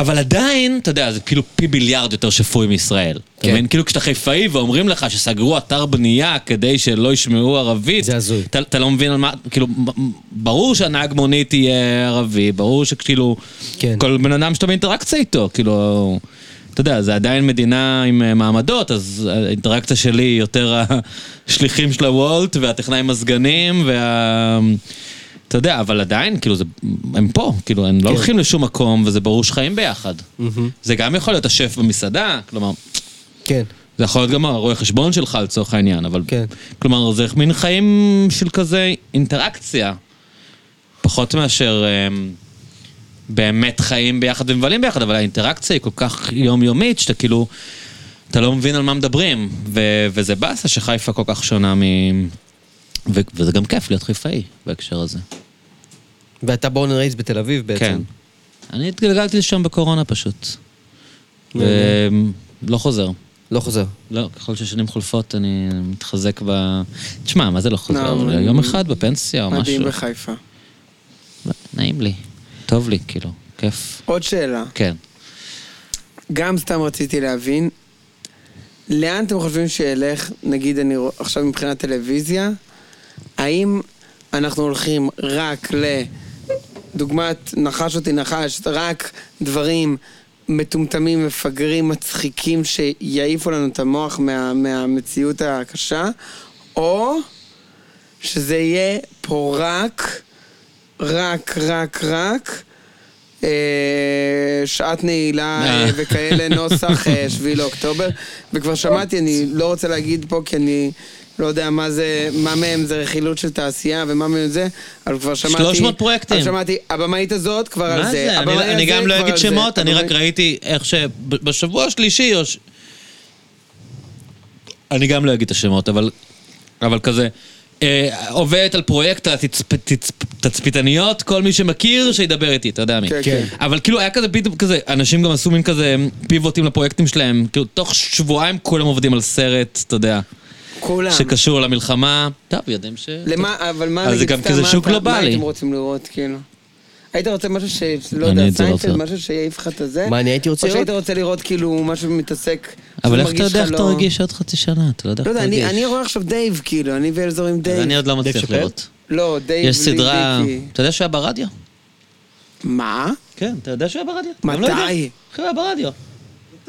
A: אבל עדיין, אתה יודע, זה כאילו פי ביליארד יותר שפוי מישראל. אתה
B: כן.
A: מבין? כאילו כשאתה חיפאי ואומרים לך שסגרו אתר בנייה כדי שלא ישמעו ערבית,
B: זה הזוי.
A: אתה, אתה לא מבין על מה, כאילו, מ- ברור שהנהג מונית יהיה ערבי, ברור שכאילו,
B: כן.
A: כל בן אדם שאתה באינטראקציה איתו, כאילו, אתה יודע, זה עדיין מדינה עם אה, מעמדות, אז האינטראקציה שלי היא יותר השליחים של הוולט והטכנאי מזגנים וה... אתה יודע, אבל עדיין, כאילו, זה, הם פה, כאילו, הם לא הולכים לשום מקום, וזה ברור שחיים ביחד. זה גם יכול להיות השף במסעדה, כלומר,
B: כן.
A: זה יכול להיות גם הרואה חשבון שלך לצורך העניין, אבל...
B: כן.
A: כלומר, זה מין חיים של כזה אינטראקציה. פחות מאשר אמ, באמת חיים ביחד ומבלים ביחד, אבל האינטראקציה היא כל כך יומיומית, שאתה כאילו... אתה לא מבין על מה מדברים, ו- וזה באסה שחיפה כל כך שונה מ... ו- וזה גם כיף להיות חיפאי בהקשר הזה.
B: ואתה בורן רייס בתל אביב בעצם.
A: כן. אני התגלגלתי לשם בקורונה פשוט. ולא חוזר.
B: לא חוזר.
A: לא, ככל ששנים חולפות אני מתחזק ב... תשמע, מה זה לא חוזר?
C: לא,
A: אולי
C: אני-
A: יום אחד בפנסיה או
C: מדהים
A: משהו. לא,
C: בחיפה.
A: נעים לי. טוב לי, כאילו. כיף.
C: עוד שאלה.
A: כן.
C: גם סתם רציתי להבין, לאן אתם חושבים שילך, נגיד אני רוא- עכשיו מבחינת טלוויזיה, האם אנחנו הולכים רק ל... דוגמת נחש אותי נחש, רק דברים מטומטמים, מפגרים, מצחיקים, שיעיפו לנו את המוח מה, מהמציאות הקשה, או שזה יהיה פה רק, רק, רק, רק, אה, שעת נעילה
A: אה.
C: אה, וכאלה נוסח אה, שביעי לאוקטובר. וכבר שמעתי, אני לא רוצה להגיד פה כי אני לא יודע מה זה, מה מהם זה רכילות של תעשייה ומה מהם זה, אבל כבר שמעתי...
A: 300 פרויקטים.
C: אבל שמעתי, הבמאית הזאת כבר על
A: מה
C: זה.
A: זה?
C: הבמאי
A: אני- אני
C: הזה
A: גם לא
C: כבר
A: אגיד
C: על זה.
A: שמות, אני רק
C: הבמאי-
A: ראיתי איך שבשבוע השלישי או... ש- אני גם לא אגיד את השמות, אבל... אבל כזה... אה, עובדת על פרויקט התצפיתניות, כל מי שמכיר, שידבר איתי, אתה יודע מי.
C: כן, כן.
A: אבל כאילו היה כזה פתאום כזה, אנשים גם עשו מין כזה פיבוטים לפרויקטים שלהם, כאילו תוך שבועיים כולם עובדים על סרט, אתה יודע,
C: כולם.
A: שקשור למלחמה. טוב, יודעים ש...
C: אה. למה, אבל מה,
A: אז זה
C: נגיד,
A: גם
C: סתם,
A: כזה
C: מה
A: שוק
C: אתה-
A: גלובלי.
C: מה הייתם רוצים לראות, כאילו? היית רוצה משהו ש... לא
A: אני
C: יודע,
A: את זה לא
C: סיינפלד,
A: רוצה.
C: משהו שיעיף לך את הזה?
B: מה אני הייתי רוצה
C: או שהיית
B: לראות?
C: רוצה לראות כאילו משהו מתעסק...
A: אבל איך אתה
C: שמרגיש
A: יודע
C: לך
A: איך
C: לא-
A: תרגיש עוד חצי שנה? אתה לא יודע
C: לא
A: איך
C: יודע, אני- אני
A: תרגיש.
C: רואה עכשיו דייב, כאילו, אני ואלזור עם
A: אז
C: דייב.
A: אני עוד לא
B: דייב
A: מצליח
B: שאפל?
A: לראות.
C: לא, דייב...
A: יש
C: בלי
A: סדרה...
C: דיקי.
A: אתה יודע שהוא היה ברדיו?
C: מה?
A: כן, אתה יודע שהוא היה ברדיו?
C: מתי?
A: גם לא יודע. אחי, הוא היה ברדיו.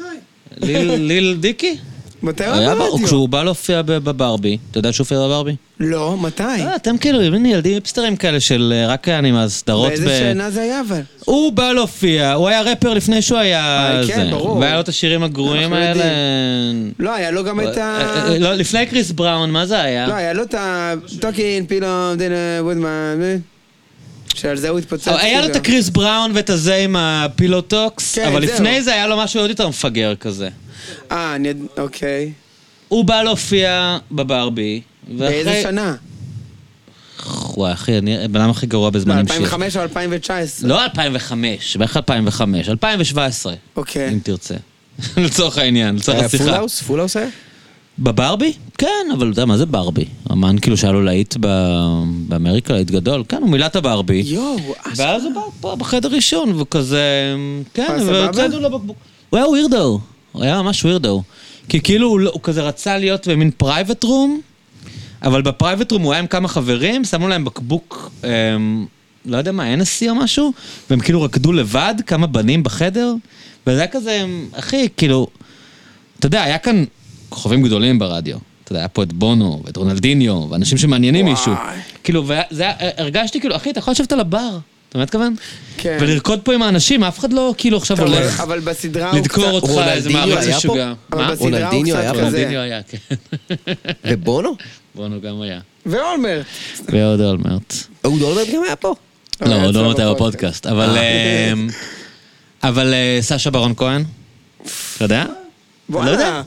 A: ליל- ליל דיקי?
C: מתי הוא
A: הוא היה
C: היה
A: ב-
C: ברדיו?
A: כשהוא בא להופיע ב- בברבי, אתה יודע שהוא הופיע בברבי?
C: לא, מתי?
A: אה, אתם כאילו, מין ילדים היפסטרים כאלה של אה, רק אני מהסדרות
C: באיזה שנה זה היה אבל?
A: הוא בא להופיע, הוא היה ראפר לפני שהוא היה...
C: אה, כן,
A: זה.
C: ברור.
A: והיה לו את השירים הגרועים
C: אנחנו
A: האלה.
C: לא, היה לו גם את ה...
A: אה, אה, לא, לפני קריס בראון, מה זה היה?
C: לא, היה לו את ה... טוקין, פילום, דינה, וודמן, אה? שעל זה הוא התפוצץ.
A: אבל אה, היה לו את
C: כאילו.
A: הקריס בראון ואת הזה עם הפילוטוקס,
C: כן,
A: אבל
C: זהו.
A: לפני זה היה לו משהו עוד יותר מפגר כזה.
C: אה, אני... אוקיי.
A: הוא בא להופיע בברבי, ואחרי...
C: באיזה שנה?
A: וואי, אחי, אני הבן אדם הכי גרוע
C: לא,
A: בזמנים שלי.
C: 2005 או 2019.
A: לא 2005, בערך 2005, 2017,
C: אוקיי.
A: אם תרצה. לצורך העניין, לצורך
B: היה פול
A: השיחה.
B: האוס? פול האוס היה?
A: בברבי? כן, אבל אתה יודע מה זה ברבי? אמן כאילו שהיה לו להיט ב- באמריקה, להיט גדול, כן, הוא מילא את הברבי.
C: יואו, אשכרה.
A: ואז הוא בא פה בחדר ראשון, והוא כזה... כן,
C: אה, סבבה?
A: והוצאנו לו בקבוק. הוא היה ווירדו, הוא היה ממש ווירדו. כי כאילו הוא, לא- הוא כזה רצה להיות במין פרייבט רום, אבל בפרייבט רום הוא היה עם כמה חברים, שמו להם בקבוק, אמ, לא יודע מה, NSC או משהו, והם כאילו רקדו לבד, כמה בנים בחדר, וזה היה כזה, אמ, אחי, כאילו, אתה יודע, היה כאן כוכבים גדולים ברדיו. אתה יודע, היה פה את בונו, ואת רונלדיניו, ואנשים שמעניינים
C: וואי.
A: אה, מישהו. כאילו, וזה היה- הרגשתי כאילו, אחי, אתה יכול לשבת על הבר. אתה מבין מה אני מתכוון?
C: כן.
A: ולרקוד פה עם האנשים, אף אחד לא כאילו עכשיו
C: טוב,
A: הולך
C: אבל בסדרה הוא קצת...
A: לדקור אותך איזה
B: רונלדיניו
A: מאמץ
B: היה פה?
A: משוגע.
C: אבל
A: מה?
C: בסדרה הוא
B: רונלדיניו
C: קצת
B: היה פה?
C: כזה.
A: רונלדיניו היה, כן.
B: ובונו?
A: בונו גם היה.
C: ואולמרט.
A: ואהוד אולמרט.
B: אהוד אולמרט גם היה פה.
A: לא,
C: היה
A: עוד
C: אצלו
A: לא מתי
C: בפודקאסט. אה.
A: בפודקאסט, אבל... אמ, אבל אה, סשה ברון כהן? אתה יודע? לא יודע.
C: וואלה.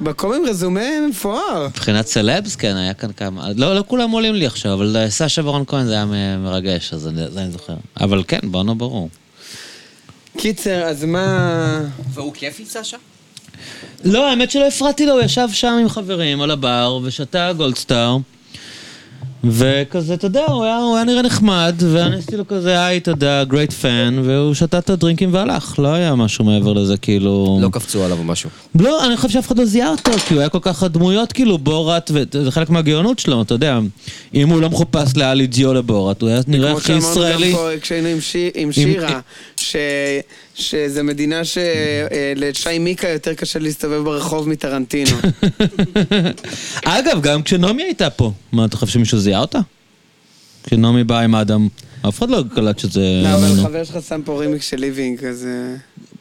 C: מקום עם רזומה מפואר.
A: מבחינת סלבס, כן, היה כאן כמה... לא, לא כולם עולים לי עכשיו, אבל אה, סשה ברון כהן זה היה מ- מרגש, אז אני- זה אני זוכר. אבל כן, בונו ברור.
C: קיצר, אז מה...
B: והוא כיפי, סשה?
A: לא, האמת שלא הפרעתי לו, הוא ישב שם עם חברים על הבר, ושתה גולדסטאר. וכזה, אתה יודע, הוא היה, הוא היה נראה נחמד, ואני עשיתי לו כזה, היי, תודה, גרייט פן, והוא שתה את הדרינקים והלך. לא היה משהו מעבר לזה, כאילו...
B: לא קפצו עליו או משהו.
A: לא, אני חושב שאף אחד לא זיהה אותו, כי הוא היה כל כך הדמויות, כאילו, בורת, וזה חלק מהגאונות שלו, אתה יודע. אם הוא לא מחופש לאלי ג'יו לבורת, הוא היה נראה
C: כמו
A: הכי
C: שאמרנו גם
A: ישראלי.
C: פה כשהיינו עם שי- עם שירה, ש- שזה מדינה שלשי מיקה יותר קשה להסתובב ברחוב מטרנטינו.
A: אגב, גם כשנעמי הייתה פה, מה, אתה חושב שמישהו זיהה אותה? כשנעמי באה עם אדם, אף אחד לא קלט שזה...
C: לא, אבל
A: ממנו.
C: חבר שלך שם פה רימיק של ליבינג, אז... אה,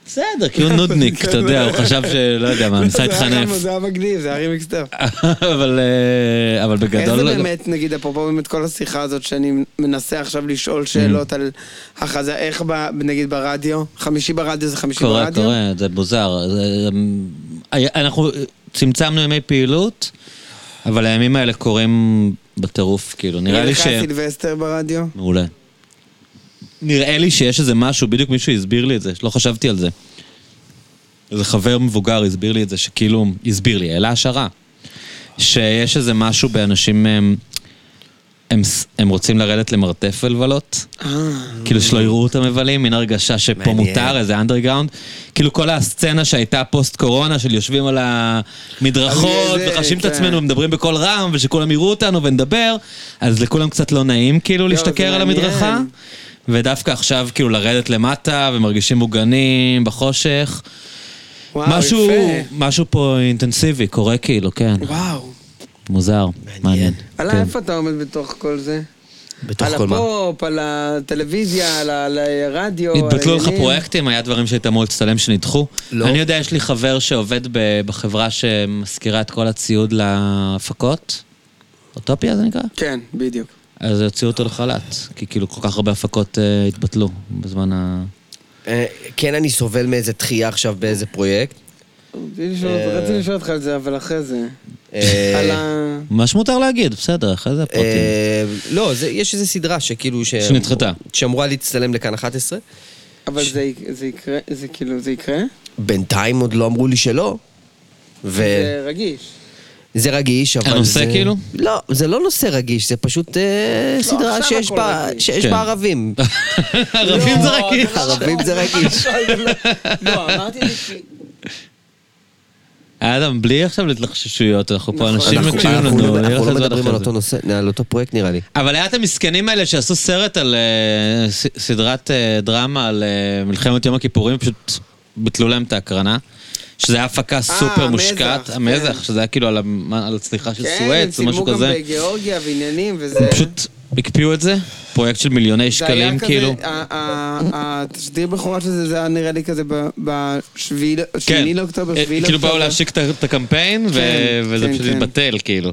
A: בסדר, כי הוא נודניק, אתה יודע, הוא חשב שלא יודע מה, ניסה
C: זה היה גם-
A: להתחנף.
C: זה היה מגניב, זה היה רימיק סטאפ.
A: אבל אה, אבל
C: איך
A: בגדול...
C: זה
A: לא-
C: באמת, נגיד, אפרופו באמת כל השיחה הזאת, שאני מנסה עכשיו לשאול
A: Mm.
C: שאלות על החזה, איך ב- נגיד ברדיו? חמישי ברדיו זה חמישי
A: קורה,
C: ברדיו?
A: קורה, זה מוזר. זה, אמ, היה- אנחנו אה, צמצמנו ימי פעילות, אבל הימים האלה קורים בטירוף, כאילו, נראה לי ש...
C: יהיה לך סילבסטר ברדיו?
A: מעולה. נראה לי שיש איזה משהו, בדיוק מישהו הסביר לי את זה, שלא חשבתי על זה. איזה חבר מבוגר הסביר לי את זה, שכאילו, הסביר לי, העלה השערה. שיש איזה משהו באנשים, הם, הם, ס- הם רוצים לרדת למרתף ולבלות. כאילו שלא יראו אותם מבלים, מין הרגשה שפה
B: מעניין.
A: מותר, איזה אנדרגאונד. כאילו כל הסצנה שהייתה פוסט קורונה, של יושבים על המדרכות,
C: על זה,
A: וחשים את
C: כן.
A: עצמנו, מדברים בקול רם, ושכולם יראו אותנו ונדבר, אז לכולם קצת לא נעים כאילו להשתכר
C: זה
A: על
C: מעניין.
A: המדרכה. ודווקא עכשיו כאילו לרדת למטה, ומרגישים מוגנים בחושך.
C: וואו,
A: משהו,
C: יפה.
A: משהו פה אינטנסיבי קורה כאילו, כן.
C: וואו.
A: מוזר. מעניין.
C: אללה,
A: כן.
C: איפה אתה עומד בתוך כל זה?
B: בתוך
C: על
B: כל מה.
C: הפופ, על הטלוויזיה, על ה- על הרדיו, על
A: התבטלו לך
C: העניינים.
A: פרויקטים, היה דברים שהיית אמור להצטלם שנדחו.
B: לא.
A: אני יודע, יש לי חבר שעובד ב- בחברה שמשכירה את כל הציוד להפקות. אוטופיה זה נקרא?
C: כן, בדיוק.
A: אז הוציאו אותו לחל"ת, כי כאילו כל כך הרבה הפקות אה, התבטלו בזמן ה...
B: אה, כן, אני סובל מאיזה דחייה עכשיו באיזה פרויקט.
C: רציתי לשאול-
A: אה.
C: רציתי לשאול אותך על זה, אבל אחרי זה.
B: אה,
C: על ה...
A: מה שמותר להגיד, בסדר, אחרי זה הפרטים.
B: אה, לא, זה- יש איזו סדרה שכאילו... ש-
A: שנדחתה.
B: שאמורה להצטלם לכאן 11.
C: אבל זה יק- זה יקרה, זה כאילו, זה יקרה?
B: בינתיים עוד לא אמרו לי שלא.
A: אה.
B: ו...
C: זה רגיש.
B: זה רגיש, אבל
A: הנושא
B: זה...
A: כאילו?
B: לא, זה לא נושא רגיש, זה פשוט אה, סדרה
C: לא, עכשיו
B: שיש
C: הכל
B: בה-
C: רגיש.
B: שיש
A: כן.
B: בה ערבים.
C: אה,
A: ערבים זה רגיל.
B: ערבים זה רגיש.
C: לא, אמרתי את זה כי...
A: אדם, בלי עכשיו להתלחששויות, אנחנו פה
C: נכון.
A: אנשים
B: אנחנו-
A: מקשיבים
B: אנחנו
A: לנו.
B: לא-
A: נלך
B: אנחנו לא
A: לזה
B: מדברים
A: אחרי
B: על
A: זה.
B: אותו נושא, על אותו פרויקט נראה לי.
A: אבל היה את המסכנים האלה שעשו סרט על אה, ס- סדרת אה, דרמה על אה, מלחמת יום הכיפורים, פשוט ביטלו להם את ההקרנה. שזה היה הפקה סופר
C: אה, המזח,
A: מושקעת,
C: כן.
A: המזח, שזה היה כאילו על המ- על הצליחה של
C: כן, הם
A: סואץ או
C: צילמו
A: משהו
C: גם
A: כזה.
C: בגיאורגיה ועניינים וזה...
A: פשוט הקפיאו את זה, פרויקט של מיליוני
C: זה היה
A: שקלים,
C: כזה,
A: כאילו.
C: ה- ה- התשדיר בכורה של זה, זה היה נראה לי כזה בשביעי, שמיני לאוקטובר,
A: אה,
C: שביעי לאוקטובר.
A: כאילו באו להשיק את ה- את הקמפיין, ו-
C: כן,
A: וזה
C: כן,
A: פשוט
C: כן.
A: התבטל, כאילו.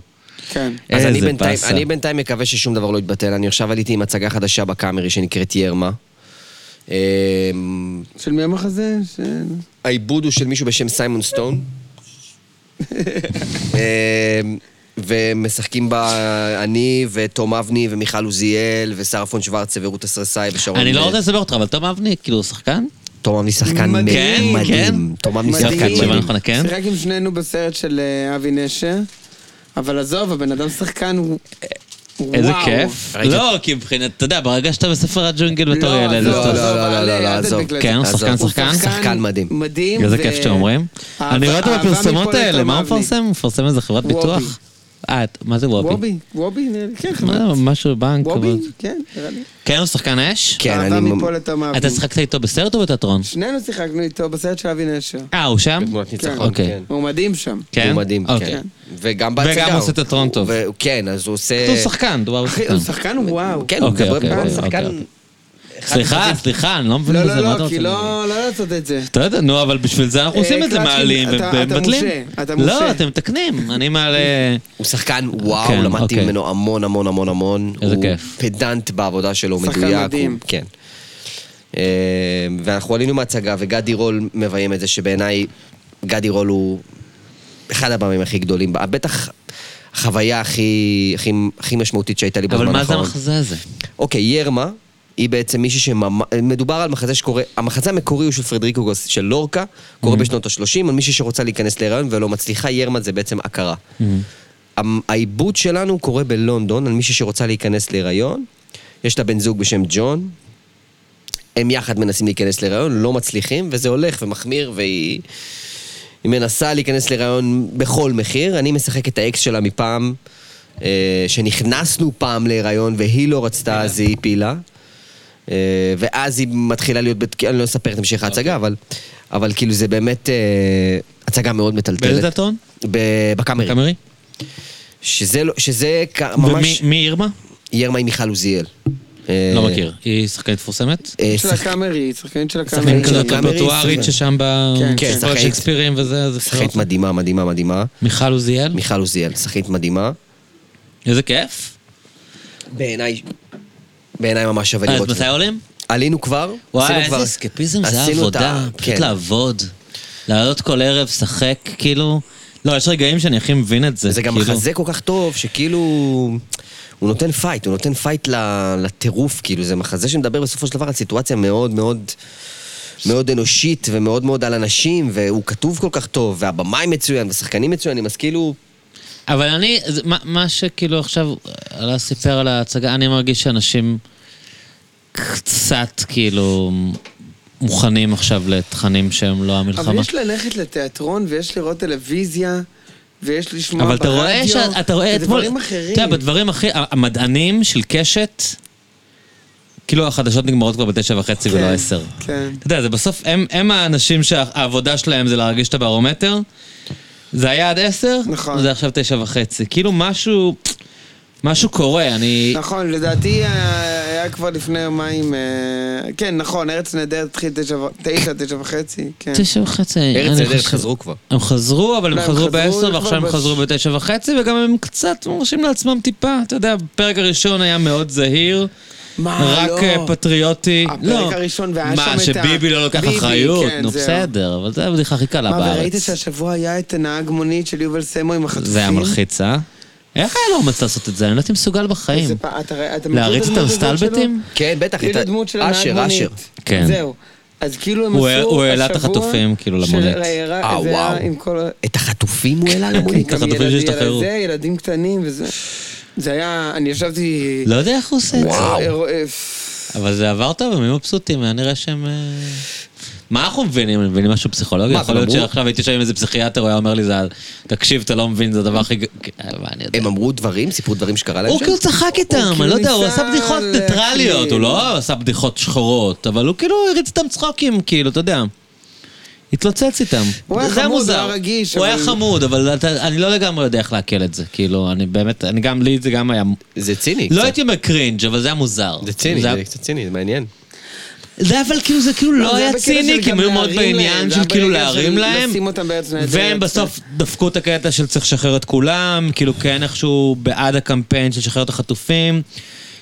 C: כן.
B: אז
A: איזה
B: אני בינתיים,
A: באסה.
B: אני בינתיים מקווה ששום דבר לא יתבטל. אני עכשיו עליתי עם הצגה חדשה בקאמרי שנקראת ירמה. אמ,
C: של מי המחזה? של...
B: העיבוד הוא של מישהו בשם סיימון סטון. אמ, ומשחקים בה אני ותום אבני ומיכל עוזיאל ושרה פון שוורצה ורות אסרסאי ושרון...
A: אני לא
B: מת.
A: רוצה לסבר אותך, אבל תום אבני, כאילו, הוא שחקן?
B: תום אבני שחקן
C: מדהים.
B: מדהים.
A: כן, כן.
B: תום אבני
A: מדהים.
B: שחקן
A: תשובה
B: מדהים.
A: נכונה, כן?
C: שיחק עם שנינו בסרט של אה, אבי נשר, אבל עזוב, הבן אדם שחקן הוא...
A: איזה
C: וואו.
A: כיף.
B: ראית
A: לא, כי מבחינת, אתה יודע, ברגע שאתה בספר הג'ונגל בתור
C: לא,
A: ילד,
C: עזוב,
A: אז
B: לא,
A: אתה-
B: לא,
C: עזוב,
B: לא, לא,
C: אל-
B: לא,
C: אל
B: עזוב.
C: תדבק לזה.
A: כן, הוא
B: עזוב.
A: שחקן,
C: הוא
A: שחקן?
B: שחקן מדהים.
C: מדהים.
A: איזה
C: ו-
A: כיף שאתם אומרים.
C: לא. אהבה-
A: אני רואה אותו
C: אהבה
A: בפרסומות
C: מפולת
A: האלה, מה הוא
C: תום אבני.
A: מפרסם? הוא מפרסם איזה חברת
C: וובי.
A: ביטוח? אה, את- מה זה וובי?
C: וובי, וובי, נראה לי, כן, חבר'ה.
A: מה, משהו בנק.
C: וובי,
A: אבל-
C: כן, נראה לי.
A: כן, הוא שחקן אש?
B: כן,
C: אהבה
B: אני...
C: מפה לתום אבי.
A: אתה שיחקת איתו בסרט או בתיאטרון?
C: שנינו שיחקנו איתו בסרט של אבי נשר.
A: אה, הוא שם?
B: בתמונת ניצחון,
A: אוקיי.
B: כן.
C: הוא מדהים שם.
A: כן?
B: הוא מדהים,
A: אוקיי.
B: כן. וגם
A: וגם
B: בהצגה.
A: הוא עושה תיאטרון טוב.
B: ו- כן, אז הוא עושה...
A: הוא שחקן, דובר
C: אה, אחי,
A: שחקן.
C: הוא שחקן וואו.
B: כן, הוא
A: אוקיי,
B: מדבר
A: אוקיי,
B: פה על
A: אוקיי,
B: שחקן...
A: אוקיי. סליחה, סליחה, אני לא מבין
C: לא,
A: בזה, מה
C: לא,
A: אתה
C: לא,
A: רוצה?
C: כי לא לא לעשות את זה.
A: אתה יודע, נו, אבל בשביל זה אנחנו
C: אה,
A: עושים את זה,
C: קלצ'קין,
A: מעלים
C: אתה- אתה
A: ומבטלים.
C: מושעה, אתה
A: לא,
C: מושעה.
A: אתם מתקנים, אני מעלה...
B: הוא שחקן וואו,
A: כן,
B: למדתי
A: אוקיי.
B: ממנו המון המון המון המון.
A: איזה
B: הוא
A: כיף.
B: פדנט בעבודה שלו,
C: שחקן
B: מדויק. הוא-
C: מדהים.
B: כן. אה, ואנחנו עלינו מהצגה, וגדי רול מביים את זה, שבעיניי גדי רול הוא אחד הבמים הכי גדולים. בטח החוויה הכי, הכי, הכי משמעותית שהייתה לי בזמן
A: אבל
B: האחרון.
A: מה זה המחזה הזה?
B: אוקיי, ירמה היא בעצם מישהי שממש... מדובר על מחזה שקורה... המחזה המקורי הוא של פרדריקו גוס, של לורקה, קורה בשנות ה-30, על מישהי שרוצה להיכנס להיריון ולא מצליחה, ירמה זה בעצם הכרה. המ- העיבוד שלנו קורה בלונדון, על מישהי שרוצה להיכנס להיריון. יש לה בן זוג בשם ג'ון, הם יחד מנסים להיכנס להיריון, לא מצליחים, וזה הולך ומחמיר, והיא היא מנסה להיכנס להיריון בכל מחיר. אני משחק את האקס שלה מפעם, אה, שנכנסנו פעם להיריון והיא לא רצתה, אז היא הפילה. אה, ואז היא מתחילה להיות, בת... אני לא אספר את המשך ההצגה, אבל, אבל כאילו זה באמת אה, הצגה מאוד מטלטלת.
A: באיזה תיאטרון?
B: ב- בקאמרי.
A: קאמרי?
B: שזה, לא- שזה כ- ממש...
A: ומי ירמה?
B: ירמה עם מיכל עוזיאל. אה,
A: לא מכיר. היא שחקנית מפורסמת?
B: אה,
C: של
B: שחק-
C: הקאמרי, שחקנית של
B: שחקנית
C: הקאמרי.
B: של
A: כזאת
B: כן, קאמרי,
A: רפרטוארית
B: שחקנית.
A: ששם ב...
C: כן,
A: כן,
B: כן, שחקנית.
A: שייקספירים וזה, זה
B: שחקנית
A: פרופר.
B: מדהימה, מדהימה, מדהימה.
A: מיכל עוזיאל?
B: מיכל עוזיאל, שחקנית מדהימה.
A: איזה כיף.
B: בעיניי... בעיניי ממש שווה
A: אז
B: לראות. את
A: אה, מתי
B: זה.
A: עולים?
B: עלינו כבר?
A: וואי,
B: עשינו כבר-
A: איזה אסקפיזם זה
B: עשינו את ה-
A: עבודה.
B: כן.
A: פשוט לעבוד. לעלות כל ערב, לשחק, כאילו... לא, יש רגעים שאני הכי מבין את זה.
B: זה גם
A: כאילו.
B: מחזה כל כך טוב, שכאילו... הוא נותן פייט, הוא נותן פייט ל- לטירוף, כאילו, זה מחזה שמדבר בסופו של דבר על סיטואציה מאוד מאוד... מאוד אנושית ומאוד מאוד על אנשים, והוא כתוב כל כך טוב, והבמאי מצוין, והשחקנים מצוינים, אז כאילו...
A: אבל אני, זה- מה, מה שכאילו עכשיו עלה סיפר על ההצגה, אני מרגיש שאנשים קצת כאילו מוכנים עכשיו לתכנים שהם לא
C: אבל
A: המלחמה.
C: יש ללכת לתיאטרון ויש לראות טלוויזיה. ויש לשמוע
A: אבל
C: ברדיו,
A: אתה רואה שאתה רואה
C: זה
A: אתמול,
C: דברים אחרים.
A: אתה יודע, בדברים הכי, המדענים של קשת, כאילו החדשות נגמרות כבר בתשע וחצי ולא
C: כן,
A: עשר.
C: כן.
A: אתה יודע, זה בסוף, הם, הם האנשים שהעבודה שלהם זה להרגיש את הברומטר. זה היה עד עשר,
C: נכון.
A: זה עכשיו תשע וחצי. כאילו משהו, משהו קורה, אני...
C: נכון, לדעתי אה, היה כבר לפני יומיים... אה, כן, נכון, ארץ נהדרת התחיל תשע, ו- תשע, תשע וחצי, כן.
A: תשע וחצי,
B: ארץ
A: אה, אני
B: נהדרת
A: חושב-
B: חזרו כבר.
A: הם חזרו, אבל
C: לא,
A: הם
C: הם
A: חזרו
C: חזרו
A: בעשר,
C: כבר
A: ועכשיו הם
C: בש-
A: חזרו בתשע וחצי, וגם הם קצת מרשים לעצמם טיפה. אתה יודע, הפרק הראשון היה מאוד זהיר.
C: מה,
A: רק
C: לא.
A: אה, פטריוטי.
C: הפרק
A: לא.
C: הראשון והיה שם
A: מה,
C: את ה-
A: שביבי לא לוקח
C: ביבי,
A: אחריות?
C: כן,
A: נו,
C: זהו.
A: בסדר, אבל זו הבדיחה הכי קלה
C: מה, וראית
A: בארץ.
C: שהשבוע היה את הנהג מונית של יובל סמו עם החטופים?
A: זה היה מלחיץ, אה? איך היה לו אומץ לעשות את זה? אני לא הייתי מסוגל בחיים.
C: איזה פ- אתה- אתה מכיר
A: להריץ את
C: הדמות הזאת
A: הסטלבטים?
C: שלו?
B: כן, בטח,
C: כאילו הדמות של הנהג
B: אשר, אשר.
C: מונית.
A: כן.
C: זהו. אז כאילו הם עשו
A: הוא העלה-
C: השבוע...
A: הוא העלה את החטופים, כאילו,
C: של-
A: למונית. כן,
C: אה,
B: אה,
C: זה היה
B: וואו.
C: עם כל... ה-
B: את החטופים הוא העלה למונית?
A: את
C: גם
A: החטופים
C: ילדים-
A: שהשתחררו.
C: זה, ילדים קטנים וזה... זה היה... אני ישבתי...
A: לא יודע איך הוא עושה את זה.
B: וואו.
C: אה, אה,
A: אבל זה עבר טוב, הם היו מבסוטים, היה נראה שהם... אה, מה אנחנו מבינים? הם מבינים משהו פסיכולוגי?
B: מה,
A: יכול להיות
B: אמרו?
A: שעכשיו הייתי שם עם איזה פסיכיאטר, הוא היה אומר לי, "זה ה- תקשיב, אתה לא מבין, זה הדבר הכי... ג- כן, מה אני יודע?
B: הם אמרו דברים, סיפרו דברים שקרה להם
A: הוא כאילו צחק איתם,
C: כאילו
A: אני לא יודע, הוא
C: ניסה
A: עשה בדיחות
C: להקליל.
A: ניטרליות, הוא לא עשה בדיחות שחורות, אבל הוא כאילו הריץ איתם צחוקים, כאילו, אתה יודע. התלוצץ איתם.
C: הוא היה
A: זה
C: חמוד,
A: מוזר.
C: הוא היה רגיש,
A: הוא
C: אבל-
A: היה חמוד, אבל אתה- אני לא לגמרי יודע איך לעכל את זה. כאילו, אני באמת, אני גם, לי זה גם היה...
B: זה ציני
A: לא
B: קצת.
A: הייתי אומר קרינג', אבל זה היה מוזר.
B: זה ציני,
A: היה-
B: זה קצת ציני, זה מעניין.
A: זה אבל כאילו זה כאילו לא
C: זה
A: היה
C: בקטע של
A: ציני, כי הם
C: גם
A: היו מאוד
C: להרים להם,
A: בעניין
C: זה
A: של
C: היה
A: כאילו
C: ברגע
A: להרים
C: של
A: להם,
C: לשים אותם בארץ נהדרת.
A: והם בסוף דפקו את הקטע של צריך לשחרר את כולם, כאילו כן איכשהו בעד הקמפיין של לשחרר את החטופים.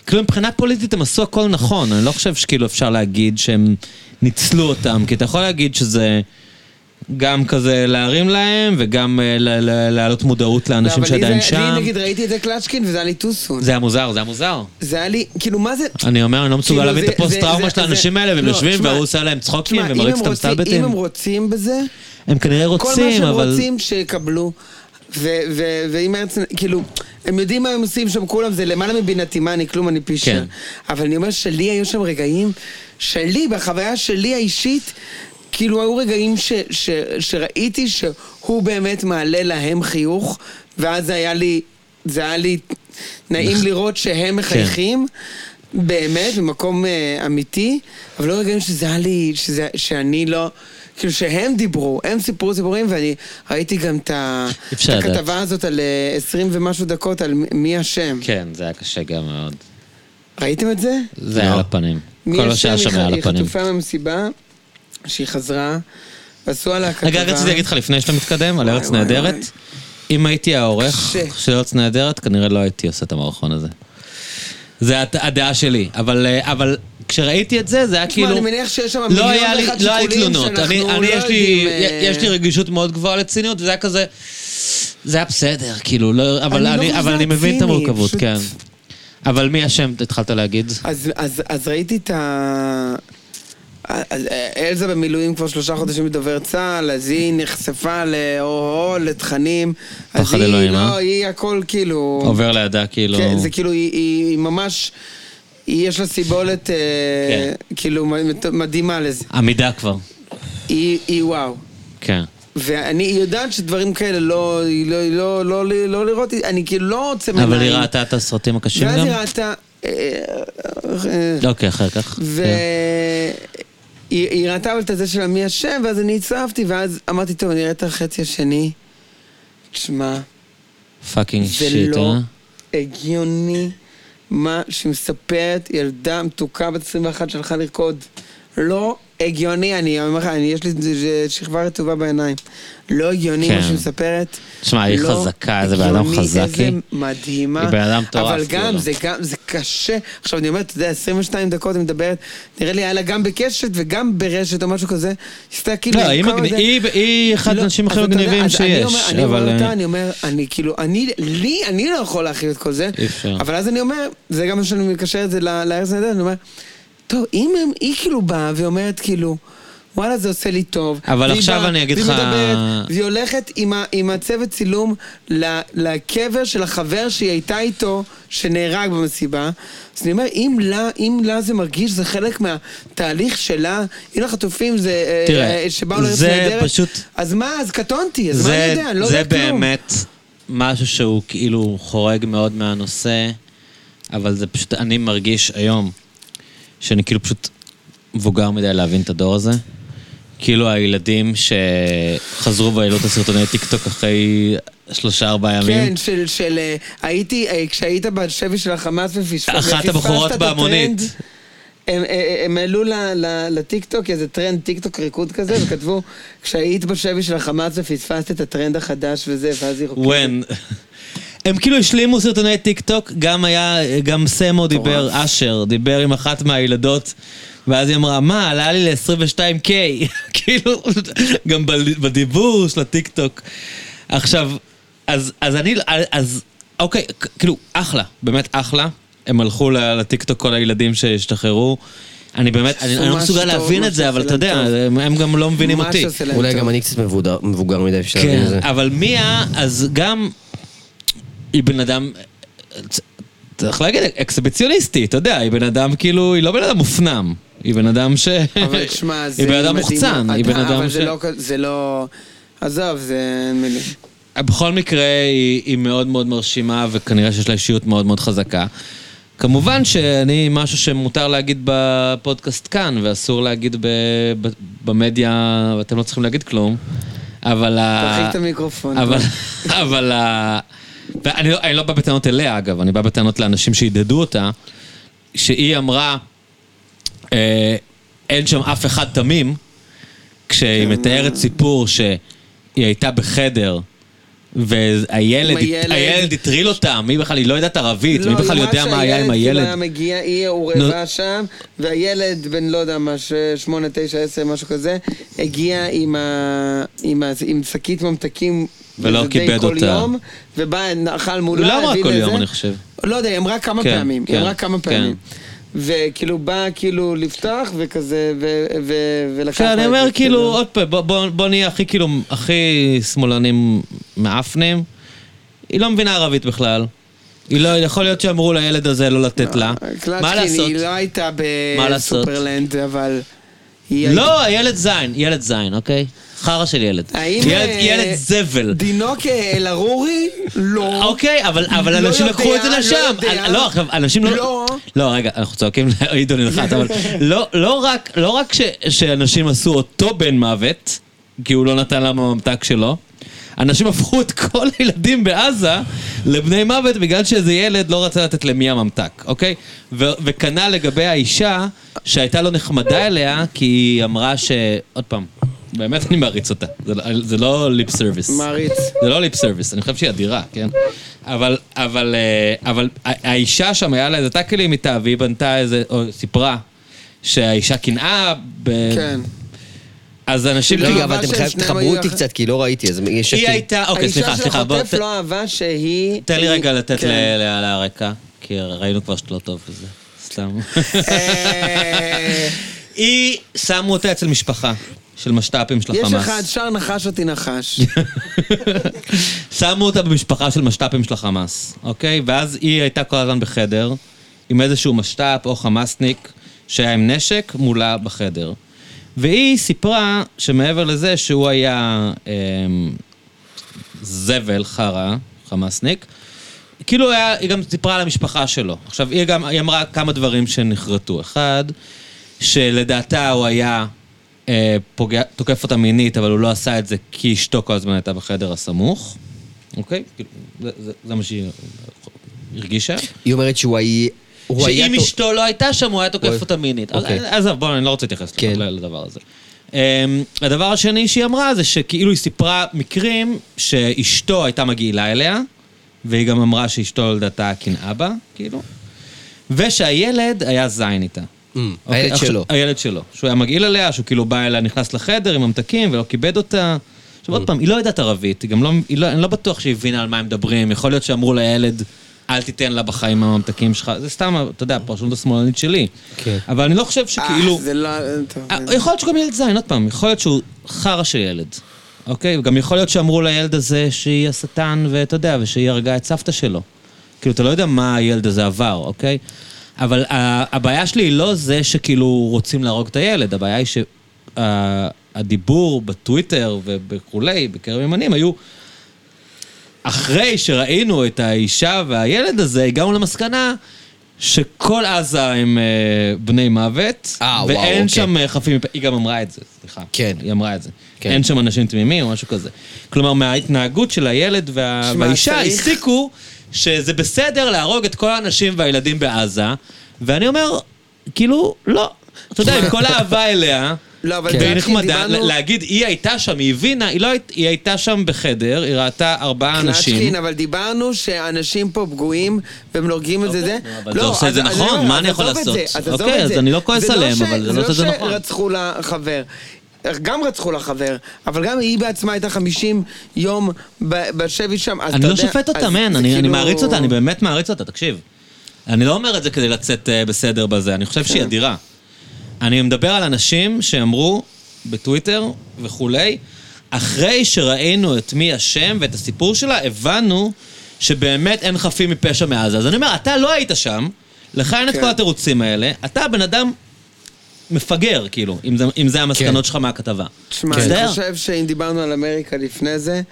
A: כאילו מבחינה פוליטית הם עשו הכל נכון, אני לא חושב שכאילו אפשר להגיד שהם ניצלו אותם, כי אתה יכול להגיד שזה גם כזה להרים להם, וגם אה, ל- ל- להעלות מודעות
C: לא,
A: לאנשים
C: אבל לי
A: שעדיין
C: זה- לי
A: שם.
C: נגיד ראיתי את זה קלצ'קין וזה היה לי too soon.
A: זה היה מוזר, זה היה מוזר.
C: זה היה לי, כאילו מה זה...
A: אני אומר, אני לא מסוגל
C: כאילו,
A: להבין את
C: זה-
A: הפוסט-טראומה
C: זה-
A: של
C: זה-
A: האנשים האלה, והם
C: לא,
A: יושבים
C: תשמע,
A: והוא עושה להם צחוקים
C: תשמע, אם
A: ומריץ
C: הם
A: אותם
C: רוצים-
A: סטלבטים.
C: אם הם רוצים בזה,
A: הם כנראה
C: כל מה
A: רוצים,
C: שהם
A: אבל...
C: רוצים שיקבלו. ו- ו- ואם ארץ, כאילו, הם יודעים מה הם עושים שם כולם, זה למעלה מבינתי, מה אני כלום, אני פישר.
A: כן.
C: כן. אבל אני אומר שלי היו שם רגעים, שלי, בחוויה שלי האישית, כאילו היו רגעים ש- ש- שראיתי שהוא באמת מעלה להם חיוך, ואז היה לי, זה היה לי נעים לראות
A: כן.
C: שהם מחייכים. באמת, במקום אה, אמיתי, אבל לא רגעים שזה היה לי, שזה, שאני לא, כאילו שהם דיברו, הם סיפרו סיפורים, ואני ראיתי גם את ה-
A: אי
C: את
A: אפשר לדעת.
C: הכתבה הזאת על אה, 20 ומשהו דקות, על מ- מי אשם.
A: כן, זה היה קשה גם מאוד.
C: ראיתם את זה?
A: לא. זה היה על הפנים.
C: מי
A: כל מה
C: ישן
A: שהיה שם
C: היא ח-
A: היה על
C: היא
A: הפנים.
C: חטופה מהמסיבה, שהיא חזרה, עשו עליה כתבה.
A: רגע, רק רציתי להגיד לך לפני שאתה מתקדם, על ארץ
C: וואי,
A: נהדרת.
C: וואי.
A: אם הייתי העורך
C: קשה.
A: של ארץ נהדרת, כנראה לא הייתי עושה את המערכון הזה. זה הת- הדעה שלי, אבל, אה, אבל כשראיתי את זה, זה היה
C: תשמע,
A: כאילו...
C: אני מניח שיש שם
A: לא
C: מיליון
A: היה לי,
C: ואחד
A: לא היה לי
C: שיקולים
A: תלונות. אני,
C: שאנחנו
A: אני
C: לא
A: יש, לי,
C: יודעים, אה,
A: יש לי רגישות מאוד גבוהה לציניות, וזה היה כזה... זה היה בסדר, כאילו, לא, אבל,
C: אני לא
A: אני,
C: חושבת
A: אבל
C: שזה
A: אני מבין את
C: ציני,
A: המורכבות,
C: פשוט-
A: כן. אבל מי אשם, התחלת להגיד?
C: אז, אז, אז ראיתי את ה... אז אה, אלזה במילואים כבר שלושה חודשים בדובר צה"ל, אז היא נחשפה לאו-הו, לתכנים. אז
A: פחד
C: היא,
A: אלוהים,
C: לא,
A: אה?
C: היא הכל כאילו...
A: עובר לידה, כאילו...
C: כן, זה כאילו, היא, היא, היא ממש... היא יש לה סיבולת, אה,
A: כן.
C: כאילו, מ- מדהימה לזה.
A: עמידה כבר.
C: היא, היא וואו.
A: כן.
C: ואני היא יודעת שדברים כאלה לא, היא לא, היא לא, לא, לא, לא לראות, אני כאילו לא עוצם
A: אבל היא ראתה את הסרטים הקשים
C: ואז
A: גם?
C: היא ראתה... אה, אה,
A: אוקיי, אחר כך. כן.
C: והיא היא ראתה אבל את הזה של המי אשם, ואז אני הצטרפתי, ואז אמרתי, טוב, אני אראה את החצי השני. תשמע,
A: פאקינג
C: זה
A: שיט,
C: לא
A: אה?
C: הגיוני מה שמספרת ילדה מתוקה בת 21 שהלכה לרקוד. לא הגיוני, אני אומר לך, אני- יש לי שכבה רטובה בעיניים. לא הגיוני מה
A: כן.
C: שמספרת.
A: תשמע, היא
C: לא
A: חזקה, איזה בן אדם
C: הגיוני,
A: חזק
C: איזה
A: היא.
C: מדהימה.
A: היא בן אדם מטורף,
C: אבל גם,
A: כאילו.
C: זה גם, זה קשה. עכשיו, אני אומר, אתה יודע, 22 דקות היא מדברת, נראה לי היה לה גם בקשת וגם ברשת או משהו כזה. עשתה כאילו...
A: לא, היא
C: כמה
A: מגניב-
C: זה-
A: היא- היא אחד
C: לא,
A: האנשים הכי
C: אז אתה יודע,
A: מגניבים
C: אז אני אומר-
A: שיש,
C: אני
A: אבל,
C: אומר
A: אה,
C: אותה, אני אומר, אני כאילו, אני, לי, אני לא יכול להכיל את כל זה.
A: אי אפשר.
C: אבל אז אני אומר, זה גם מה שאני מקשר את זה ל- לארץ נהדרת, אני אומר, טוב, אם הם, היא כאילו באה ואומרת כאילו, וואלה, זה עושה לי טוב.
A: אבל
C: והיא
A: עכשיו
C: באה,
A: אני אגיד
C: והיא
A: לך-
C: מדברת, והיא הולכת עם, ה, עם הצוות צילום ל, לקבר של החבר שהיא הייתה איתו, שנהרג במסיבה. אז אני אומר, אם לה, אם לה זה מרגיש, זה חלק מהתהליך שלה, אם לחטופים זה... אה,
A: תראה,
C: אה, שבאו לארץ
A: זה
C: נהדרת,
A: פשוט-
C: אז מה, אז קטונתי, אז מה אני
A: זה,
C: יודע, אני לא
A: זה
C: יודע כלום.
A: באמת משהו שהוא כאילו חורג מאוד מהנושא, אבל זה פשוט, אני מרגיש היום שאני כאילו פשוט מבוגר מדי להבין את הדור הזה. כאילו הילדים שחזרו והעלו את הסרטוני טיקטוק אחרי שלושה-ארבעה ימים.
C: כן, של, של אה, הייתי, אה, כשהיית בשבי של החמאס ופספ- ופספסת
A: אחת הבחורות
C: את
A: בהמונית.
C: הטרנד, הם, אה, הם העלו ל- ל- לטיקטוק איזה טרנד טיקטוק ריקוד כזה, וכתבו, כשהיית בשבי של החמאס ופספסת את הטרנד החדש וזה, ואז היא רוקדת.
A: when. הם כאילו השלימו סרטוני טיק טוק, גם היה, גם סמו דיבר, אשר, דיבר עם אחת מהילדות, ואז היא אמרה, מה, עלה לי ל-22K, כאילו, גם בל- בדיבור של הטיק טוק. עכשיו, אז, אז אני, אז, אוקיי, כ- כאילו, אחלה, באמת אחלה. הם הלכו ל- לטיק טוק כל הילדים שהשתחררו. אני באמת, אני, אני לא
C: ממש
A: מסוגל
C: טוב,
A: להבין
C: ממש
A: את זה, אבל אתה
C: עושה להם
A: יודע, הם,
C: טוב.
A: הם גם לא מבינים
C: ממש
A: אותי.
C: עושה להם
B: אולי
C: טוב.
B: גם אני קצת מבודר- מבוגר מדי בשביל להבין את
A: כן,
B: זה.
A: אבל מיה, אז גם, היא בן אדם, צריך להגיד, אקסביציוניסטי, אתה יודע, היא בן אדם כאילו, היא לא בן אדם מופנם. היא בן אדם ש...
C: אבל תשמע, זה
A: היא בן אדם
C: מדהים.
A: מוחצן, היא
C: אתה-
A: בן אדם
C: אבל
A: ש...
C: זה לא, כ- זה לא... עזוב, זה... אין מילים.
A: אה, בכל מקרה, היא, היא מאוד מאוד מרשימה, וכנראה שיש לה אישיות מאוד מאוד חזקה. כמובן שאני, משהו שמותר להגיד בפודקאסט כאן, ואסור להגיד ב, ב, במדיה, אתם לא צריכים להגיד כלום, אבל... ה-
C: תרחיק את המיקרופון.
A: אבל, אבל ה... ואני לא, אני לא בא בטענות אליה, אגב, אני בא בטענות לאנשים שידדו אותה, שהיא אמרה, אה, אין שם אף אחד תמים,
C: כן.
A: כשהיא מתארת סיפור שהיא הייתה בחדר. והילד,
C: עם הילד.
A: הילד הטריל אותה, מי בכלל, היא לא יודעת ערבית, מי בכלל
C: היא
A: יודע
C: אמרה
A: מה היה עם
C: שהילד כאילו
A: הילד.
C: היה מגיע, היא עורבה שם, והילד בן לא יודע מה, ש- שמונה, תשע, עשר, משהו כזה, הגיע עם ה- עם ה- עם שקית ממתקים.
A: ולא
C: וזה די
A: כיבד
C: כל
A: אותה.
C: יום, ובא, אכל מולה,
A: לא אמרה
C: הביא
A: כל
C: לזה.
A: יום, אני חושב.
C: לא יודע, היא אמרה כמה
A: כן,
C: פעמים, היא
A: כן,
C: אמרה כמה
A: כן.
C: פעמים. וכאילו בא כאילו לפתוח וכזה, ו- ו- ולקח...
A: כן,
C: לה את
A: אני
C: זה,
A: אומר כאילו, עוד פעם, בוא- בוא בוא נהיה הכי כאילו, הכי שמאלנים מאפנים. היא לא מבינה ערבית בכלל. היא לא, יכול להיות שאמרו לילד הזה לא לתת לה. מה
C: אה, קלצ'קין,
A: לעשות?
C: היא לא הייתה
A: מה לעשות?
C: בסופרלנד, אבל... היא
A: לא, הילד זין, ילד זין, אוקיי? חרא של ילד.
C: האם...
A: ילד-
C: אה,
A: ילד זבל.
C: דינוק אה, אל-ערורי? לא.
A: אוקיי, אבל אבל
C: לא
A: אנשים
C: יודע,
A: לקחו את זה
C: לא
A: לשם.
C: יודע.
A: אל- לא, עכשיו, אנשים
C: לא.
A: לא... לא, רגע, אנחנו צועקים לעידו לנחת, אבל לא- לא רק- לא רק ש- שאנשים עשו אותו בן מוות, כי הוא לא נתן לה מהממתק שלו, אנשים הפכו את כל הילדים בעזה לבני מוות בגלל שאיזה ילד לא רצה לתת למיה ממתק, אוקיי? ו- וכנ"ל לגבי האישה שהייתה לא נחמדה אליה, כי היא אמרה ש... עוד פעם, באמת אני מעריץ אותה. זה, לא- זה לא ליפ סרוויס.
C: מעריץ.
A: זה לא ליפ סרוויס, אני חושב שהיא אדירה, כן? אבל, אבל, אה, אבל ה- האישה שם, היה לה איזה טאקלים איתה, והיא בנתה איזה, או סיפרה, שהאישה קנאה, ב...
C: כן.
A: אז אנשים...
C: לא,
B: רגע, אבל
C: אבל
B: אתם
C: שהם
B: חייב-
C: שניהם
B: תחברו
C: היו
B: אותי
C: אח-
B: קצת, כי לא ראיתי, אז יש
A: היא
B: עתיד.
A: הייתה... אוקיי, סליחה, סליחה, בוא...
C: האישה של
A: ת-
C: חוטף לא אהבה שהיא...
A: תן לי רגע לתת
C: כן.
A: ל- ל- על הרקע, כי ראינו כבר שאת לא טוב בזה. סתם.
C: אה,
A: היא, שמו אותה אצל משפחה של משת"פים של
C: יש
A: החמאס.
C: אחד, שר נחש אותי נחש.
A: שמו אותה במשפחה של משת"פים של החמאס, אוקיי? ואז היא הייתה כל הזמן בחדר, עם איזשהו משת"פ או חמאסניק שהיה עם נשק מולה בחדר. והיא סיפרה שמעבר לזה שהוא היה אמ, זבל, חרא, חמאסניק, כאילו היה, היא גם סיפרה על המשפחה שלו. עכשיו, היא גם, היא אמרה כמה דברים שנחרטו. אחד, שלדעתה הוא היה אה, פוגע, תוקף אותה מינית, אבל הוא לא עשה את זה כי אשתו כל הזמן הייתה בחדר הסמוך. אוקיי? כאילו, זה, זה, זה מה שהיא הרגישה.
B: היא אומרת שהוא היה... הוא היה...
A: שאם
B: טוב-
A: אשתו לא הייתה שם, הוא היה
B: אוי.
A: תוקף אותה מינית. אז-
B: אוקיי.
A: עזוב, בואו, אני לא רוצה להתייחס
B: כן.
A: ל- לדבר הזה. אמ, הדבר השני שהיא אמרה זה שכאילו היא סיפרה מקרים שאשתו הייתה מגעילה אליה, והיא גם אמרה שאשתו לדעתה קנאה בה, כאילו, ושהילד היה זין איתה.
B: Mm,
A: אוקיי,
B: הילד
A: עכשיו-
B: שלו.
A: הילד שלו. שהוא היה מגעיל עליה, שהוא כאילו בא אליה, נכנס לחדר עם ממתקים ולא כיבד אותה. עכשיו
B: Mm.
A: עוד פעם, היא לא יודעת ערבית, היא גם לא, היא לא, אני לא בטוח שהיא הבינה על מה הם מדברים, יכול להיות שאמרו לילד, אל תיתן לה בחיים הממתקים שלך, זה סתם, אתה יודע, פרשנות השמאלנית שלי.
B: כן.
A: אבל אני לא חושב שכאילו...
C: אה, זה לא... טוב,
A: אה, יכול להיות שגם ילד זין, עוד פעם, יכול להיות שהוא חרא של ילד, אוקיי? וגם יכול להיות שאמרו לילד הזה שהיא השטן, ואתה יודע, ושהיא הרגה את סבתא שלו. כאילו, אתה לא יודע מה הילד הזה עבר, אוקיי? אבל ה- הבעיה שלי היא לא זה שכאילו רוצים להרוג את הילד, הבעיה היא שהדיבור בטוויטר וכולי, בקרב ימנים, היו... אחרי שראינו את האישה והילד הזה, הגענו למסקנה שכל עזה הם אה, בני מוות,
B: אה, וואו,
A: ואין
B: אוקיי.
A: שם אה, חפים מפה. היא גם אמרה את זה, סליחה.
B: כן.
A: היא אמרה את זה.
B: כן.
A: כן. אין שם אנשים תמימים או משהו כזה. כלומר, מההתנהגות של הילד וה...
C: שמע,
A: והאישה
C: צריך-
A: הסיקו שזה בסדר להרוג את כל האנשים והילדים בעזה, ואני אומר, כאילו, לא. אתה יודע, עם כל האהבה אליה...
C: לא, אבל
A: כן. והיא
C: דעת
A: נחמדה,
C: שדיברנו-
A: להגיד, היא הייתה שם, היא הבינה, היא לא הייתה, היא הייתה שם בחדר, היא ראתה ארבעה אנשים.
C: קלצ'קין, אבל דיברנו שאנשים פה פגועים, והם נורגים את זה זה.
A: אוקיי. אבל אתה עושה את זה
C: אז- אז
A: נכון,
C: אני אומר,
A: מה אני
C: עזוב
A: יכול
C: את
A: לעשות?
C: זה, עזוב
A: אוקיי,
C: את
A: אז
C: זה.
A: אני לא כועס
C: זה
A: עליהם,
C: ש-
A: אבל אתה לא עושה את זה נכון.
C: זה לא שרצחו לה חבר. גם רצחו לה חבר, אבל גם היא בעצמה הייתה 50 יום ב- בשבי שם, אז אתה
A: אני
C: יודע...
A: לא שופט אותה,
C: אז
A: מן,
C: זה
A: אני אני
C: כאילו-
A: מעריץ אותה, אני באמת מעריץ אותה, תקשיב. אני לא אומר את זה כדי לצאת אה, בסדר בזה, אני
C: כן.
A: חושב שהיא אדירה. אני מדבר על אנשים שאמרו בטוויטר וכולי, אחרי שראינו את מי אשם ואת הסיפור שלה, הבנו שבאמת אין חפים מפשע מעזה. אז אני אומר, אתה לא היית שם, לך אין את
C: כן.
A: כל התירוצים האלה, אתה בן אדם מפגר, כאילו, אם זה- אם זה המסקנות שלך מהכתבה.
C: כן. תשמע,
A: מצטער.
C: אני חושב שאם דיברנו על אמריקה לפני זה,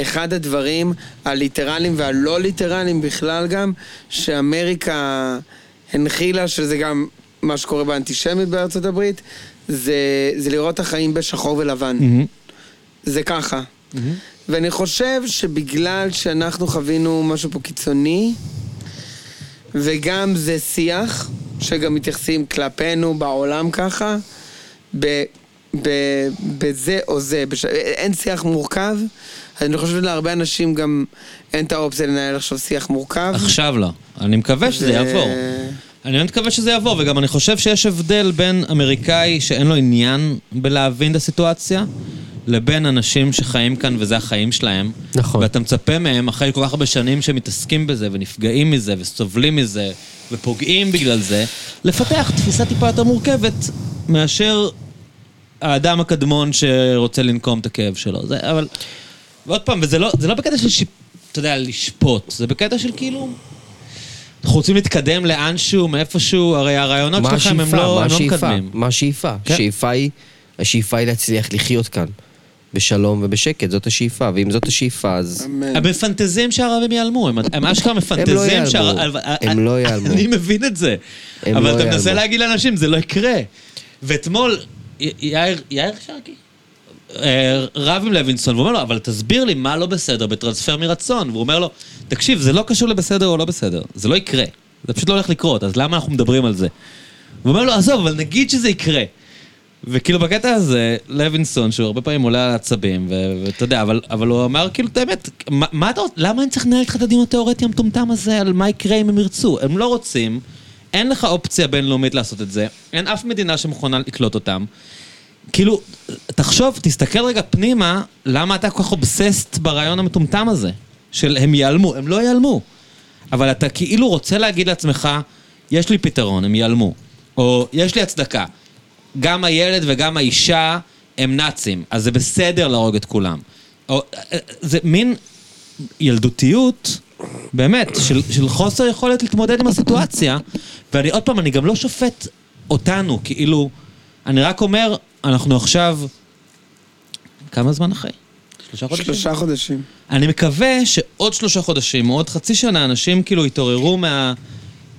C: אחד הדברים הליטרליים והלא ליטרליים בכלל גם, שאמריקה הנחילה, שזה גם מה שקורה באנטישמיות בארצות הברית, זה, זה לראות את החיים בשחור ולבן.
A: Mm.
C: זה ככה. ואני חושב שבגלל שאנחנו חווינו משהו פה קיצוני, וגם זה שיח, שגם מתייחסים כלפינו בעולם ככה, ב, ב, בזה או זה, בש... אין שיח מורכב. אני חושב שלהרבה אנשים גם אין את האופציה לנהל עכשיו שיח מורכב.
A: עכשיו לא. אני מקווה שזה
C: זה-
A: יעבור. אני באמת מקווה שזה יעבור, וגם אני חושב שיש הבדל בין אמריקאי שאין לו עניין בלהבין את הסיטואציה, לבין אנשים שחיים כאן וזה החיים שלהם.
B: נכון.
A: ואתה מצפה מהם, אחרי כל כך הרבה שנים שמתעסקים בזה, ונפגעים מזה, וסובלים מזה, ופוגעים בגלל זה, לפתח תפיסה טיפה יותר מורכבת מאשר האדם הקדמון שרוצה לנקום את הכאב שלו. זה, אבל... ועוד פעם, וזה לא, זה לא בקטע של, שיפ, אתה יודע, לשפוט, זה בקטע של כאילו... אנחנו רוצים להתקדם לאנשהו, מאיפשהו, הרי הרעיונות
B: מה
A: שלכם הם
B: השאיפה?
A: לא,
B: מה
A: הם לא
B: השאיפה?
A: מקדמים.
B: מה השאיפה?
A: כן.
B: השאיפה היא, השאיפה היא להצליח לחיות כאן. בשלום ובשקט, זאת השאיפה. ואם זאת השאיפה, אז...
C: אמן.
A: הם מפנטזים שהערבים ייעלמו, הם- הם אשכרה מפנטזים
B: אה, לא ייעלמו.
A: שהערב-
B: הם לא ייעלמו.
A: אני מבין את זה.
B: הם לא
A: אבל אתה מנסה
B: ייעלמו.
A: להגיד לאנשים, זה לא יקרה. ואתמול, י- יאיר, יאיר שרקי? אה, רב עם לוינסון, והוא אומר לו, אבל תסביר לי מה לא בסדר בטרנספר מרצון. והוא אומר לו, תקשיב, זה לא קשור לבסדר או לא בסדר, זה לא יקרה. זה פשוט לא הולך לקרות, אז למה אנחנו מדברים על זה? והוא אומר לו, עזוב, אבל נגיד שזה יקרה. וכאילו בקטע הזה, לוינסון, שהוא הרבה פעמים עולה על עצבים, ו- ואתה יודע, אבל, אבל הוא אמר כאילו את האמת, מה, מה אתה רוצה, למה אני צריך לנהל איתך את הדיון התיאורטי המטומטם הזה על מה יקרה אם הם ירצו? הם לא רוצים, אין לך אופציה בינלאומית לעשות את זה, אין אף מדינה שמוכנה לקלוט אותם. כאילו, תחשוב, תסתכל רגע פנימה, למה אתה כל כך אובססט ברעיון המטומטם הזה? של הם ייעלמו, הם לא ייעלמו. אבל אתה כאילו רוצה להגיד לעצמך, יש לי פתרון, הם ייעלמו. או יש לי הצדקה. גם הילד וגם האישה הם נאצים, אז זה בסדר להרוג את כולם. או, אה, זה מין ילדותיות, באמת, של, של חוסר יכולת להתמודד עם הסיטואציה. ואני עוד פעם, אני גם לא שופט אותנו, כאילו, אני רק אומר, אנחנו עכשיו... כמה זמן אחרי? שלושה חודשים?
C: שלושה חודשים.
A: אני מקווה שעוד שלושה חודשים, או עוד חצי שנה, אנשים כאילו יתעוררו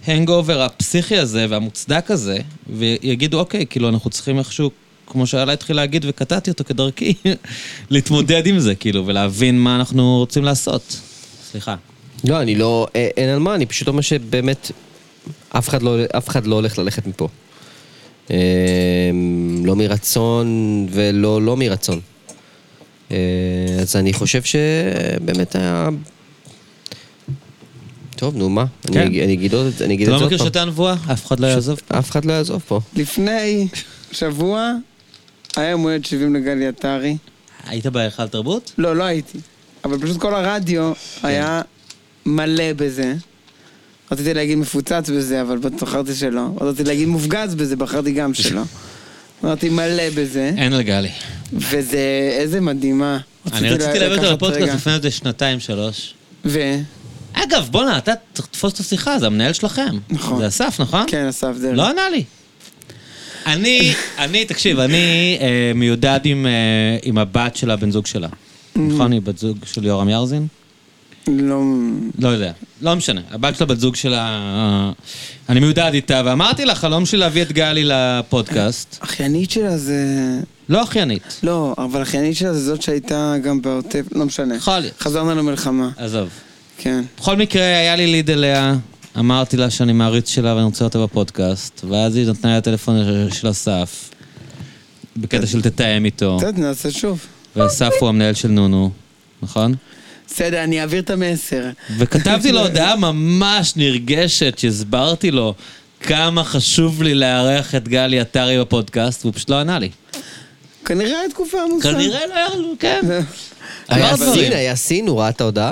A: מההנגאובר הפסיכי הזה והמוצדק הזה, ויגידו, אוקיי, כאילו, אנחנו צריכים איכשהו, כמו שאלה התחיל להגיד וקטעתי אותו כדרכי, להתמודד עם זה, כאילו, ולהבין מה אנחנו רוצים לעשות. סליחה.
B: לא, אני לא... אה, אין על מה, אני פשוט אומר שבאמת אף אחד לא, אף אחד לא הולך ללכת מפה. אה, לא מרצון ולא לא מרצון. אה, אז אני חושב שבאמת היה... טוב, נו, מה?
A: כן.
B: אני, אני אגיד עוד- אני אגיד
A: אתה
B: את
A: לא
B: זה
A: מכיר
B: עוד
A: שאתה הנבואה? אף אחד לא יעזוב.
B: פעם. אף אחד לא יעזוב פה.
C: לפני שבוע היה יום הולדת 70 לגלי עטרי.
A: היית בהיכל תרבות?
C: לא, לא הייתי. אבל פשוט כל הרדיו
A: כן.
C: היה מלא בזה. רציתי להגיד מפוצץ בזה, אבל בחרתי שלא. רציתי להגיד מופגז בזה, בחרתי גם שלא. אמרתי מלא בזה,
A: אין לגלי.
C: וזה... איזה מדהימה.
A: אני רציתי להביא אותו
C: לקחת
A: לפודקאסט
C: רגע.
A: לפני איזה שנתיים, שלוש.
C: ו...
A: אגב, בואנה, אתה צריך לתפוס את השיחה, זה המנהל שלכם.
C: נכון.
A: זה אסף, נכון?
C: כן, אסף דרעי.
A: לא ענה לי. אני, אני, תקשיב, אני אה, מיודד עם, אה, עם הבת של הבן זוג שלה. נכון, היא בת זוג של יורם יארזין?
C: לא...
A: לא יודע, לא משנה. הבת של הבת זוג שלה, אה, אני מיודד איתה, ואמרתי לה, חלום שלי להביא את גלי לפודקאסט.
C: אחיינית שלה זה...
A: לא אחיינית,
C: לא, אבל אחיינית שלה זה זאת שהייתה גם בעוטף, לא משנה.
A: יכול להיות.
C: חזרנו למלחמה,
A: עזוב.
C: כן.
A: בכל מקרה, היה לי ליד אליה, אמרתי לה שאני מעריץ שלה ואני רוצה אותה בפודקאסט, ואז היא נתנה לי את הטלפון של אסף, בקטע של תתאם איתו,
C: בסדר, נעשה שוב.
A: ואסף הוא המנהל של נונו, נכון?
C: בסדר, אני אעביר את המסר.
A: וכתבתי לו הודעה ממש נרגשת, שהסברתי לו כמה חשוב לי לארח את גלי עטרי בפודקאסט, והוא פשוט לא ענה לי.
C: כנראה התקופה עמוסה.
A: כנראה לא היה לו, כן.
C: זה-
A: אמר
B: היה
A: דברים.
B: סין, לא, היה סין, הוא ראה את ההודעה.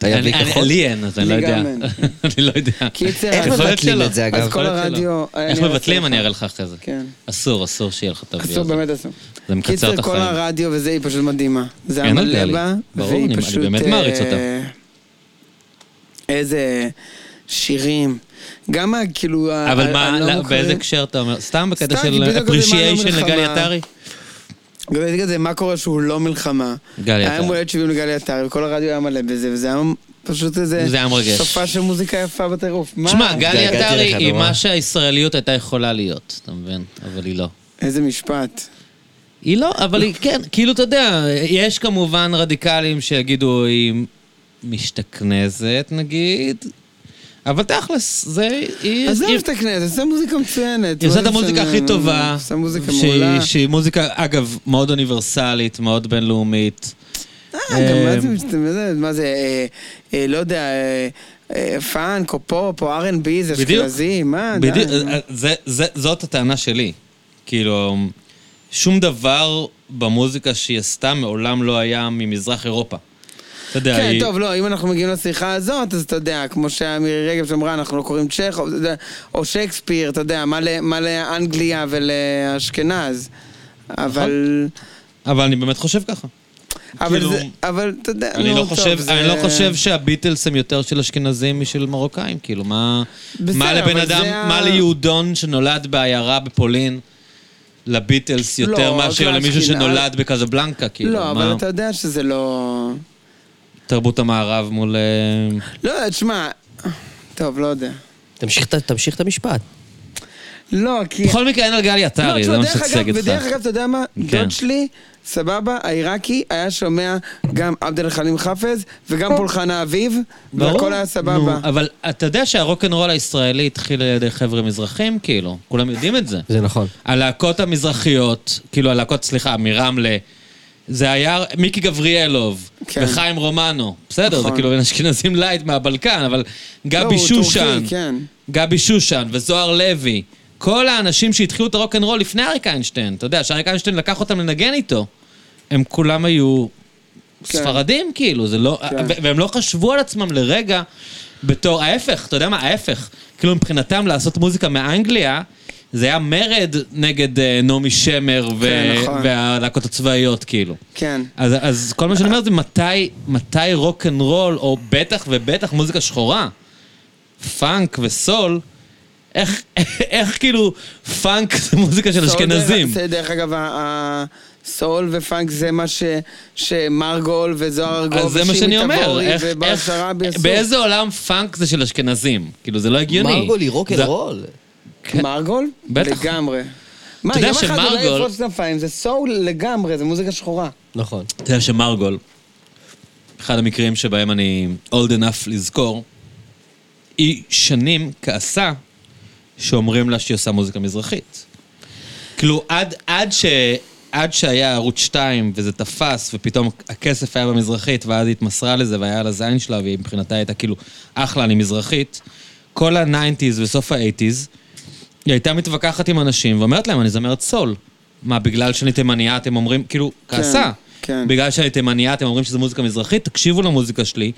B: היה
A: אני-
B: בלי
A: אני-
B: כחול.
A: לי אין, אז אני לא
C: לי
A: יודע.
C: גם אין.
A: אני לא יודע.
C: קיצר,
B: איך
A: יכול להיות
B: מבטלים
A: שלא.
B: את זה, אגב?
C: אז
A: יכול
C: כל
A: להיות שלא.
C: הרדיו...
A: איך
C: לא, אני
A: מבטלים?
C: אעשה
A: אני אראה
C: לך.
A: לך אחרי זה.
C: כן.
A: אסור, אסור שיהיה לך את הווידאו
C: אסור,
A: הזה.
C: באמת אסור.
A: זה מקצר את
C: קיצר, כל
A: החיים.
C: הרדיו וזה, היא פשוט מדהימה. זה
A: אין על
C: המלא
A: גלי.
C: בה,
A: ברור,
C: והיא
A: אני- אני
C: פשוט,
A: באמת מעריץ
C: אה,
A: אותה.
C: איזה שירים. גם ה- כאילו... ה-
A: אבל
C: ה-
A: מה,
C: הלא
A: לא-
C: מוכרים.
A: באיזה הקשר אתה אומר? סתם בקטע
C: סתם,
A: של
C: כי בדיוק זה מה לא
A: אפרישיישן
C: מלחמה.
A: לגלי עטרי?
C: גם הייתי כזה, מה קורה שהוא לא מלחמה?
A: גלי
C: היה יום
A: עטרי.
C: הולדת 70 לגלי עטרי, וכל הרדיו היה מלא בזה, וזה היה פשוט איזה...
A: זה היה מרגש.
C: סופה של מוזיקה יפה בטירוף. מה?
A: תשמע, גלי
B: התגעגעתי
A: עטרי
B: אליך
A: היא
B: נורא.
A: מה שהישראליות הייתה יכולה להיות, אתה מבין? אבל היא לא.
C: איזה משפט.
A: היא לא, אבל היא כן, כאילו, אתה יודע, יש כמובן רדיקלים שיגידו, היא משתכנזת, נגיד, אבל תכלס, זה... היא-
C: עזוב
A: היא-
C: את הכנסת, עושה מוזיקה מצוינת.
A: היא עושה
C: מה
A: את
C: זה
A: המוזיקה
C: משנה?
A: הכי טובה.
C: עושה מוזיקה
A: שהיא-
C: מעולה.
A: שהיא מוזיקה, אגב, מאוד אוניברסלית, מאוד בינלאומית.
C: אה, גם מה זה
A: אה,
C: משתמש? מה זה, אה, אה, לא יודע, אה, אה, פאנק או פופ או R&B זה
A: בדיוק.
C: אשכנזי, מה? אה, די,
A: בדיוק, אה,
C: מה?
A: זה- זה- זאת הטענה שלי. כאילו, שום דבר במוזיקה שהיא עשתה מעולם לא היה ממזרח אירופה. אתה יודע,
C: כן,
A: היא...
C: טוב, לא, אם אנחנו מגיעים לשיחה הזאת, אז אתה יודע, כמו שמירי רגב שאמרה, אנחנו לא קוראים צ'ך, או- אתה יודע, או שייקספיר, אתה יודע, מה ל- מה לאנגליה ולאשכנז. אבל...
A: אבל אני באמת חושב ככה. נכון.
C: אבל
A: כאילו,
C: זה... אבל אתה יודע,
A: אני
C: נו,
A: לא
C: טוב,
A: חושב,
C: זה-
A: אני לא חושב שהביטלס הם יותר של אשכנזים משל מרוקאים, כאילו, מה...
C: בסדר,
A: מה לבן
C: אבל
A: אדם,
C: זה ה-
A: מה ליהודון שנולד בעיירה בפולין, לביטלס יותר
C: לא,
A: מאשר
C: זה
A: למישהו
C: אשכנז.
A: שנולד בקזבלנקה,
C: לא,
A: כאילו,
C: אבל
A: מה
C: אתה יודע שזה לא...
A: תרבות המערב מול... אה,
C: לא, תשמע, טוב, לא יודע.
B: תמשיך את- תמשיך את המשפט.
C: לא, כי...
A: בכל מקרה אין על גלי עטרי,
C: לא,
A: זה מה
C: תשמע, דרך
A: שצריך
C: אגב-
A: להגיד
C: ודרך
A: לך.
C: אגב, אתה יודע מה?
A: כן.
C: דוד שלי, סבבה, העיראקי, היה שומע גם עבד אל חלים חפז וגם פולחנה אביב, והכל היה סבבה.
A: נו, אבל אתה יודע שהרוקנרול הישראלי התחיל על ידי חבר'ה מזרחים, כאילו, כולם יודעים את זה.
B: זה נכון.
A: הלהקות המזרחיות, כאילו הלהקות, סליחה, מרמלה, זה היה מיקי גבריאלוב
C: כן.
A: וחיים רומנו. בסדר, זה
C: נכון.
A: כאילו בין אשכנזים לייט מהבלקן, אבל
C: לא,
A: גבי
C: הוא
A: שושן,
C: טורקי, כן.
A: גבי שושן וזוהר לוי, כל האנשים שהתחילו את הרוקנרול לפני אריק איינשטיין, אתה יודע, שאריק איינשטיין לקח אותם לנגן איתו, הם כולם היו
C: כן.
A: ספרדים, כאילו, זה לא...
C: כן.
A: ו- והם לא חשבו על עצמם לרגע בתור ההפך, אתה יודע מה, ההפך. כאילו, מבחינתם לעשות מוזיקה מאנגליה, זה היה מרד נגד אה, נעמי שמר ו-
C: כן, נכון.
A: והלהקות הצבאיות, כאילו.
C: כן.
A: אז, אז כל מה שאני אומר זה מתי, מתי רוק אנד רול, או בטח ובטח מוזיקה שחורה, פאנק וסול, איך, איך כאילו פאנק זה מוזיקה של
C: סול, דרך-
A: אשכנזים?
C: זה, דרך אגב, ה- ה- סול ופאנק זה מה ש- שמרגול וזוהר ארגוב
A: אז זה מה שאני אומר, איך,
C: ובר
A: איך,
C: שראבי עשו.
A: באיזה עולם פאנק זה של אשכנזים? כאילו זה לא הגיוני.
B: מרגול היא רוק אנד
A: זה-
B: רול.
C: מרגול?
A: בטח.
C: לגמרי. מה,
A: יודע
C: יום אחד לא
A: שמרגול-
C: אולי יפרוץ כנפיים, זה סול לגמרי, זה מוזיקה שחורה.
B: נכון.
A: אתה יודע שמרגול, אחד המקרים שבהם אני old enough לזכור, היא שנים כעסה שאומרים לה שהיא עושה מוזיקה מזרחית. כאילו, עד, עד, ש, עד שהיה ערוץ 2 וזה תפס, ופתאום הכסף היה במזרחית, ואז היא התמסרה לזה והיה על הזין שלה, והיא מבחינתה הייתה כאילו, אחלה, אני מזרחית. כל הניינטיז וסוף האייטיז, היא הייתה מתווכחת עם אנשים ואומרת להם, אני זמרת סול. מה, בגלל שאני תימניה אתם אומרים, כאילו, כעסה.
C: כן.
A: בגלל שאני תימניה אתם אומרים שזה מוזיקה מזרחית, תקשיבו למוזיקה שלי,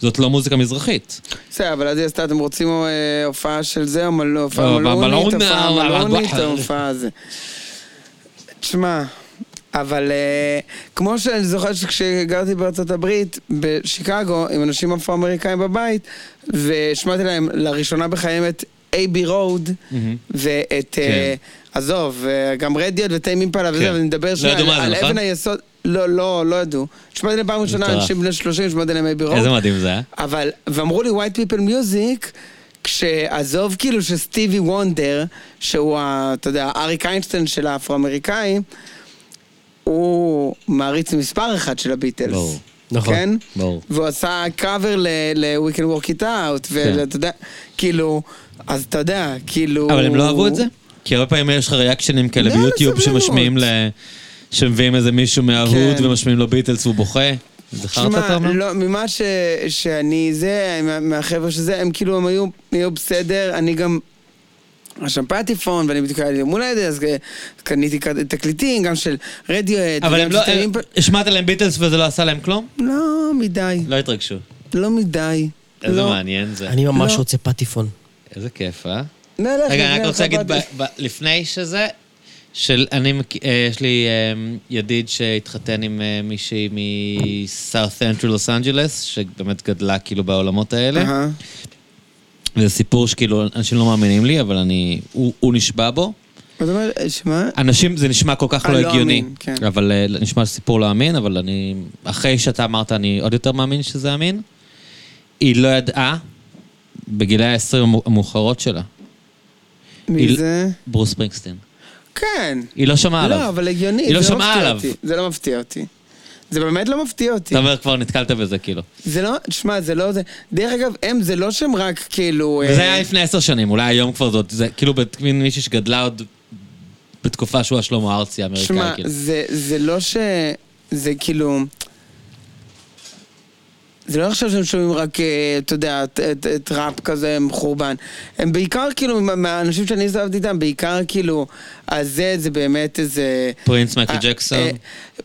A: זאת לא מוזיקה מזרחית.
C: בסדר, אבל אז היא עשתה, אתם רוצים אה, הופעה של זה, או מל- הופעה
A: לא,
C: מלונית,
A: במלון,
C: הופעה
A: אה,
C: מלונית,
A: אבל-
C: או הופעה זה. תשמע, אבל אה, כמו שאני זוכר שכשגרתי בארצות הברית, בשיקגו, עם אנשים אפרו-אמריקאים בבית, והשמעתי להם לראשונה בחיים את A.B. רוד, ואת, אה, עזוב, אה, גם רדיאד וטיים אימפלה
A: כן.
C: וזה, אבל נדבר
A: לא
C: שנייה
A: ידעו מה זה,
C: על
A: נכון?
C: אבן היסוד. לא, לא, לא ידעו. שמעתי להם פעם ראשונה,
A: מטורף.
C: אנשים בני 30, שמעתי להם A.B. רוד.
A: איזה מדהים זה אה? היה.
C: אבל, ואמרו לי white people music, כשעזוב כאילו שסטיבי וונדר, שהוא, ה- אתה יודע, אריק איינשטיין של האפרו-אמריקאים, הוא מעריץ מספר אחת של הביטלס.
A: ברור.
B: נכון,
C: כן?
A: ברור.
C: והוא עשה קאבר ל-We can work it out,
A: כן.
C: ואתה יודע, כאילו, אז אתה יודע, כאילו...
A: אבל הם לא אהבו את זה? כי הרבה פעמים יש לך ריאקשנים כאלה
C: לא, לא
A: ביוטיוב
C: סבלנות.
A: שמשמיעים ל... שמביאים איזה מישהו מההוד
C: כן.
A: ומשמיעים לו ביטלס והוא בוכה. זכרת
C: שמע,
A: אתה אומר?
C: לא, ממה ש, שאני זה, מה- מהחבר'ה שזה, הם כאילו, הם היו, היו בסדר, אני גם... רשם פטיפון, ואני בדיוק היה לי יום הולדת, אז אה, קניתי כ- תקליטים, גם של רדיואט.
A: אבל הם לא...
C: הם...
A: השמעת להם ביטלס וזה לא עשה להם כלום?
C: לא מדי,
A: לא התרגשו.
C: לא מדי.
A: איזה
C: לא.
A: מעניין זה.
B: אני ממש
C: לא.
B: רוצה פטיפון.
A: איזה כיף, אה?
C: נלך,
A: רגע, אני רק
C: נלך
A: רוצה להגיד,
C: לבד.
A: ב- ב- לפני שזה, של אני, מכ- אה, יש לי אה, ידיד שהתחתן עם אה, מישהי מסארת סנטרל לוס אנג'לס, שבאמת גדלה כאילו בעולמות האלה.
C: אהה.
A: זה סיפור שכאילו, אנשים לא מאמינים לי, אבל אני, הוא, הוא נשבע בו.
C: זאת אומרת, שמע,
A: אנשים, זה נשמע כל כך
C: אה,
A: לא
C: לא
A: הגיוני.
C: אמין, כן.
A: אבל אה, נשמע סיפור לא אמין, אבל אני, אחרי שאתה אמרת, אני עוד יותר מאמין שזה אמין. היא לא ידעה, בגילי ה-20 המאוחרות שלה,
C: מי
A: היא- לא-
C: זה?
A: ברוס ספרינגסטין.
C: כן.
A: היא לא שמעה עליו.
C: לא, אבל הגיוני,
A: היא לא
C: זה
A: שמעה
C: מפתיע
A: עליו.
C: אותי, זה לא מפתיע אותי. זה באמת לא מפתיע אותי.
A: אתה אומר, כבר נתקלת בזה, כאילו.
C: זה לא, תשמע, זה לא זה. דרך אגב, הם זה לא שהם רק כאילו...
A: וזה
C: אה,
A: היה לפני עשר שנים, אולי היום כבר זאת, זה כאילו בת- מין מישהי שגדלה עוד בתקופה שהוא השלמה ארצי האמריקאי,
C: שמע,
A: כאילו.
C: זה, זה לא ש... זה כאילו... זה לא עכשיו שהם שומעים רק, אה, אתה יודע, את- את- את ראפ כזה מחורבן. הם בעיקר, כאילו, מה- מהאנשים שאני הסתובבתי איתם, בעיקר, כאילו, הזה זה באמת איזה...
A: פרינס מייקל
C: אה,
A: ג'קסון.
C: אה,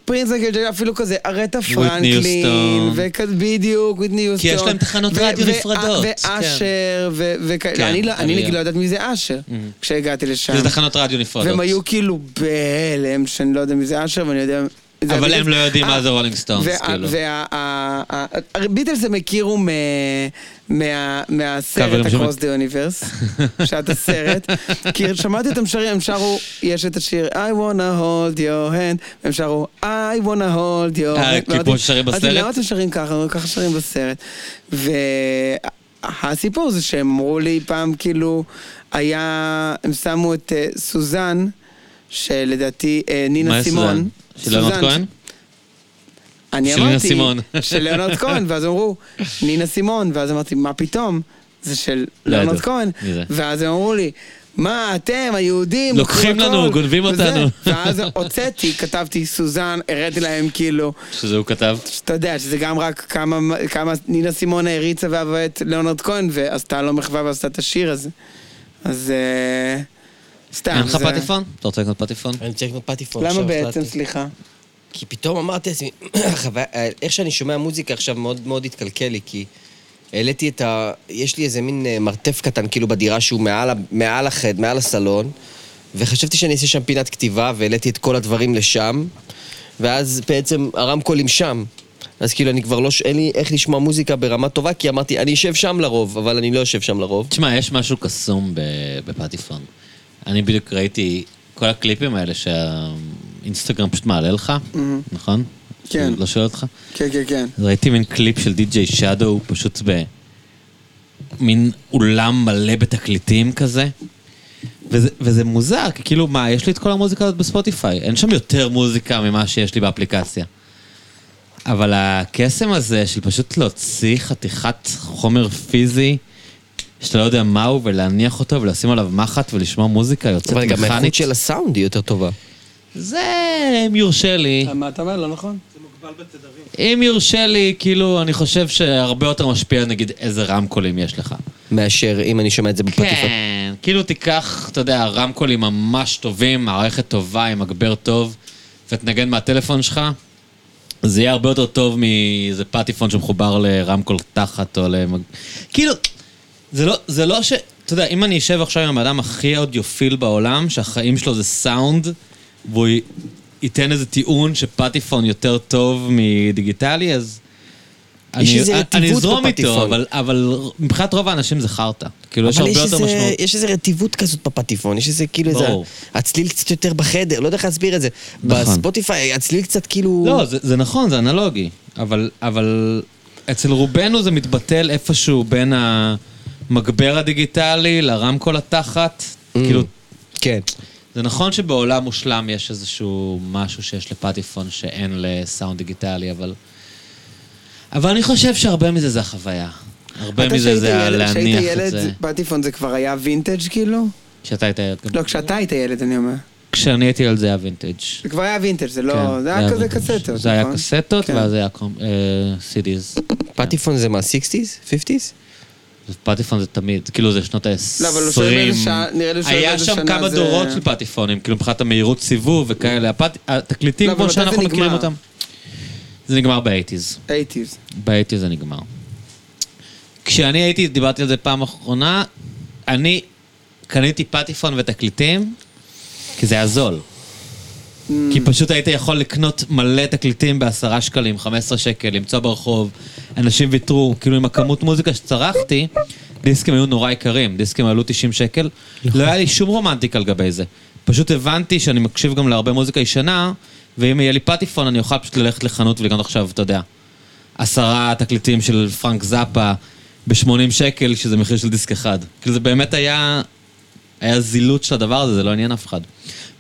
C: פרינס מייקל ג'קסון, אפילו כזה ארטה
A: יוסטון.
C: פרנקלין, וכזה, בדיוק, וויטני יוסטון.
A: יש להם תחנות
C: ו-
A: רדיו
C: ו-
A: נפרדות,
C: ואשר, ו-
A: כן,
C: וכאלה. אני לא- אני
A: עלייה.
C: נגיד לא ידעתי מי זה אשר, כשהגעתי לשם.
A: זה תחנות רדיו נפרדות.
C: והם היו כאילו בהלם, שאני לא יודע מי זה אשר, ואני יודע... זה
A: אבל הם
C: הביטלס.
A: לא יודעים מה
C: אה,
A: זה רולינג סטונס,
C: וה-
A: כאילו.
C: וה- ה- ה- הביטלס הם הכירו מ- מה-
A: קאברים
C: מהסרט
A: של-
C: הקרוס דה אוניברס, שאת הסרט, כי שמעתי אותם שרים, הם שרו, יש את השיר I wanna hold your hand, הם שרו I wanna hold your hand.
A: אה, כי
C: ואמרתי-
A: כמו ששרים
C: אמרתי,
A: בסרט?
C: למה אתם שרים ככה? הם אומרים, ככה שרים בסרט. ו... הסיפור זה שהם אמרו לי פעם, כאילו, היה, הם שמו את אה, סוזן, שלדעתי, אה,
A: מה
C: נינה
A: יש
C: סימון.
A: סוזן? של ליאונרד
C: סוזן,
A: כהן?
C: אני
A: של
C: אמרתי,
A: נינה סימון.
C: של ליאונרד כהן, ואז אמרו, נינה סימון, ואז אמרתי, מה פתאום? זה של ליאונרד
A: יודע.
C: כהן.
A: מי זה?
C: ואז הם אמרו לי, מה אתם, היהודים,
A: לוקחים
C: לוקחים
A: לנו,
C: הכל."
A: גונבים
C: וזה.
A: אותנו.
C: ואז הוצאתי, כתבתי סוזן, הראתי להם כאילו,
A: שזה הוא כתב.
C: שאתה יודע, שזה גם רק כמה, כמה נינה סימון העריצה ואהבה את ליאונרד כהן, ועשתה לו מחווה ועשתה את השיר הזה. אז אה, סתם.
A: אין לך
C: זה-
A: פטיפון? אתה רוצה לקנות פטיפון?
B: אני צריך לקנות פטיפון
C: למה
B: עכשיו,
C: בעצם,
B: החלטתי.
C: סליחה?
B: כי פתאום אמרתי לעצמי, חוויה- איך שאני שומע מוזיקה עכשיו מאוד מאוד התקלקל לי, כי העליתי את ה... יש לי איזה מין אה, מרתף קטן כאילו בדירה שהוא מעל, ה- מעל החד, מעל הסלון, וחשבתי שאני אעשה שם פינת כתיבה, והעליתי את כל הדברים לשם, ואז בעצם הרמקולים שם. אז כאילו אני כבר לא... ש- אין לי איך לשמוע מוזיקה ברמה טובה, כי אמרתי, אני אשב שם לרוב, אבל אני לא יושב שם לרוב.
A: תשמע, יש משהו קסום ב- בפטיפון. אני בדיוק ראיתי כל הקליפים האלה שהאינסטגרם פשוט מעלה לך, נכון?
C: כן.
A: לא שואל אותך?
C: כן, כן, כן.
A: אז ראיתי מין קליפ של די.ג'יי שאדו, פשוט במין אולם מלא בתקליטים כזה. וזה, וזה מוזר, כי כאילו, מה, יש לי את כל המוזיקה הזאת בספוטיפיי. אין שם יותר מוזיקה ממה שיש לי באפליקציה. אבל הקסם הזה של פשוט להוציא חתיכת חומר פיזי, שאתה לא יודע מהו, ולהניח אותו ולשים עליו מחט ולשמוע מוזיקה יוצאת
B: אבל גם האיכות
A: מכנית.
B: של הסאונד היא יותר טובה.
A: זה, אם יורשה לי.
C: מה אתה אומר? לא נכון?
A: אם יורשה לי, כאילו, אני חושב שהרבה יותר משפיע, נגיד, איזה רמקולים יש לך.
B: מאשר אם אני שומע את זה בפטיפון.
A: כן, כאילו תיקח, אתה יודע, רמקולים ממש טובים, מערכת טובה עם מגבר טוב, ותנגן מהטלפון שלך, זה יהיה הרבה יותר טוב מאיזה פטיפון שמחובר לרמקול תחת או למג... כאילו, זה לא, זה לא ש... אתה יודע, אם אני אשב עכשיו עם האדם הכי אודיופיל בעולם, שהחיים שלו זה סאונד, והוא י- ייתן איזה טיעון שפטיפון יותר טוב מדיגיטלי, אז...
B: יש
A: אני-
B: איזה
A: אני- אני
B: רטיבות
A: אזרום איתו,
B: בפטיפון.
A: אבל, אבל מבחינת רוב האנשים זה חרטא. כאילו, יש
B: אבל
A: הרבה יותר
B: איזה-
A: משמעות.
B: יש איזה רטיבות כזאת בפטיפון, יש איזה כאילו איזה...
A: ברור.
B: הצליל קצת יותר בחדר, לא יודע איך להסביר את זה.
A: נכון.
B: בספוטיפיי הצליל קצת כאילו...
A: לא, זה, זה נכון, זה אנלוגי, אבל, אבל אצל רובנו זה מתבטל איפשהו בין המגבר הדיגיטלי לרמקול התחת. Mm. כאילו,
B: כן.
A: זה נכון שבעולם מושלם יש איזשהו משהו שיש לפטיפון שאין לסאונד דיגיטלי, אבל... אבל אני חושב שהרבה מזה זה החוויה. הרבה
C: אתה
A: מזה
C: שהיית
A: זה
C: ילד-
A: להניח
C: כשהיית
A: את
C: ילד,
A: זה.
C: פטיפון זה כבר היה וינטג' כאילו?
A: כשאתה היית ילד. גם-
C: לא, כשאתה היית ילד, אני אומר.
A: כשאני הייתי ילד זה היה וינטג'.
C: זה כבר היה וינטג', זה לא...
A: כן,
C: זה היה כזה
A: וינטג'.
C: קסטות,
A: זה היה
C: נכון?
A: קסטות,
C: כן.
A: ואז זה היה קום- אה, CDs.
B: פטיפון זה מה, 60's? 50's?
A: פטיפון זה תמיד, כאילו זה שנות ה-20.
C: לא, אבל הוא שואל באיזה שעה- נראה לי הוא שואל
A: היה
C: באיזה
A: שם
C: שנה
A: כמה
C: זה-
A: דורות של פטיפונים, כאילו מבחינת המהירות סיבוב וכאלה. הפט-
C: לא,
A: התקליטים
C: אבל
A: כמו
C: מתי זה
A: שאנחנו מכירים
C: נגמר?
A: אותם. זה נגמר באייטיז.
C: 80's.
A: באייטיז זה נגמר. כשאני הייתי, דיברתי על זה פעם אחרונה, אני קניתי פטיפון ותקליטים, כי זה היה זול. כי פשוט היית יכול לקנות מלא תקליטים בעשרה שקלים, 15 שקל, למצוא ברחוב, אנשים ויתרו, כאילו עם הכמות מוזיקה שצרכתי, דיסקים היו נורא יקרים, דיסקים עלו 90 שקל, לא היה לי שום רומנטיקה לגבי זה. פשוט הבנתי שאני מקשיב גם להרבה מוזיקה ישנה, ואם יהיה לי פטיפון אני אוכל פשוט ללכת לחנות ולקנות עכשיו, אתה יודע, עשרה תקליטים של פרנק זאפה ב-80 שקל, שזה מחיר של דיסק אחד. כאילו זה באמת היה, היה זילות של הדבר הזה, זה לא עניין אף אחד.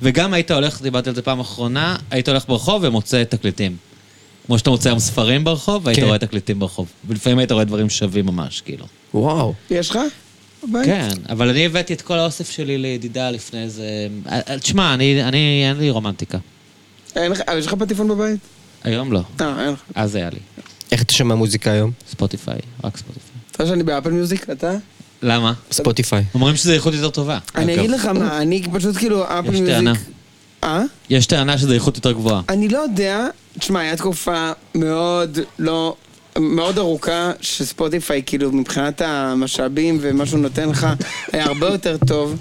A: וגם היית הולך, דיברתי על זה פעם אחרונה, היית הולך ברחוב ומוצא תקליטים. כמו שאתה מוצא היום ספרים ברחוב, והיית
B: כן.
A: רואה תקליטים ברחוב. ולפעמים היית רואה דברים שווים ממש, כאילו.
B: וואו.
C: יש לך? בבית?
A: כן, אבל אני הבאתי את כל האוסף שלי לידידה לפני איזה... אה, אה, תשמע, אני, אני, אין לי רומנטיקה.
C: אין לך- אבל יש לך פטיפון בבית?
A: היום לא.
C: אה, אין לך.
A: אז היה לי.
B: איך אתה שומע מוזיקה היום?
A: ספוטיפיי, רק ספוטיפיי.
C: אתה יודע שאני באפל מיוזיק, אתה?
A: למה?
B: ספוטיפיי.
A: אומרים שזה איכות יותר טובה.
C: אני
A: אגב.
C: אגיד לך מה, אני פשוט כאילו, אפל
A: יש
C: מיוזיק...
A: טענה.
C: אה?
A: יש טענה שזה איכות יותר גבוהה.
C: אני לא יודע, תשמע, הייתה תקופה מאוד לא... מאוד ארוכה, שספוטיפיי, כאילו, מבחינת המשאבים ומה שהוא נותן לך, היה הרבה יותר טוב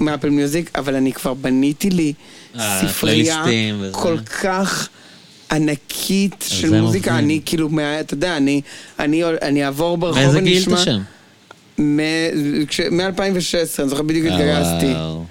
C: מאפל מיוזיק, אבל אני כבר בניתי לי
A: אה,
C: ספרייה
A: פלייליסטים וזה.
C: כל כך ענקית
A: זה
C: של מוזיקה.
A: מבחין.
C: אני כאילו, מה- אתה יודע, אני- אני אני אעבור ברחוב
A: מאיזה
C: ונשמע...
A: גיל אתה שם?
C: מ-2016, אני זוכר בדיוק
A: אה,
C: התגייסתי.
A: וואו.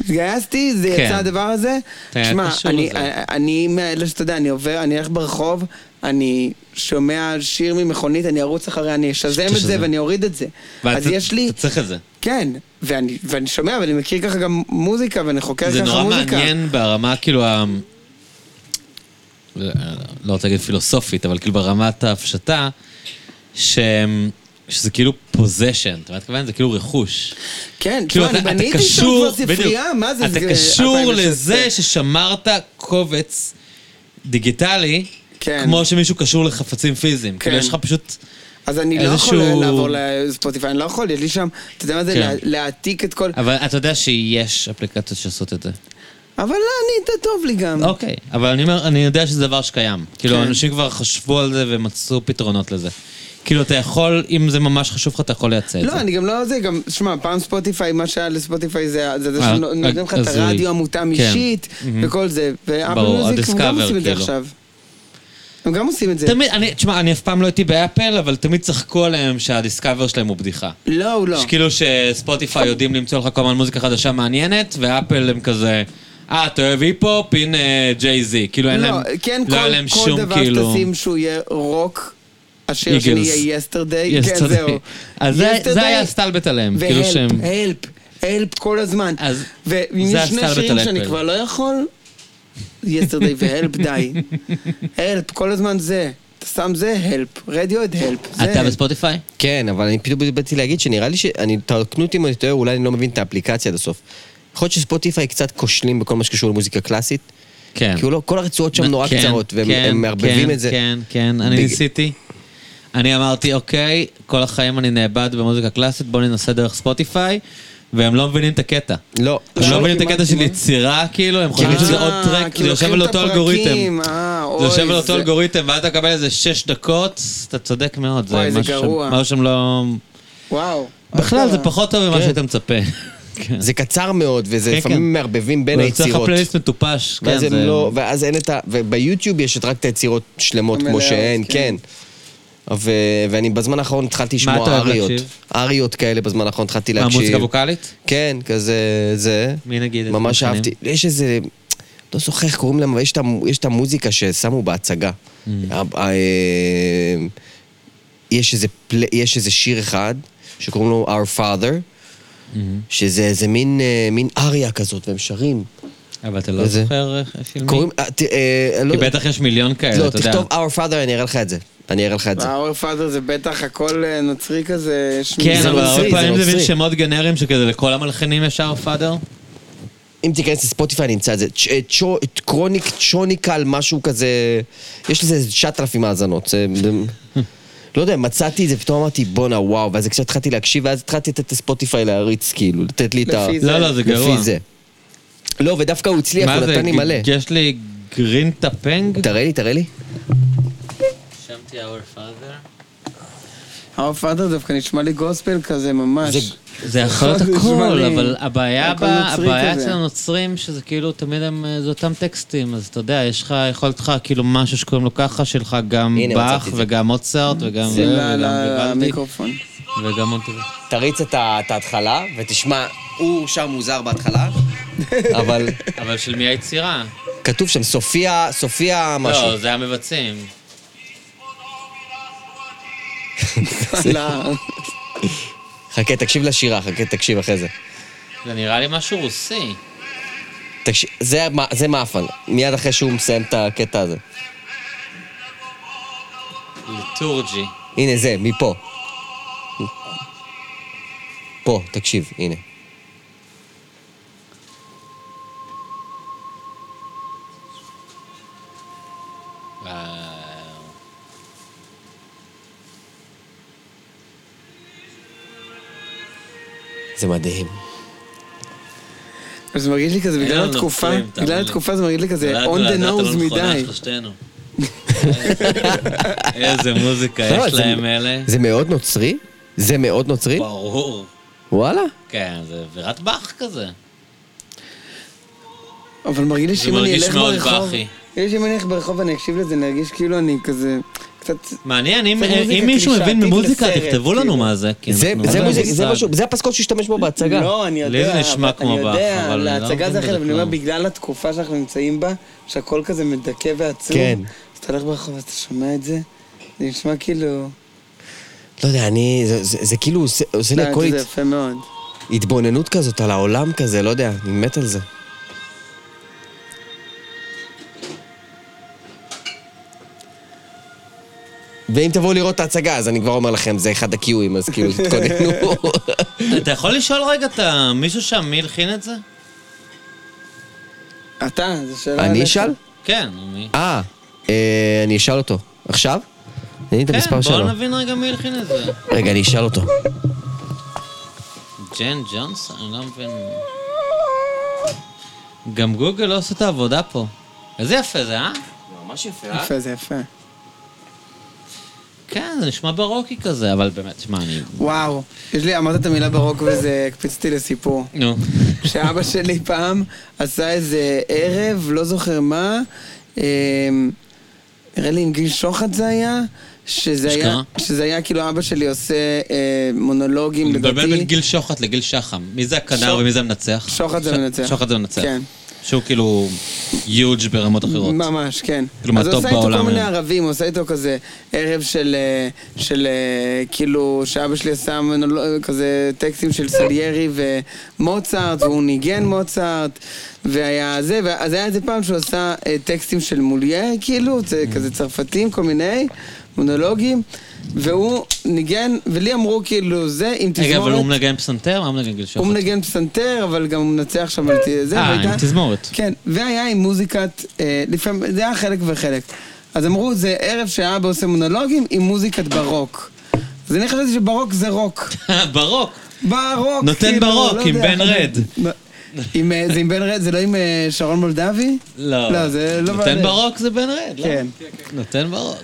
C: התגייסתי, זה
A: כן.
C: יצא הדבר הזה.
A: כן, היה
C: תשמע,
A: קשור
C: אני,
A: לזה.
C: אני, אני מאלה שאתה יודע, אני עובר, אני הולך ברחוב, אני שומע שיר ממכונית, אני ארוץ אחריה, אני אשזם את זה
A: תשזם.
C: ואני אוריד את זה.
A: ואת-
C: אז יש לי...
A: אתה צריך את זה.
C: כן, ואני, ואני שומע, ואני מכיר ככה גם מוזיקה, ואני חוקר ככה
A: זה
C: מוזיקה.
A: נורא מעניין ברמה, כאילו, ה... לא רוצה להגיד פילוסופית, אבל כאילו ברמת ההפשטה, ש... שזה כאילו פוזיישן, אתה מבין מה אתה מתכוון? זה כאילו רכוש.
C: כן,
A: כאילו,
C: תשמע, אני
A: אתה, אתה
C: בניתי שם
A: קשור,
C: כבר ספרייה,
A: בדיוק.
C: מה זה?
A: אתה
C: זה
A: קשור
C: 2016.
A: לזה ששמרת קובץ דיגיטלי,
C: כן.
A: כמו שמישהו קשור לחפצים פיזיים. כאילו, יש לך פשוט...
C: אז אני
A: איזשהו-
C: לא יכול לעבור לספוטיפיי, אני לא יכול, יש לי שם, אתה יודע מה זה,
A: כן.
C: לה- להעתיק את כל...
A: אבל אתה יודע שיש אפליקציות שעושות את זה.
C: אבל לא, אני, זה טוב לי גם.
A: אוקיי, אבל אני אומר, אני יודע שזה דבר שקיים. כאילו,
C: כן.
A: אנשים כבר חשבו על זה ומצאו פתרונות לזה. כאילו, אתה יכול, אם זה ממש חשוב לך, אתה יכול לייצא את זה.
C: לא, אני גם לא זה, גם, שמע, פעם ספוטיפיי, מה שהיה לספוטיפיי זה זה זה
A: אה,
C: שנותנים לך את
A: הזוי.
C: הרדיו המותאם
A: כן.
C: אישית,
A: מהמם.
C: וכל זה, ואפל
A: ברור,
C: מיוזיק, הם גם
A: ה-Discover,
C: עושים את זה
A: כאילו.
C: עכשיו. הם גם עושים את זה.
A: תמיד, אני, תשמע, אני אף פעם לא הייתי באפל, אבל תמיד צחקו עליהם שהדיסקאבר שלהם הוא בדיחה.
C: לא, הוא לא.
A: שכאילו שספוטיפיי יודעים למצוא לך כל הזמן מוזיקה חדשה מעניינת, ואפל הם כזה, אה, אתה אוהב היפ-הופ, הנה ג'יי זי. כאילו אין להם,
C: לא, כן,
A: לא היה
C: כל-
A: להם
C: כל
A: שום
C: דבר
A: כאילו...
C: שתשים שהוא יהיה רוק, השיר השני
A: Eagles.
C: יהיה יסטרדי, כן,
A: Yesterday.
C: זהו.
A: אז זה-
C: Yesterday
A: זה היה הסטלבט עליהם, כאילו שהם...
C: והלפ, הלפ, הלפ כל הזמן.
A: אז
C: ואם
A: זה
C: יש שני
A: הסטלבט
C: שירים
A: על
C: שאני
A: אפל.
C: כבר לא יכול, יסטרדי והלפ, די. הלפ, כל הזמן זה. אתה שם זה, הלפ. רדיואד, הלפ.
A: אתה בספוטיפיי?
B: כן, אבל אני פתאום באתי להגיד שנראה לי ש... אני- תקנו אותי אם אני טועה, אולי אני לא מבין את האפליקציה עד הסוף. יכול להיות שספוטיפיי קצת כושלים בכל מה שקשור למוזיקה קלאסית.
A: כן.
B: כאילו לא, כל הרצועות שם נורא
A: כן,
B: קצרות, והם
A: כן,
B: הם מערבבים
A: כן,
B: את זה.
A: כן, כן, אני
B: בג-
A: ניסיתי. אני אמרתי, אוקיי, כל החיים אני נאבד במוזיקה קלאסית, בואו ננסה דרך ספוטיפיי, והם לא מבינים את הקטע.
B: לא.
A: הם לא מבינים את
C: כמעט,
A: הקטע של
C: כמעט.
A: יצירה, כאילו, הם חושבים
B: אה,
A: שזה עוד טרק, זה יושב על אותו אלגוריתם. זה יושב על אותו אלגוריתם, ואז אתה מקבל איזה שש דקות, אתה צודק מאוד, זה
C: וואי, זה
A: משהו
C: גרוע.
A: שם- משהו שם לא...
C: וואו.
A: בכלל, זה פחות טוב ממה
B: כן.
A: שהיית מצפה. כן.
B: זה קצר מאוד, וזה
A: כן,
B: לפעמים
A: כן.
B: מערבבים בין
A: אבל יוצא לך
B: היצירות.
A: פלייליסט מטופש, כן,
B: ואז הם
A: זה-
B: לא, ואז אין את ה... וביוטיוב יש את רק את היצירות שלמות כמו
C: המלאות,
B: שהן,
C: כן.
B: כן. ו... ואני בזמן האחרון התחלתי
A: מה
B: לשמוע
A: אתה אוהב
B: אריות.
A: להקשיב?
B: אריות כאלה בזמן האחרון התחלתי
A: מה,
B: להקשיב.
A: מוזיקה ווקאלית?
B: כן, כזה, זה.
A: מי נגיד? איזה
B: ממש
A: מלחנים?
B: אהבתי. יש איזה, לא זוכר איך קוראים להם, אבל יש את המ- יש את המוזיקה ששמו בהצגה.
A: Mm.
B: ה- ה- אה, יש איזה פל- יש איזה שיר אחד, שקוראים לו Our Father, Mm-hmm. שזה איזה מין אה, מין אריה כזאת, והם שרים.
A: אבל אתה לא
B: איזה?
A: זוכר איך- של מי?
B: קוראים... אה, ת- אה, לא-
A: כי בטח יש מיליון כאלה,
B: לא,
A: אתה יודע.
B: תכתוב Our Father, אני אראה לך את זה. אני אראה לך את זה.
C: האור פאדר זה בטח הכל אה, נוצרי כזה. שמי-
A: כן,
B: זה
A: אבל הרבה
B: נוצרי, זה
A: פעמים זה מין
B: נוצרי.
A: שמות גנריים שכזה לכל המלחינים יש אר פאדר.
B: אם תיכנס לספוטיפיי, אני אמצא את זה. צ'- אה, צ'ו- קרוניק, צ'וניקל, משהו כזה... יש לזה איזה 9,000 האזנות. זה- זה- לא יודע, מצאתי את זה, פתאום אמרתי, בואנה, וואו, ואז קצת התחלתי להקשיב, ואז התחלתי לתת לספוטיפיי להריץ, כאילו, לתת לי את ה...
C: לפי זה.
A: לא, לא, זה גרוע.
B: לפי זה. לא, ודווקא הוא הצליח,
A: מה
B: הוא
A: זה?
B: נתן לי
A: ג-
B: מלא.
A: יש לי גרין טפנג?
B: תראה לי, תראה לי.
A: רשמתי אור פאדר.
C: האור פאדר דווקא נשמע לי גוספל כזה ממש.
B: זה-
A: זה יכול להיות
C: זה נשמע
A: הכל,
C: לי-
A: אבל הבעיה
C: הכל
A: ב-
C: נוצרי
A: הבעיה
C: כזה.
A: אצל הנוצרים, שזה כאילו תמיד הם, אה, זה אותם טקסטים, אז אתה יודע, יש לך, יכול להיות לך כאילו משהו שקוראים לו ככה, שלך גם
B: הנה,
A: באך
B: מצאתי את זה.
A: וגם מוצרט וגם אה,
C: זה ל-
A: וגם
C: ל-
A: גוואלדי,
C: למיקרופון.
A: וגם מונטי.
B: תריץ את ה- את ההתחלה, ותשמע, הוא שם מוזר בהתחלה, אבל
A: אבל של מי היצירה?
B: כתוב שם סופיה, סופיה משהו.
A: לא, זה המבצעים.
C: לא.
B: חכה, תקשיב לשירה, חכה, תקשיב אחרי זה.
A: זה נראה לי משהו רוסי.
B: תקשיב, זה, מה- זה מאפן, מיד אחרי שהוא מסיים את הקטע הזה.
A: ליטורג'י.
B: הנה זה, מפה. פה, תקשיב, הנה.
A: וואו.
B: זה מדהים.
C: זה מרגיש לי כזה,
A: אין
C: בגלל
A: לנו
C: התקופה,
A: נוצרים, תאמין
C: בגלל
A: לי.
C: התקופה זה לא מרגיש לי כזה
A: נולדנו
C: on the
A: לדעת הלא
C: nose
A: נכונה
C: מדי.
A: שלושתנו. איזה מוזיקה
B: לא,
A: יש
B: זה-
A: להם אלה.
B: זה מאוד נוצרי? זה מאוד נוצרי?
A: ברור.
B: וואלה.
A: כן, זה בירת באך כזה.
C: אבל מרגיש לי
A: זה
C: שאם אני
A: מרגיש
C: אלך
A: מאוד
C: ברחוב,
A: באחי.
C: מרגיש שאם אני אלך ברחוב ואני אקשיב לזה, אני ארגיש כאילו אני כזה, קצת...
A: מעניין, אם-
C: זה מוזיקה
A: אם מישהו מבין
C: קלישאתית
A: במוזיקה,
C: לסרט,
A: תכתבו לנו
C: כאילו.
A: מה זה. כי
B: זה-
A: אנחנו
B: זה
A: לא
B: מוזיק- זה
A: במושג.
B: משהו- זה הפסקול שהוא השתמש בו בהצגה.
C: לא, אני
A: לי זה
C: יודע,
A: נשמע
C: אבל-
A: כמו
C: אני
A: באך,
C: יודע,
A: אבל לא
C: להצגה
A: מבין
C: זה אחרת,
A: בזה
C: אבל אני אומר,
A: כלום.
C: בגלל התקופה שאנחנו נמצאים בה, שהכל כזה מדכא ועצוב,
B: כן.
C: אז אתה הולך ברחוב ואתה שומע את זה, זה נשמע כאילו...
B: לא יודע, אני... זה- זה זה כאילו עושה- עושה לי
C: לא,
B: כל
C: זה
B: הת-
C: יפה מאוד.
B: התבוננות כזאת על העולם כזה, לא יודע, אני מת על זה. ואם תבואו לראות את ההצגה, אז אני כבר אומר לכם, זה אחד הקיואים, אז כאילו, תתכוננו.
A: אתה יכול לשאול רגע את ה- מישהו שם מי הלחין
B: אה,
A: את זה?
C: אתה, זו שאלה
B: אני
C: עליך.
B: אשאל?
A: כן, מי?
B: אה, אה, אני אשאל אותו. עכשיו? תני לי את
A: כן,
B: המספר שלו.
A: בואו נבין רגע מי הלחין את זה.
B: רגע, אני אשאל אותו.
A: ג'ן ג'ונסון, אני לא מבין. גם גוגל לא עושה את העבודה פה. איזה יפה זה, אה?
B: ממש יפה,
C: יפה, זה יפה.
A: כן, זה נשמע ברוקי כזה, אבל באמת, שמע, אני...
C: וואו, יש לי, אמרת את המילה ברוק וזה הקפיץ אותי לסיפור.
A: נו.
C: שאבא שלי פעם עשה איזה ערב, לא זוכר מה, אה, נראה לי עם גיל שוחט זה היה, שזה היה,
A: אשכרה?
C: שזה היה כאילו אבא שלי עושה אה, מונולוגים
A: מבלבל בין
C: לדעתי.
A: גיל שוחט לגיל שחם. מי זה הכנר
C: שוח-
A: ומי זה המנצח?
C: שוחט זה
A: ש-
C: המנצח.
A: שוחט זה המנצח.
C: כן.
A: שהוא כאילו יוג' ברמות אחרות.
C: ממש, כן.
A: כאילו,
C: אז הוא
A: מהטופ
C: עושה איתו כל
A: בעולם
C: מיני
A: היום.
C: ערבים, הוא עושה איתו כזה ערב של, אה, של אה, כאילו, שאבא שלי עשה מנולו- כזה טקסטים של סליירי ומוצרט, והוא ניגן מוצרט, והיה זה, ואז היה איזה פעם שהוא עשה אה, טקסטים של מולייר, כאילו, זה
A: Mm.
C: כזה צרפתים, כל מיני, מונולוגים, והוא ניגן, ולי אמרו כאילו, זה, אם
A: רגע, אבל הוא
C: תזמורת...
A: מנגן פסנתר? מה הוא מנגן גיל שוחט?
C: הוא מנגן פסנתר, אבל גם הוא מנצח שם על ת- זה,
A: אה, עם
C: והייתה-
A: תזמורת.
C: כן, והיה עם מוזיקת, אה, לפעמים, זה היה חלק וחלק. אז אמרו, זה ערב שאבא עושה מונולוגים עם מוזיקת ברוק. אז אני חשבתי שברוק זה רוק.
A: ברוק.
C: ברוק,
A: נותן
C: כאילו,
A: ברוק
C: לא
A: עם
C: יודע.
A: בן רד.
C: עם, אה, זה עם בן רד, זה לא עם אה, שרון מולדבי?
A: לא.
C: לא, זה לא
A: נותן
C: מעניין.
A: ברוק זה בן רד, לא?
C: כן.
A: נותן ברוק.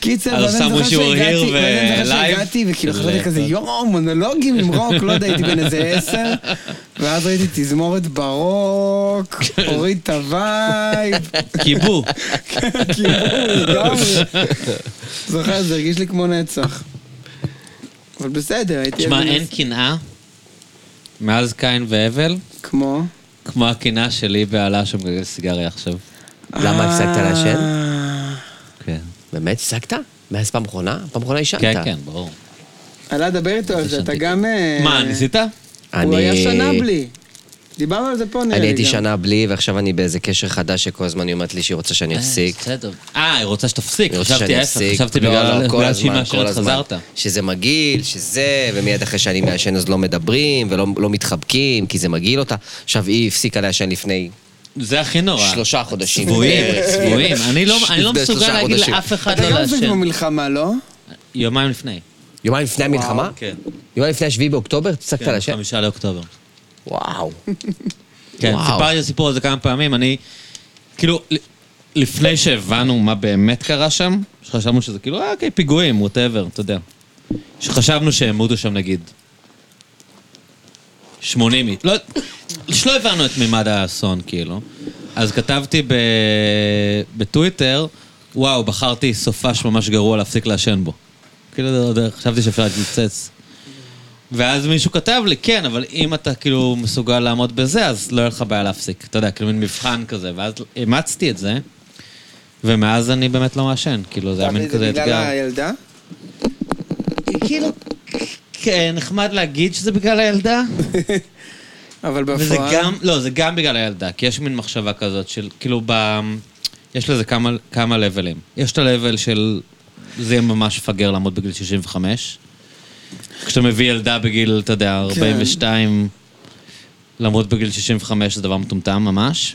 C: קיצר,
A: אז
C: ואז אני
A: שמו
C: זוכר
A: שהוא here
C: שהגעתי, ואז אני
A: ו-
C: זוכר
A: live.
C: שהגעתי, וכאילו
A: של-
C: חשבתי כזה, יואו, מונולוגים עם רוק, לא יודע, הייתי בן איזה עשר, ואז ראיתי תזמורת ברוק,
A: כן.
C: הוריד את הווייב,
A: קיבו.
C: כאילו, לגמרי. זוכר, זה הרגיש לי כמו נצח. אבל בסדר, הייתי...
A: תשמע,
C: ילד
A: אין
C: מנס-
A: קנאה מאז קין והבל,
C: כמו?
A: כמו הקנאה שלי בעלה שמגלגל סיגריה עכשיו.
B: למה הפסקת לעשן?
C: אה,
A: כן.
B: באמת, הפסקת? מאז פעם אחרונה? פעם אחרונה עישנת.
A: כן, כן, ברור.
C: עלה, דבר איתו על זה, אתה גם... אה,
A: מה, ניסית?
C: הוא
B: אני-
C: היה שנה בלי. דיברנו על זה פה, נראה לי.
B: אני הייתי
C: גם.
B: שנה בלי, ועכשיו אני באיזה קשר חדש שכל הזמן היא אומרת לי שהיא רוצה שאני אפסיק.
A: בסדר. אה, היא רוצה שתפסיק.
B: היא רוצה
A: חשבתי
B: שאני
A: ההפך,
B: אפסיק.
A: חשבתי
B: לא,
A: בגלל
B: לא, כל
A: בגלל
B: הזמן,
A: שהיא מאשרת
B: כל הזמן.
A: חזרת.
B: שזה מגעיל, שזה, ומיד אחרי שאני מעשן אז לא מדברים, ולא לא מתחבקים, כי זה מגעיל אותה. עכשיו, היא הפסיקה לעשן לפני
A: זה הכי נורא.
B: שלושה חודשים.
A: צבועים,
B: אה,
A: צבועים. אני לא- אני לא
B: לפני
A: מסוגל
B: שלושה
A: להגיד
B: חודשים.
A: לאף אחד
C: אתה
A: לא
C: גם עושה
A: לעשן.
C: כמו מלחמה, לא?
A: יומיים לפני.
B: יומיים לפני המלחמה?
A: כן.
B: יומיים לפני השביעי באוקטובר? הפסקת
A: כן,
B: לעשן?
A: חמישה לאוקטובר.
B: וואו.
A: כן,
B: וואו.
A: סיפרתי את הסיפור הזה כמה פעמים, אני... כאילו, ל- לפני שהבנו מה באמת קרה שם, שחשבנו שזה כאילו, אה, אוקיי, פיגועים, ווטאבר, אתה יודע. שחשבנו שהם מותו שם נגיד. 80 איש. לא, שלא הבנו את מימד האסון, כאילו. אז כתבתי ב... בטוויטר, וואו, בחרתי סופש ממש גרוע להפסיק לעשן בו. כאילו, לא יודע, חשבתי שאפשר להתלוצץ. ואז מישהו כתב לי, כן, אבל אם אתה כאילו מסוגל לעמוד בזה, אז לא יהיה לך בעיה להפסיק. אתה יודע, כאילו מין מבחן כזה. ואז אימצתי את זה, ומאז אני באמת לא מעשן. כאילו, זה היה מין כזה
C: בגלל
A: אתגר.
C: הילדה?
A: כאילו, כן, נחמד להגיד שזה בגלל הילדה.
C: אבל בפועל...
A: וזה גם, לא, זה גם בגלל הילדה, כי יש מין מחשבה כזאת של, כאילו, ב... יש לזה כמה, כמה לבלים. יש את הלבל של, זה יהיה ממש מפגר לעמוד בגיל 65. כשאתה מביא ילדה בגיל, אתה יודע,
C: כן.
A: 42, לעמוד בגיל 65 זה דבר מטומטם ממש.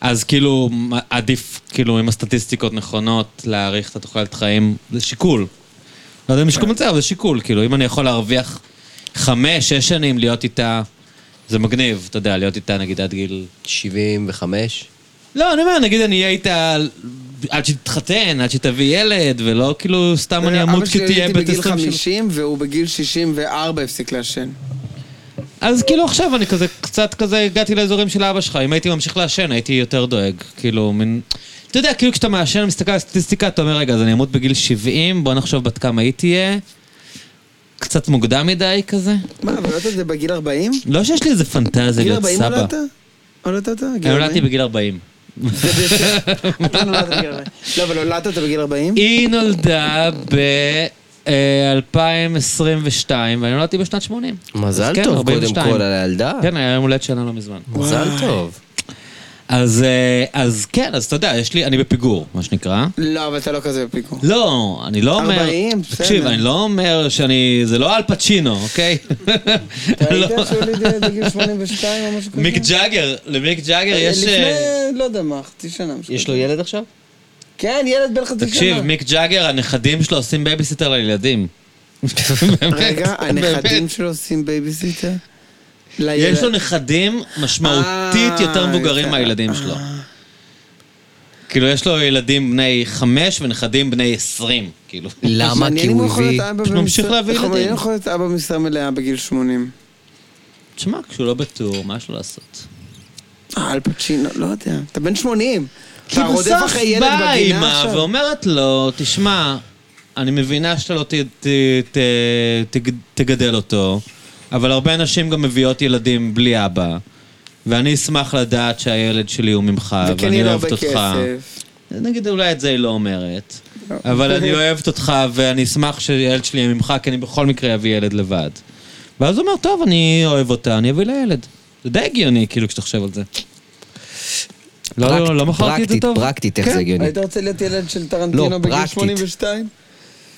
A: אז כאילו, מה- עדיף, כאילו, אם הסטטיסטיקות נכונות, להעריך את התוחלת חיים, זה שיקול. לא יודע אם יש כל
C: כן.
A: מצב, זה שיקול, כאילו, אם אני יכול להרוויח חמש, שש שנים להיות איתה, זה מגניב, אתה יודע, להיות איתה נגיד עד גיל...
B: 75.
A: לא, אני אומר, נגיד אני אהיה איתה על- עד שתתחתן, עד שתביא ילד, ולא כאילו סתם אני אמות כי תהיה
C: אה, אבא שלי
A: בת
C: הייתי בגיל
A: 20 של...
C: 50 והוא בגיל 64 הפסיק לעשן.
A: אז כאילו עכשיו אני כזה, קצת כזה הגעתי לאזורים של אבא שלך, אם הייתי ממשיך לעשן הייתי יותר דואג, כאילו מין... אתה יודע, כאילו כשאתה מעשן ומסתכל על הסטטיסטיקה, אתה אומר, רגע, אז אני אמות בגיל 70, בוא נחשוב בת כמה היא תהיה. קצת מוקדם מדי כזה.
C: מה, אבל לא יודעת את זה בגיל 40?
A: לא שיש לי איזה פנטזיה
C: גיל
A: להיות
C: 40
A: סבא.
C: נולדת? או נולדת? גיל
A: אני נולדתי
C: 40?
A: בגיל 40.
C: זה בסדר. אתה נולדת בגיל 40. לא, אבל נולדת בגיל 40?
A: היא נולדה אה, ב-2022, ואני נולדתי בשנת 80.
B: מזל
A: אז כן,
B: טוב, קודם
A: 42.
B: כל, על הילדה.
A: כן, היה יום הולדת שלה לא מזמן.
B: אה. מזל טוב.
A: אז, אה, אז כן, אז אתה יודע, יש לי, אני בפיגור, מה שנקרא.
C: לא, אבל אתה לא כזה בפיגור.
A: לא, אני לא אומר...
C: 40, בסדר.
A: תקשיב, אני לא אומר שאני... זה לא אל פצ'ינו, אוקיי?
C: אתה
A: לא.
C: היית שהוא לידי בגיל 82 או משהו כזה?
A: מיק ג'אגר, למיק ג'אגר יש... אה,
C: לפני, לא יודע מה, חצי שנה. משהו
B: יש
C: כזה.
B: לו ילד עכשיו?
C: כן, ילד בן חצי שנה.
A: תקשיב, מיק ג'אגר, הנכדים שלו עושים בייביסיטר לילדים. באמת,
C: רגע, הנכדים
A: באמת.
C: שלו עושים בייביסיטר?
A: יש לו נכדים משמעותית
C: אה,
A: יותר מבוגרים
C: יותר.
A: מהילדים שלו. כאילו, יש לו ילדים בני חמש ונכדים בני עשרים, כאילו.
B: למה? כי הוא הביא...
A: פשוט ממשיך להביא ילדים.
C: מעניין יכול להיות אבא במשרה מלאה בגיל 80.
A: תשמע, כשהוא לא בטור, מה יש לו לעשות?
C: אה, אל פצ'ינו, לא יודע. אתה בן 80.
A: כי
C: אתה רודף
A: בסוף
C: אחרי ילד
A: באה
C: בגינה
A: אימא
C: עכשיו.
A: ואומרת לו, תשמע, אני מבינה שאתה לא ת, ת, ת, תג- תגדל אותו, אבל הרבה נשים גם מביאות ילדים בלי אבא, ואני אשמח לדעת שהילד שלי הוא ממך,
C: וכן
A: "אה, ואני לא
C: יהיה לו
A: אוהבת
C: הרבה
A: אותך.
C: כסף.
A: נגיד אולי את זה היא לא אומרת,
C: לא.
A: אבל אני אוהבת אותך ואני אשמח שהילד שלי יהיה ממך, כי אני בכל מקרה אביא ילד לבד. ואז הוא אומר, טוב, אני אוהב אותה, אני אביא לה ילד. זה די הגיוני, כאילו, כשתחשב על זה. לא,
B: פרקט-
A: לא, לא מכרתי את זה
B: פרקטית,
A: טוב.
B: פרקטית, איך
A: כן.
B: זה הגיוני.
C: היית רוצה להיות ילד של
B: לא,
C: טרנטינו בגיל
B: פרקטית.
C: 82?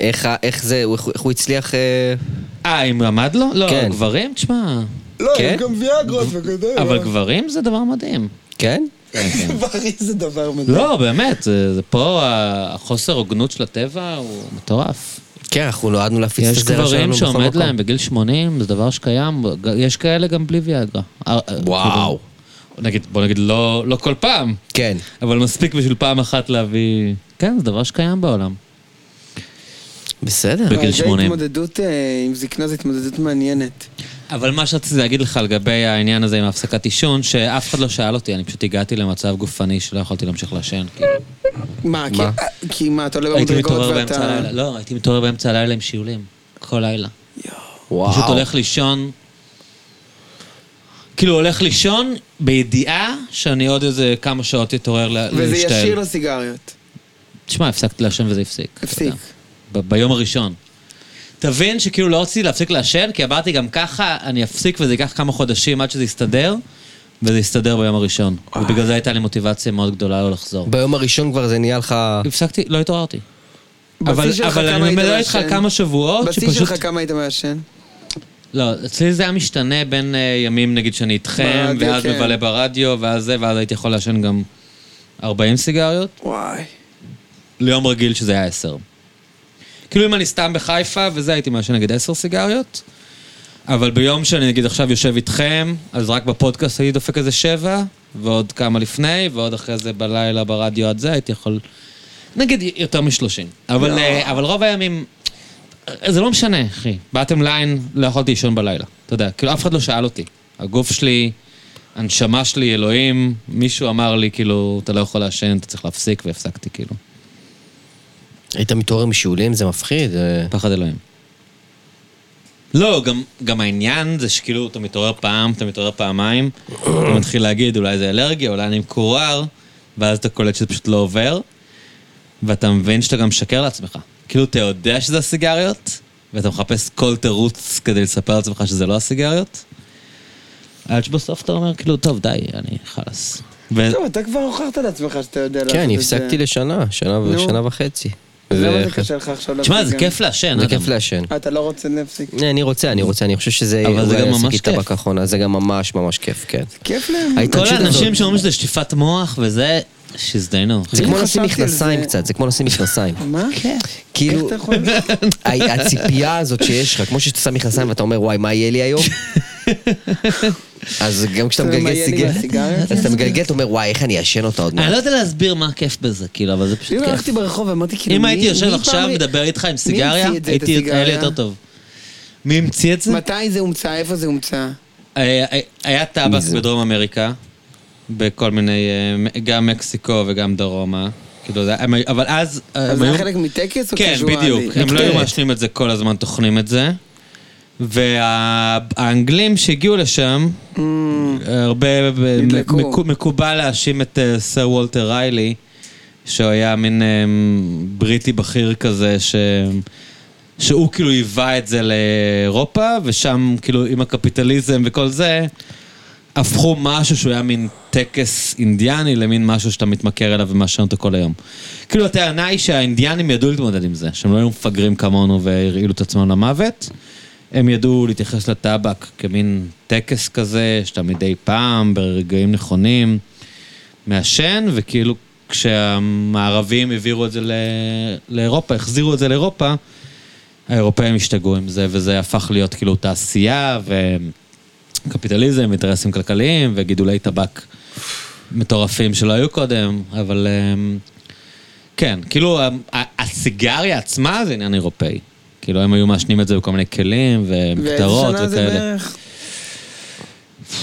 B: איך ה- איך זה, הוא- איך הוא- איך הוא הצליח... אה,
A: אה, אם למד לו? לא,
B: כן.
A: גברים? תשמע.
C: לא,
B: כן?
C: הם גם ויאגרות וכזה.
A: אבל
C: לא.
A: גברים זה דבר מדהים.
B: כן?
C: בריא זה דבר מדהים.
A: לא, באמת, זה זה פה ה- החוסר הוגנות של הטבע הוא מטורף.
B: כן, אנחנו נועדנו להפיץ את
A: יש
B: הזרע שלנו
A: גברים
B: בכל מקום.
A: שעומד להם בגיל 80, זה דבר שקיים, ג- יש כאלה גם בלי ויאגרה. אה, אה,
B: וואו.
A: כאילו, נגיד, בוא נגיד, לא לא כל פעם,
B: כן.
A: אבל מספיק בשביל פעם אחת להביא... כן, זה דבר שקיים בעולם.
B: בסדר.
A: בגיל
C: אבל
A: 80.
C: זה התמודדות אה, עם זקנה, זו התמודדות מעניינת.
A: אבל מה שרציתי להגיד לך לגבי העניין הזה עם הפסקת עישון, שאף אחד לא שאל אותי, אני פשוט הגעתי למצב גופני שלא יכולתי להמשיך לעשן, כאילו.
C: מה, כי- אה,
B: מה?
C: כי מה, אתה עולה
A: הייתי
C: במדרגות
A: מתעורר באמצע
C: ואתה...
A: הלילה. לא, הייתי מתעורר באמצע הלילה עם שיעולים. כל לילה.
B: וואו.
A: פשוט הולך לישון. כאילו הולך לישון בידיעה שאני עוד איזה כמה שעות אתעורר לה-
C: וזה
A: להשתעל.
C: ישיר לו סיגריות.
A: תשמע, הפסקתי לעשן וזה הפסיק. אתה
C: הפסיק.
A: יודע. ב- ביום הראשון. תבין שכאילו לא רציתי להפסיק לעשן, כי אמרתי גם ככה אני אפסיק וזה ייקח כמה חודשים עד שזה יסתדר, וזה יסתדר ביום הראשון. ובגלל זה הייתה לי מוטיבציה מאוד גדולה לא לחזור.
B: ביום הראשון כבר זה נהיה לך...
A: הפסקתי, לא התעוררתי.
C: בשיא
A: אבל
C: שלך
A: אבל
C: כמה
A: אני
C: היית
A: מדבר איתך על
C: מעשן?
A: כמה שבועות
C: בשיא
A: שפשוט...
C: שלך כמה היית מעשן?
A: לא, אצלי זה היה משתנה בין אה, ימים, נגיד, שאני איתכם,
C: ברדיו,
A: ואז
C: כן.
A: מבלה ברדיו, ואז זה, ואז הייתי יכול לעשן גם 40 סיגריות,
C: וואי.
A: ליום רגיל שזה היה 10. כאילו אם אני סתם בחיפה, וזה, הייתי מעשן נגיד 10 סיגריות, אבל ביום שאני נגיד עכשיו יושב איתכם, אז רק בפודקאסט הייתי דופק איזה 7, ועוד כמה לפני, ועוד אחרי זה בלילה ברדיו עד זה, הייתי יכול... נגיד יותר משלושים. אבל,
C: לא.
A: אה, אבל רוב הימים... זה לא משנה, אחי. באתם ליין, לא יכולתי לישון בלילה. אתה יודע, כאילו אף אחד לא שאל אותי. הגוף שלי, הנשמה שלי, אלוהים, מישהו אמר לי, כאילו, אתה לא יכול לעשן, אתה צריך להפסיק, והפסקתי, כאילו.
B: היית מתעורר משיעולים, זה מפחיד. אה,
A: פחד אלוהים. לא, גם, גם העניין זה שכאילו אתה מתעורר פעם, אתה מתעורר פעמיים, אתה מתחיל להגיד אולי זה אלרגיה, אולי אני מקורר, ואז אתה קולט שזה פשוט לא עובר, ואתה מבין שאתה גם משקר לעצמך. כאילו אתה יודע שזה הסיגריות, ואתה מחפש כל תירוץ כדי לספר לעצמך שזה לא הסיגריות, עד שבסוף אתה אומר כאילו, טוב די, אני חלאס. ו-
C: טוב, אתה כבר הוכחת לעצמך שאתה יודע לעשות את זה.
B: כן, אני הפסקתי לשנה, שנה ו-
C: נו.
B: שנה וחצי.
C: אז למה זה
B: וחצי.
C: קשה לך עכשיו
A: תשמע,
C: להפסיק
A: זה
C: גם?
A: כיף לעשן,
B: זה
A: אדם.
B: כיף לעשן.
C: אה, אתה לא רוצה להפסיק?
B: אה, אני רוצה, אני רוצה, אני חושב שזה...
A: אבל זה
B: אולי
A: גם ממש
B: שקית
A: כיף.
B: טבק אחרונה, זה גם ממש ממש כיף, כן.
C: כיף להם.
B: הייתה
A: כל
B: תמשיך
A: האנשים
B: לעשות.
A: שאומרים שזה שטיפת מוח וזה, שיזדיינו.
B: זה כמו
C: אני
B: לשים
C: חשבתי על
B: מכנסיים
C: זה.
B: קצת, זה כמו לשים מכנסיים.
C: מה?
A: כן.
C: איך
B: כאילו,
C: אתה יכול?
B: ה- הציפייה הזאת שיש לך, כמו שאתה שם מכנסיים ואתה אומר, וואי, מה יהיה לי היום? אז גם כשאתה
C: אתה יודע מה
B: מגלגל
C: יהיה לי
B: סיגריה,
C: מהסיגריות?
B: אז אתה מגלגל, אתה אומר, וואי, איך אני אעשן אותה עוד
A: אני
B: מעט.
A: לא יודע להסביר מה הכיף בזה, כאילו, אבל זה פשוט
C: אם הלכתי
A: כיף.
C: ברחוב ואמרתי כאילו,
A: אם
C: מי-
A: הייתי
C: מי
A: יושב
C: פעם
A: עכשיו
C: ר-
A: מדבר איתך עם סיגריה,
C: המציא את זה, את
A: הייתי, היה לי
C: הסיגריה?
A: יותר טוב. מי המציא את זה? אה,
C: מתי זה הומצא? איפה זה הומצא?
A: היה היה טבק
B: זה?
A: בדרום אמריקה, בכל מיני, אה, גם מקסיקו וגם דרומה. כאילו, זה, הם היו- אבל אז... אה, הם
C: אז זה
A: היו-
C: היה חלק מטקס או כן.
A: כן,
C: קזואלי?
A: בדיוק. הם לא היו
C: אוקיי.
A: מעשנים את זה כל הזמן, טוחנים את זה. והאנגלים שהגיעו לשם, הרבה... ב-
C: נדלקו.
A: מקו- מקובל להאשים את אה, סר וולטר ריילי, שהוא היה מין אה, בריטי בכיר כזה, ש... שהוא כאילו היווה את זה לאירופה, ושם כאילו עם הקפיטליזם וכל זה, הפכו משהו שהוא היה מין טקס אינדיאני למין משהו שאתה מתמכר אליו ומעשן אותו כל היום. כאילו הטענה היא שהאינדיאנים ידעו להתמודד עם זה, שהם לא היו מפגרים כמונו והרעילו את עצמם למוות. הם ידעו להתייחס לטבק כמין טקס כזה, שאתה מדי פעם, ברגעים נכונים, מעשן, וכאילו כשהמערבים העבירו את זה ל... לאירופה, החזירו את זה לאירופה, האירופאים השתגעו עם זה, וזה הפך להיות כאילו תעשייה וקפיטליזם, אינטרסים כלכליים וגידולי טבק מטורפים שלא היו קודם, אבל אמ, כן, כאילו ה- ה- הסיגריה עצמה זה עניין אירופאי. כאילו הם היו מעשנים את זה בכל מיני כלים ומקטרות
C: ואיזה שנה זה
A: וכאלה.
C: בערך?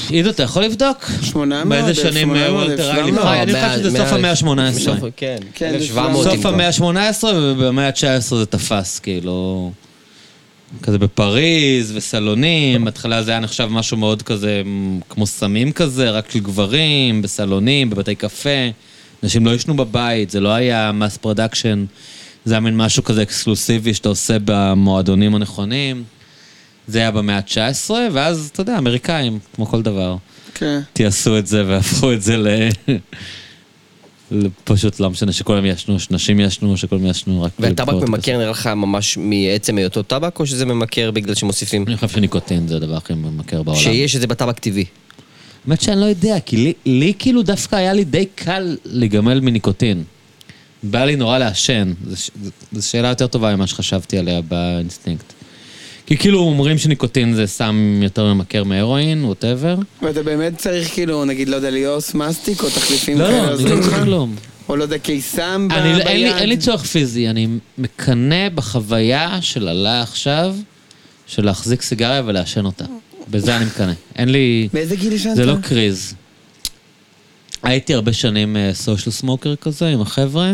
A: עידו, אתה יכול לבדוק?
C: 800,
A: באיזה שנים אה,
C: 1800,
A: וולטר ריילי
B: לא,
A: חי? לא
C: 1700.
A: אני חושב
B: מאה-
A: שזה סוף
B: מאה-
A: המאה ה-18.
B: בסוף- כן,
C: כן,
B: 1700.
A: סוף המאה ה-18 ובמאה ה-19 זה תפס, כאילו... כזה בפריז וסלונים, בהתחלה זה היה נחשב משהו מאוד כזה, מ, כמו סמים כזה, רק של גברים, בסלונים, בבתי קפה. אנשים לא ישנו בבית, זה לא היה מס פרדקשן, זה היה מין משהו כזה אקסקלוסיבי שאתה עושה במועדונים הנכונים. זה היה במאה ה-19, ואז, אתה יודע, אמריקאים, כמו כל דבר.
C: כן.
A: תיעשו את זה והפכו את זה ל... ל- פשוט לא משנה שכולם ישנו, שנשים ישנו, שכולם ישנו, רק...
B: והטבק
A: לבחור את הכסף.
B: ממכר נראה לך ממש מעצם היותו טבק, או שזה ממכר בגלל שמוסיפים?
A: אני חושב שניקוטין זה הדבר הכי ממכר בעולם.
B: שיש את זה בטבק טבעי.
A: האמת שאני לא יודע, כי לי, לי כאילו דווקא היה לי די קל להיגמל מניקוטין. בא לי נורא לעשן. זו ש- זו- זו שאלה יותר טובה ממה שחשבתי עליה באינסטינקט. כי כאילו אומרים שניקוטין זה סם יותר ממכר מהרואין, ווטאבר.
C: ואתה באמת צריך כאילו, נגיד, לא יודע, ליאוס מסטיק או תחליפים
A: לא,
C: כאלה
A: לא, אני לא
C: עוזרים לך?
A: צריך כלום.
C: או לא יודע, קיסם ב-
A: אני,
C: ביד?
A: לא- אין, לי, אין לי צורך פיזי, אני מקנא בחוויה של עלה עכשיו, של להחזיק סיגריה ולעשן אותה. בזה אני מקנא. אין לי...
C: באיזה גיל ישנת?
A: זה לא קריז. הייתי הרבה שנים סושיאל סמוקר כזה עם החבר'ה,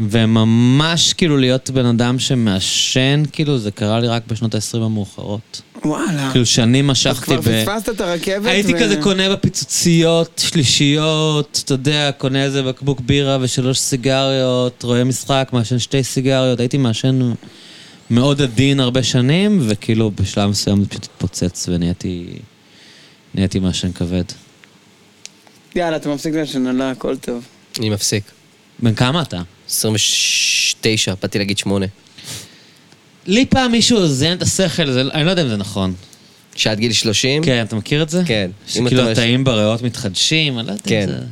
A: וממש כאילו להיות בן אדם שמעשן, כאילו זה קרה לי רק בשנות ה-20 המאוחרות.
C: וואלה.
A: כאילו שנים
C: אה. אז
A: משכתי
C: כבר
A: ב...
C: פספסת את הרכבת?
A: הייתי
C: ו-
A: כזה קונה בפיצוציות, שלישיות, אתה יודע, קונה איזה בקבוק בירה ושלוש סיגריות, רואה משחק, מעשן שתי סיגריות, הייתי מעשן מאוד עדין הרבה שנים, וכאילו בשלב מסוים זה פשוט התפוצץ ונהייתי נהייתי מעשן כבד.
C: יאללה, אתה מפסיק לעשן, יאללה, הכל טוב.
B: אני מפסיק.
A: בן כמה אתה?
B: 29, באתי להגיד 8.
A: לי פעם מישהו הזיין את השכל, זה, אני לא יודע אם זה נכון.
B: שעד גיל 30?
A: כן, אתה מכיר את זה?
B: כן. אם
A: שכאילו
B: אתה מעשן-
A: התאים בריאות מתחדשים, אני לא יודע
B: כן.
A: אם זה...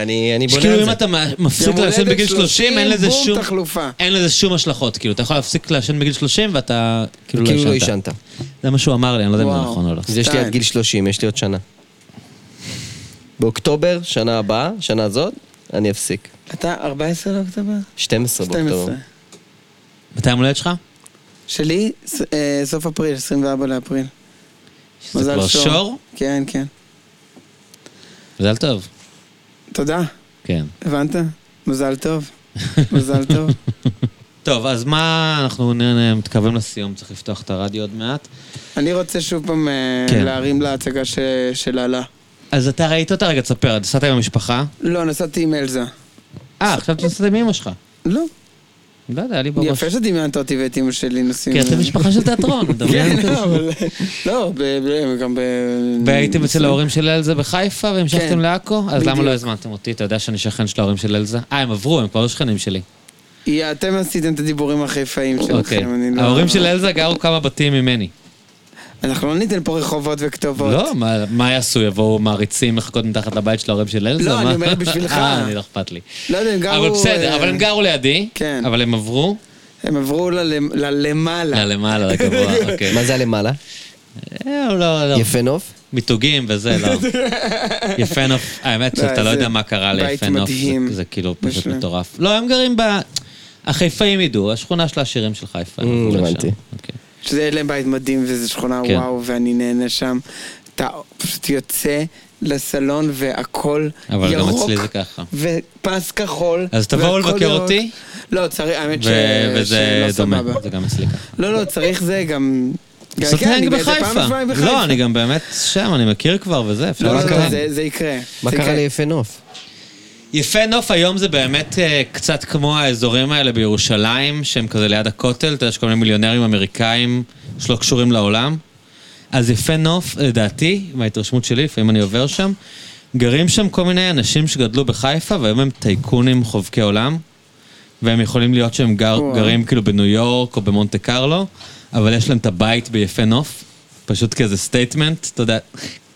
B: אני אני בונה
A: שכאילו
B: על
A: אה, כאילו אם
B: זה.
A: אתה מה- מפסיק
C: יום
A: לעשן
C: הולדת
A: בגיל 30, אין לזה שום...
C: בום, תחלופה.
A: אין לזה שום השלכות, כאילו, אתה יכול להפסיק לעשן בגיל 30 ואתה כאילו
B: כאילו לא
A: לא עישנת.
B: עישנת.
A: זה מה שהוא אמר לי, אני לא יודע אם זה
C: וואו.
A: נכון או לא.
B: אז יש לי עד
C: שתיים.
B: גיל 30, יש לי עוד שנה. באוקטובר, שנה הבאה, שנה הזאת, אני אפסיק.
C: אתה 14 לאוקטובר?
B: 12 באוקטובר.
C: 12.
A: מתי יום הולדת שלך?
C: שלי, ס- אה, סוף אפריל, 24 לאפריל.
A: שזה כבר שור?
C: כן, כן.
A: מזל טוב.
C: תודה,
A: כן.
C: הבנת? מזל טוב. מזל טוב.
A: טוב, אז מה, אנחנו נ- נ- מתקרבים לסיום, צריך לפתוח את הרדיו עוד מעט.
C: אני רוצה שוב פעם אה,
A: כן.
C: להרים להצגה ש- של הלה.
A: אז אתה ראית אותה? רגע, תספר, נסעת עם המשפחה?
C: לא, נסעתי עם אלזה.
A: אה, חשבתי שנסעת עם אמא שלך.
C: לא,
A: לא יודע, היה לי בראש.
C: יפה שדמיינת אותי ואת אמא שלי נוסעים.
A: כי אתם משפחה של תיאטרון, אתה מבין?
C: כן, לא, אבל... לא, ב- ב- גם ב...
A: והייתם אצל ההורים של אלזה בחיפה והמשכתם
C: כן.
A: לעכו? אז למה
C: בדיוק.
A: לא הזמנתם אותי? אתה יודע שאני שכן של ההורים של אלזה? אה, הם עברו, הם כבר לא שכנים שלי.
C: היא- אתם עשיתם את הדיבורים החיפאיים
A: אוקיי.
C: שלכם, אני לא...
A: ההורים של אלזה גרו כמה בתים ממני.
C: אנחנו לא ניתן פה רחובות וכתובות.
A: לא, מה- מה יעשו? יבואו מעריצים לחכות מתחת לבית של ההורים של אלזה?
C: לא, אני
A: מה?
C: אומר בשבילך.
A: אה, אני לא אכפת לי.
C: לא יודע, הם גרו...
A: אבל בסדר,
C: אה,
A: אבל הם גרו לידי,
C: כן. לא.
A: אבל הם עברו
C: הם עברו ל- ללמעלה.
A: למעלה, לגבוה, אוקיי.
B: מה זה הלמעלה?
A: אה, לא, לא.
B: יפה נוף?
A: מיתוגים וזה, לא. יפה נוף, האמת
C: לא,
A: שאתה לא
C: זה
A: יודע מה קרה
C: בית
A: ליפה נוף, זה-
C: מדהים.
A: זה כאילו פשוט
C: בשלם.
A: מטורף. לא, הם גרים ב... החיפאים ידעו, השכונה של העשירים של חיפה. הם
B: Mm,
A: עברו לשם.
B: הבנתי.
A: אוקיי.
C: שזה יש להם בית מדהים וזו שכונה
A: כן.
C: וואו, ואני נהנה שם. אתה פשוט יוצא לסלון והכל
A: אבל גם
C: ירוק.
A: אצלי זה ככה.
C: ופס כחול.
A: אז תבואו
C: והכל
A: לבקר
C: ירוק.
A: אותי.
C: לא, צריך, האמת ש...
A: ו- וזה
C: שלא
A: דומה,
C: סבבה.
A: זה גם אצלי ככה.
C: לא, לא, צריך זה גם... גם- כן, אני
A: סטנג
C: באיזה פעם
A: בחיפה.
C: לפעמים בחיפה.
A: לא, אני גם באמת שם, אני מכיר כבר וזה, אפשר
C: לא, לא,
A: להתקדם.
C: לא, זה- זה יקרה.
B: מה
C: זה כן.
B: קרה
C: יקרה.
B: ליפה נוף?
A: יפה נוף היום זה באמת אה, קצת כמו האזורים האלה בירושלים, שהם כזה ליד הכותל, אתה יודע, יש כל מיני מיליונרים אמריקאים שלא קשורים לעולם. אז יפה נוף, לדעתי, מההתרשמות שלי, לפעמים אני עובר שם, גרים שם כל מיני אנשים שגדלו בחיפה, והיום הם טייקונים חובקי עולם, והם יכולים להיות שהם גר,
C: וואו.
A: גרים כאילו בניו יורק או במונטה קרלו, אבל יש להם את הבית ביפה נוף, פשוט כאיזה סטייטמנט, אתה יודע,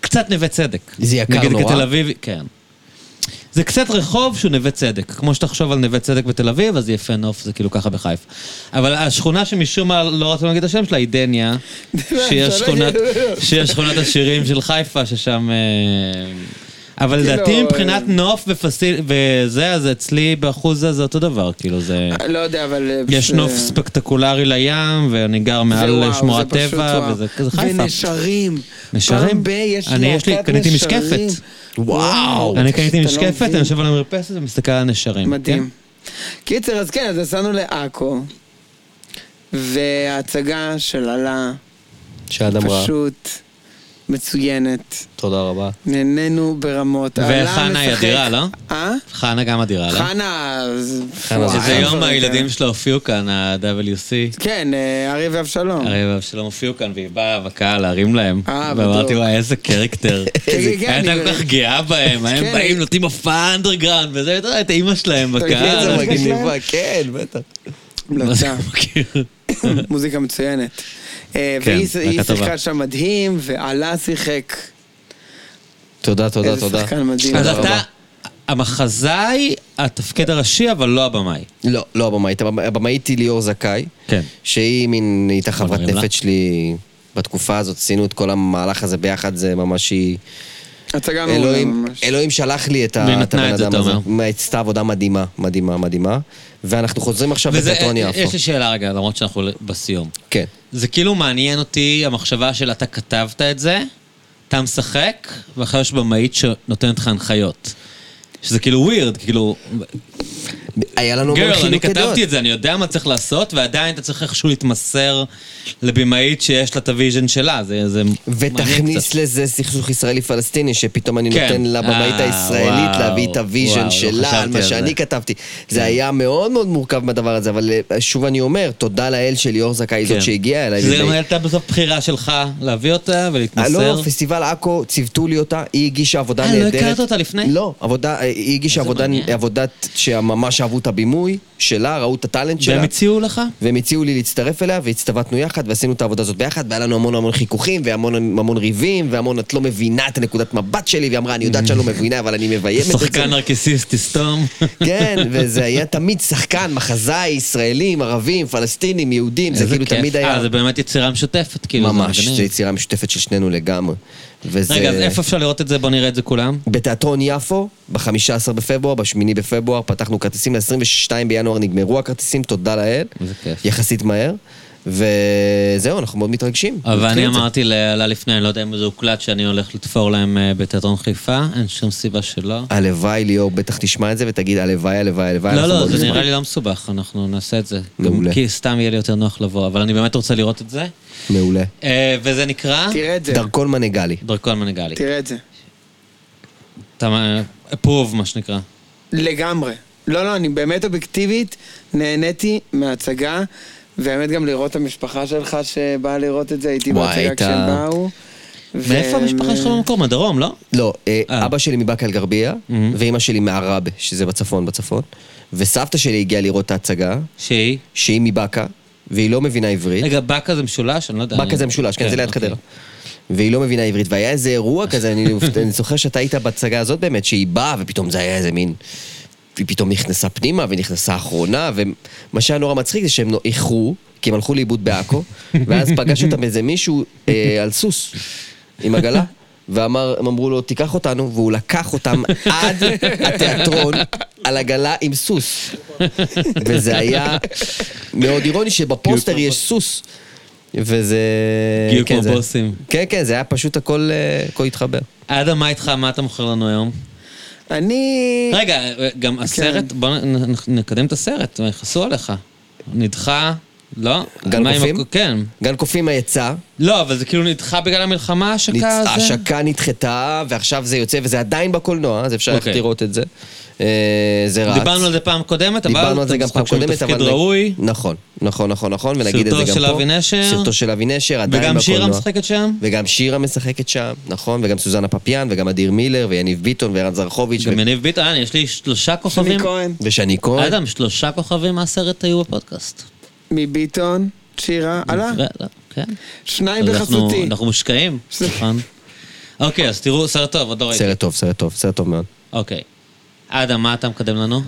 A: קצת נווה צדק.
B: זה יקר
A: נגיד
B: נורא.
A: כתל אביב, כן. זה קצת רחוב שהוא נווה צדק. כמו שתחשוב על נווה צדק בתל אביב, אז יפה נוף, זה כאילו ככה בחיפה. אבל השכונה שמשום מה לא רצינו להגיד את השם שלה, היא דניה,
C: לא
A: שהיא השכונת- שהיא השכונת השירים של חיפה, ששם... אה, אבל
C: כאילו,
A: לדעתי מבחינת
C: אה,
A: נוף ופסיל... וזה, אז אצלי באחוזה זה אותו דבר, כאילו זה...
C: לא יודע, אבל... אה,
A: יש
C: זה-
A: נוף ספקטקולרי לים, ואני גר
C: זה
A: מעל
C: וואו,
A: שמורת
C: זה פשוט
A: טבע,
C: וואו.
A: וזה כזה חיפה.
C: ונשרים.
A: נשרים?
C: פעם ב- יש
A: אני, יש לי-
C: להקת
A: קניתי
C: נשרים.
A: משקפת.
B: וואו.
A: אני קניתי
C: אתה לא
A: משקפת,
C: מבין.
A: אני יושב על המרפסת ומסתכל על הנשרים.
C: מדהים.
A: כן?
C: קיצר, אז כן, אז נסענו לעכו, וההצגה של עלה
B: שעד אמרה,
C: פשוט מצוינת.
B: תודה רבה.
C: נהנינו ברמות. עלה
A: וחנה היא
C: משחק-
A: אדירה, לא?
C: אה?
A: חנה גם אדירה, לא?
C: חנה... אז-
B: חנה
C: וואי,
B: זה
A: איזה
B: חנה
A: יום
C: כן.
A: הילדים שלו הופיעו כאן, ה-WC.
C: כן, אה, ארי ואבשלום.
A: הרי שלום הופיעו כאן, והיא באה בקהל להרים להם.
C: אה, כן,
A: ואמרתי,
C: בדיוק.
A: וואי, איזה קרקטר.
C: איזה-
A: הייתה כל כך גאה בהם, הם
C: כן.
A: באים, נותנים הופעה אנדרגראנד, וזה, אתה יודע, את אימא שלהם
C: תגיד,
A: בקהל.
C: איזה
B: איזה
C: מגניבה,
B: מגניבה, כן, בטח.
A: מה זה,
C: המלצה.
A: כאילו?
C: מוזיקה מצוינת. אה,
A: כן,
C: והיא
A: להקה
C: היא
A: טובה.
C: שיחקה שם מדהים, ועלה שיחק.
B: תודה, תודה,
C: איזה
B: תודה.
C: שחקן מדהים.
A: אז
B: תודה
A: אתה,
B: רבה.
A: המחזאי, התפקיד הראשי, אבל לא הבמאי.
B: לא, לא הבמאית, הבמ- הבמאית היא ליאור זכאי.
A: כן. לא?
B: שהיא מין, היא הייתה חברת
A: אומרים לה?
B: נפץ שלי בתקופה הזאת, עשינו את כל המהלך הזה ביחד, זה ממש היא...
C: הצגה מעולה
B: אלוהים,
C: ממש.
B: אלוהים שלח לי את
A: והיא
B: ה- את
A: נתנה
B: הבן
A: את זה,
B: אדם
A: אתה
B: הזה.
A: אומר.
B: מה, עשתה עבודה מדהימה, מדהימה, מדהימה. ואנחנו חוזרים עכשיו
A: וזה- אה,
B: לתיאטרון יפו.
A: יש לי שאלה רגע, למרות שאנחנו בסיום.
B: כן.
A: זה כאילו מעניין אותי המחשבה של אתה כתבת את זה, אתה משחק, ואחר יש במאית שנותנת לך הנחיות. שזה כאילו ווירד, כאילו,
B: לא, היה לנו המון
A: גרל, אני
B: חילוקי דעות.
A: כתבתי את זה, אני יודע מה צריך לעשות, ועדיין אתה צריך איכשהו להתמסר לבמאית שיש לה את הוויז'ן שלה, זה, זה מעניין
B: ותכניס
A: קצת.
B: לזה סכסוך ישראלי-פלסטיני, שפתאום אני
A: כן.
B: נותן לבמאית
A: אה,
B: הישראלית
A: וואו,
B: להביא את
A: וואו,
B: הוויז'ן
A: לא
B: שלה על
A: חשבתי
B: מה
A: על זה. כן.
B: שאני כתבתי. זה היה מאוד מאוד מורכב מהדבר הזה, אבל אה, שוב אני אומר, תודה לאל של ליאור זכאי,
A: כן.
B: זאת שהגיעה אליי.
A: שזה
B: וזה-
A: גם הייתה בסוף בחירה שלך להביא אותה
B: אה,
A: ולהתמסר.
B: לא, פסטיבל עכו, ציוותו לי אותה, היא הגישה עבודה
A: אה, לא
B: נהדרת.
A: הכרת אותה לפני?
B: לא, עבודה, אה, היא הגישה
A: איזה
B: עבודה,
A: מעניין.
B: עבודת שממש אהבו את הבימוי שלה, ראו את הטאלנט שלה.
A: והם הציעו לך?
B: והם הציעו לי להצטרף אליה, והצטוותנו יחד, ועשינו את העבודה הזאת ביחד, והיה לנו המון המון חיכוכים, והמון המון ריבים, והמון את לא מבינה את הנקודת מבט שלי, והיא אמרה, אני יודעת שאני לא מבינה, אבל אני מביימת את זה.
A: שחקן נרקיסיסט, תסתום.
B: כן, וזה היה תמיד שחקן, מחזאי, ישראלים, ערבים, פלסטינים, יהודים, זה
A: איזה
B: כאילו
A: כיף.
B: תמיד היה...
A: אה, זה באמת יצירה משותפת, כאילו. זה
B: ממש,
A: מגניב.
B: זו יצירה משותפת של שנינו לגמרי. וזה...
A: רגע, אז איפה אפשר לראות את זה? בוא נראה את זה כולם.
B: בתיאטרון יפו, ב-15 בפברואר, ב-8 בפברואר, פתחנו כרטיסים, ל-22 בינואר נגמרו הכרטיסים, תודה לאל.
A: איזה כיף.
B: יחסית מהר. וזהו, אנחנו מאוד מתרגשים.
A: אבל
B: נתחיל
A: אני
B: את זה.
A: אמרתי לאלה לפני, אני לא יודע אם זה הוקלט, שאני הולך לתפור להם אה, בתיאטרון חיפה, אין שום סיבה
B: אה,
A: שלא.
B: הלוואי, ליאור, בטח תשמע את זה ותגיד, הלוואי, הלוואי, הלוואי.
A: לא,
B: אנחנו
A: לא,
B: מאוד
A: זה
B: נשמח.
A: נראה לי לא מסובך, אנחנו נעשה את זה. גם
B: מעולה.
A: כי סתם יהיה לי יותר נוח לבוא, אבל אני באמת רוצה לראות את זה.
B: מעולה.
A: אה, וזה נקרא?
C: תראה את זה,
B: דרכון מנגלי.
A: דרכון מנגלי.
C: תראה את זה.
A: אתה אפרוב, מה שנקרא.
C: לגמרי. לא, לא, אני באמת אובייקטיבית נהניתי מההצגה, והאמת גם לראות את המשפחה שלך שבאה לראות את זה, הייתי
B: וואי,
C: בהצגה
B: הייתה-
C: כשהם באו. ו-
A: מאיפה המשפחה שלך במקור? מהדרום, לא?
B: לא, אה,
A: אה.
B: אבא שלי מבאקה אל-גרבייה, ואימא שלי מעראבה, שזה בצפון, בצפון. וסבתא שלי הגיעה לראות את ההצגה,
A: שהיא?
B: שהיא מבאקה, והיא לא מבינה עברית.
A: רגע, באקה זה משולש? אני לא יודע.
B: באקה
A: אני-
B: זה משולש, כן, זה ליד
A: אוקיי.
B: חדרה. והיא לא מבינה עברית, והיה איזה אירוע כזה, אני אני זוכר שאתה היית בהצגה הזאת באמת, שהיא באה, ופתאום זה היה איזה מין... היא פתאום נכנסה פנימה, ונכנסה אחרונה, ומה שהיה נורא מצחיק זה שהם נו- איחרו, כי הם הלכו לאיבוד בעכו, ואז פגש אותם איזה מישהו אה, על סוס, עם עגלה. ואמר, הם אמרו לו, תיקח אותנו, והוא לקח אותם עד התיאטרון על עגלה עם סוס. וזה היה מאוד אירוני שבפוסטר יש סוס. וזה...
A: גיוק
B: כן,
A: כמו
B: זה-
A: בוסים.
B: כן, כן, זה היה פשוט הכל, אה, הכל התחבר.
A: אדם, מה איתך? מה אתה מוכר לנו היום?
C: אני...
A: רגע, גם הסרט,
B: כן.
A: בוא נ- נ- נקדם את הסרט, יכעסו עליך. נדחה, לא?
B: גן
A: מה עם
B: קופים?
A: הכ- כן.
B: גן קופים היצא,
A: לא, אבל זה כאילו נדחה בגלל המלחמה השקה
B: נצ-
A: הזה?
B: ההשקה נדחתה, ועכשיו זה יוצא, וזה עדיין בקולנוע, אז אפשר ללכת
A: אוקיי.
B: לראות את זה. אה, זה רץ.
A: דיברנו על זה פעם קודמת, אבל...
B: דיברנו על זה גם פעם קודמת, אבל...
A: תפקיד ראוי,
B: נכון, נכון, נכון, נכון, ונגיד את זה גם
A: סרטו
B: פה.
A: של אבי נשר.
B: סרטו של אבי נשר, עדיין בקולנוע.
A: וגם שירה משחקת שם.
B: וגם שירה משחקת שם, נכון, וגם סוזנה פפיאן, וגם אדיר מילר, ויניב ביטון, וערן זרחוביץ', ו-
A: גם יניב ביטון, אה, יש לי שלושה
C: שני
A: כוכבים.
C: כהן,
B: ושני כהן.
A: אדם, שלושה כוכבים מהסרט היו בפודקאסט.
C: מביטון, שירה, עלה,
A: ו- כן.
C: שניים
A: אז אנחנו-
C: בחסותי.
A: אנחנו מושקעים, נכון. אוקיי, אז תראו, סרט טוב, עוד לא ראיתי.
B: סרט טוב, סרט טוב, סרט טוב מאוד.
A: אוקיי. אדם, מה אתה מקדם לנו?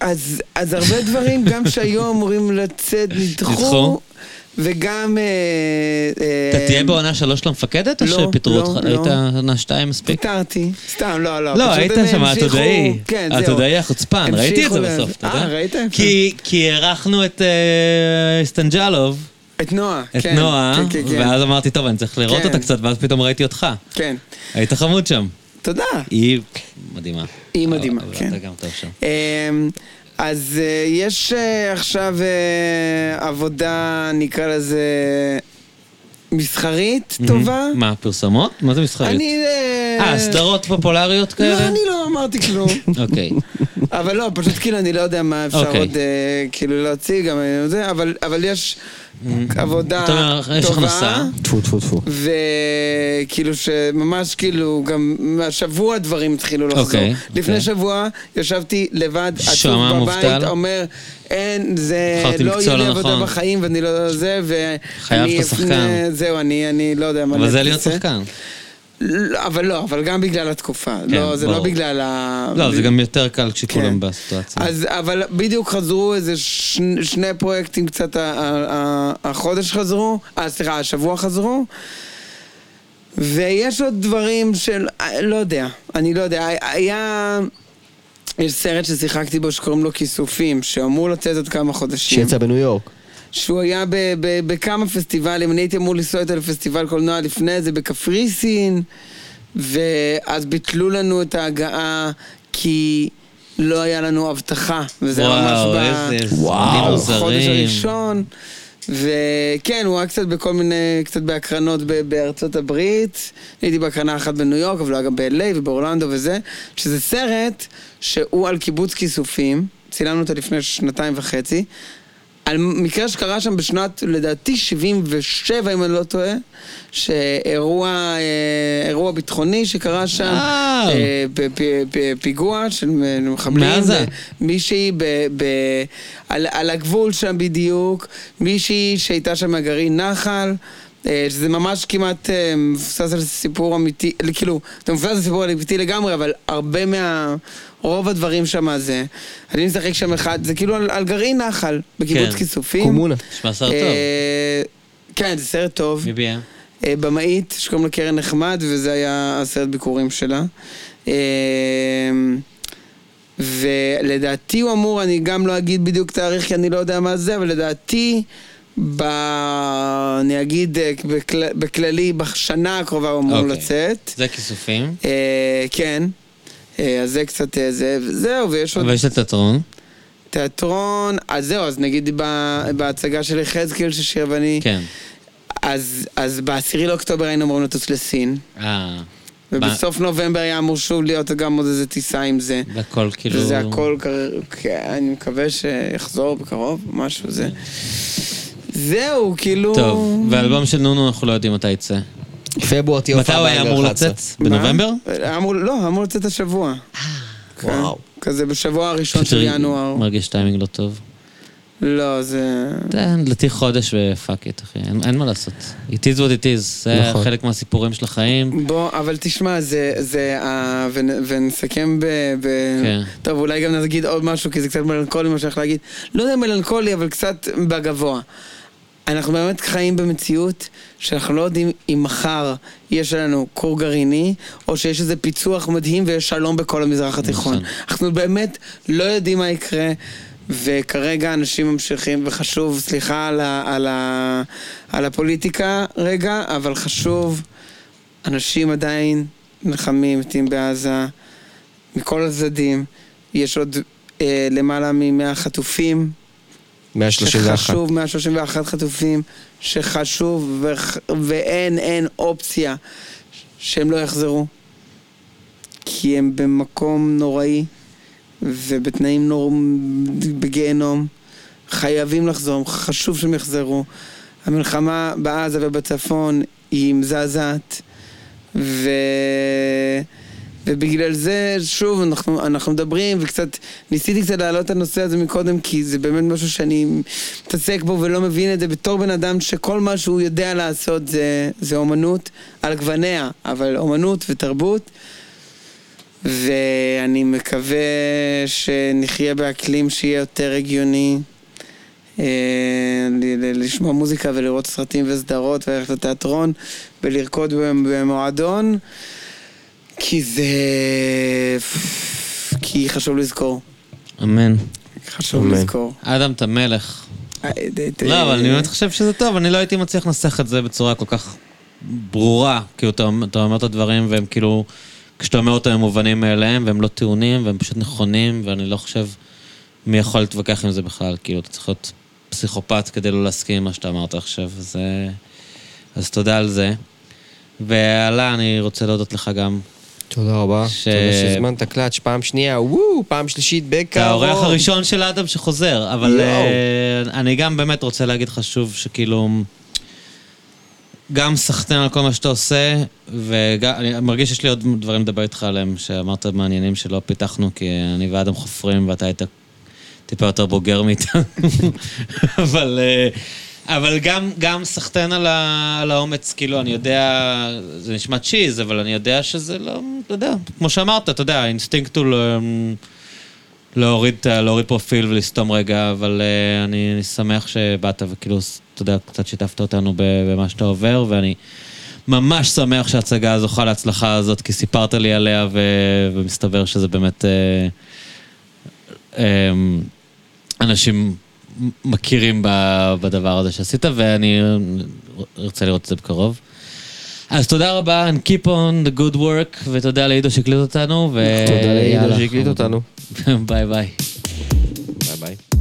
C: אז, אז הרבה דברים, גם שהיו אמורים לצאת,
A: נדחו.
C: נדחו, וגם... אה, אה,
A: אתה תהיה בעונה שלוש למפקדת, או
C: לא,
A: שפיטרו
C: לא,
A: אותך?
C: לא.
A: היית עונה שתיים מספיק?
C: פיטרתי, סתם, לא, לא.
A: לא,
C: פשוט
A: היית
C: הם
A: שם
C: המשיכו-
A: העתודאי.
C: כן, זהו.
A: העתודאי החוצפן, ראיתי את זה
C: המשיכו לה-
A: בסוף, אתה יודע?
C: אה, ראית? יפה.
A: כי- כי אירחנו את אה, סטנג'לוב,
C: את נועה,
A: את
C: כן,
A: נועה,
C: כן, כן, כן,
A: ואז אמרתי, טוב, אני צריך לראות
C: כן.
A: אותה קצת, ואז פתאום ראיתי אותך.
C: כן.
A: היית חמוד שם.
C: תודה.
A: היא מדהימה.
C: היא
A: אבל-
C: מדהימה,
A: אבל
C: כן.
A: אתה גם טוב שם.
C: אמ, אז אה, יש אה, עכשיו אה, עבודה, נקרא לזה, מסחרית טובה.
A: מה, פרסומות? מה זה מסחרית?
C: אני... אה,
A: אה, סדרות פופולריות
C: לא,
A: כאלה?
C: אני לא אמרתי כלום.
A: אוקיי.
C: אבל לא, פשוט כאילו אני לא יודע מה אפשר
A: אוקיי.
C: עוד אה, כאילו להוציא, גם אה, זה, אבל- אבל יש עבודה
A: אתה אומר, יש
C: טובה.
A: הכנסה.
B: טפו טפו טפו.
C: וכאילו שממש כאילו גם השבוע דברים התחילו לחזור.
A: אוקיי,
C: לפני
A: אוקיי.
C: שבוע ישבתי לבד, עצוב
A: שמע,
C: בבית,
A: מובטל.
C: אומר, אין, זה,
A: בחרתי
C: לא
A: מקצוע
C: יהיה לי
A: לא
C: עבודה
A: נכון."
C: בחיים ואני לא זה,
A: חייב
C: ואני
A: את השחקן.
C: זהו, אני, אני לא יודע מה...
A: אבל זה
C: אני
A: להיות
C: אעשה.
A: שחקן.
C: לא, אבל לא, אבל גם בגלל התקופה. לא, זה לא
A: כן, ברור.
C: בגלל ה...
A: לא, זה גם יותר קל כשכולם
C: כן.
A: בסיטואציה.
C: אז, אבל בדיוק חזרו איזה שני, שני פרויקטים קצת, ה- ה- ה- החודש חזרו, אה, סליחה, השבוע חזרו. ויש עוד דברים של, אה, לא יודע, אני לא יודע, היה... יש סרט ששיחקתי בו שקוראים לו כיסופים, שאמור לצאת עוד כמה חודשים.
B: שיצא בניו יורק.
C: שהוא היה ב- ב- בכמה פסטיבלים, אני הייתי אמור לנסוע איתו לפסטיבל קולנוע לפני זה בקפריסין, ואז ביטלו לנו את ההגעה כי לא היה לנו אבטחה, וזה היה ממש
A: וואו,
C: ב-
A: איזה
B: וואו.
A: זמנים
C: בחודש
A: מוזרים.
C: הראשון. וכן, הוא היה קצת בכל מיני, קצת בהקרנות ב- בארצות הברית. הייתי בהקרנה אחת בניו יורק, אבל הוא היה גם ב-LA ובאורלנדו וזה, שזה סרט שהוא על קיבוץ כיסופים, צילמנו אותו לפני שנתיים וחצי, על מקרה שקרה שם בשנת, לדעתי, 77, אם אני לא טועה, שאירוע אה, אירוע ביטחוני שקרה שם,
A: וואו.
C: אה, ב- ב- ב- פיגוע של מחבלים.
A: מעזה.
C: מישהי ב, ב, על, על הגבול שם בדיוק, מישהי שהייתה שם מהגרעין נחל, אה, שזה ממש כמעט אה, מבוסס על סיפור אמיתי, אה, כאילו, זה מבוסס על סיפור אמיתי לגמרי, אבל הרבה מה... רוב הדברים שם זה. אני משחק שם אחד, זה כאילו על, על גרעין נחל, בקיבוץ
A: כן.
C: כיסופים.
B: קומונה.
A: נשמע סרט טוב.
C: אה, כן, זה סרט טוב.
A: מי ביים?
C: אה, במאית שקוראים לה קרן נחמד, וזה היה הסרט ביקורים שלה. אה, ולדעתי הוא אמור, אני גם לא אגיד בדיוק תאריך כי אני לא יודע מה זה, אבל לדעתי, ב... אני אגיד אה, בכל... בכללי, בשנה הקרובה הוא אמור
A: אוקיי.
C: לצאת.
A: זה כיסופים.
C: אה, כן. אה, אז זה קצת אה, זה, וזהו, ויש עוד
A: אבל יש את התיאטרון.
C: תיאטרון, אז זהו, אז נגיד ב- בהצגה של יחזקאל ששיר ואני,
A: כן.
C: אז, אז בעשירי לאוקטובר היינו אמורים לטוס לסין.
A: אה.
C: ובסוף נובמבר היה אמור שוב להיות גם עוד איזה טיסה עם זה.
A: והכל כאילו...
C: וזה הכל, כ- כ- אני מקווה שיחזור בקרוב, משהו זה. זהו, כאילו...
A: טוב, והאלבום של נונו אנחנו לא יודעים מתי יצא.
B: פברואר תהיה
A: מתי
B: הופעה
A: הוא היה אמור
B: 2011.
A: לצאת? בנובמבר?
C: מה? אמור, לא, אמור לצאת השבוע.
B: וואו.
C: כן, כזה בשבוע הראשון של ינואר. אה.
A: מרגיש טיימינג לא טוב.
C: לא, זה...
A: תן, לדעתי חודש ופאק איט, אחי. אין- אין מה לעשות. It is what it is. זה
B: נכון.
A: חלק מהסיפורים של החיים.
C: בוא, אבל תשמע, זה... זה ה... ונ- ונסכם ב... ב...
A: כן.
C: טוב, אולי גם נגיד עוד משהו, כי זה קצת מלנכולי מה שאנחנו להגיד. לא יודע מלנכולי, אבל קצת בגבוה. אנחנו באמת חיים במציאות שאנחנו לא יודעים אם מחר יש לנו כור גרעיני, או שיש איזה פיצוח מדהים ויש שלום בכל המזרח התיכון.
A: נכון.
C: אנחנו באמת לא יודעים מה יקרה. וכרגע אנשים ממשיכים, וחשוב, סליחה על, ה, על, ה, על הפוליטיקה רגע, אבל חשוב, אנשים עדיין נלחמים, מתים בעזה, מכל הצדדים. יש עוד אה, למעלה מ-100 חטופים.
B: 131.
C: שחשוב, 131 חטופים, שחשוב וח... ואין, אין אופציה שהם לא יחזרו. כי הם במקום נוראי ובתנאים נור... בגיהנום. חייבים לחזור, חשוב שהם יחזרו. המלחמה בעזה ובצפון היא מזעזעת, ו... ובגלל זה, שוב, אנחנו, אנחנו מדברים, וקצת, ניסיתי קצת להעלות את הנושא הזה מקודם, כי זה באמת משהו שאני מתעסק בו ולא מבין את זה, בתור בן אדם שכל מה שהוא יודע לעשות זה, זה אומנות, על גווניה, אבל אומנות ותרבות. ואני מקווה שנחיה באקלים שיהיה יותר הגיוני. אה, ל- ל- לשמוע מוזיקה ולראות סרטים וסדרות וללכת לתיאטרון ולרקוד במועדון כי זה... כי חשוב לזכור.
A: אמן.
C: חשוב
B: אמן.
C: לזכור.
A: אדם, אתה מלך.
C: אה, ת- ת-
A: לא, אבל אני באמת חושב שזה טוב, אני לא הייתי מצליח לנסח את זה בצורה כל כך ברורה. כאילו, אתה, אתה אומר את הדברים והם כאילו, כשאתה אומר אותם הם מובנים מאליהם, והם לא טיעונים, והם פשוט נכונים, ואני לא חושב מי יכול להתווכח עם זה בכלל. כאילו, אתה צריך להיות פסיכופת כדי לא להסכים עם מה שאתה אמרת עכשיו, אז, אה, אז תודה על זה. ואללה, אני רוצה להודות לך גם.
B: תודה רבה.
A: ש-
B: תודה שהזמנת קלאץ' פעם שנייה, וואו, פעם שלישית
A: אתה
B: בקרוב.
A: האורח הראשון של אדם שחוזר, אבל
B: יואו.
A: אה, אני גם באמת רוצה להגיד לך שוב שכאילו... גם סחטיין על כל מה שאתה עושה, וגם, אני מרגיש שיש לי עוד דברים לדבר איתך עליהם, שאמרת מעניינים שלא פיתחנו, כי אני ואדם חופרים ואתה היית טיפה יותר בוגר מאיתנו. אבל, אה, אבל גם, גם סחטיין על, ה- על האומץ, כאילו, אני יודע, זה נשמע צ'יז, אבל אני יודע שזה לא, אתה יודע, כמו שאמרת, אתה יודע, האינסטינקט הוא לא- להוריד, את ה- להוריד פרופיל ולסתום רגע, אבל אה, אני, אני שמח שבאת וכאילו, ס- אתה יודע, קצת שיתפת אותנו ב- במה שאתה עובר, ואני ממש שמח שההצגה זוכה להצלחה הזאת, כי סיפרת לי עליה, ו, ומסתבר שזה באמת... אה, אמ, אנשים מכירים ב- בדבר הזה שעשית, ואני ארצה לראות את זה בקרוב. אז תודה רבה, and keep on the good work, ותודה לעידו
B: אה,
A: שהקליט אותנו, ו...
B: תודה לעידו
A: יאללה,
B: שהקליט אותנו.
A: ביי ביי.
B: ביי ביי.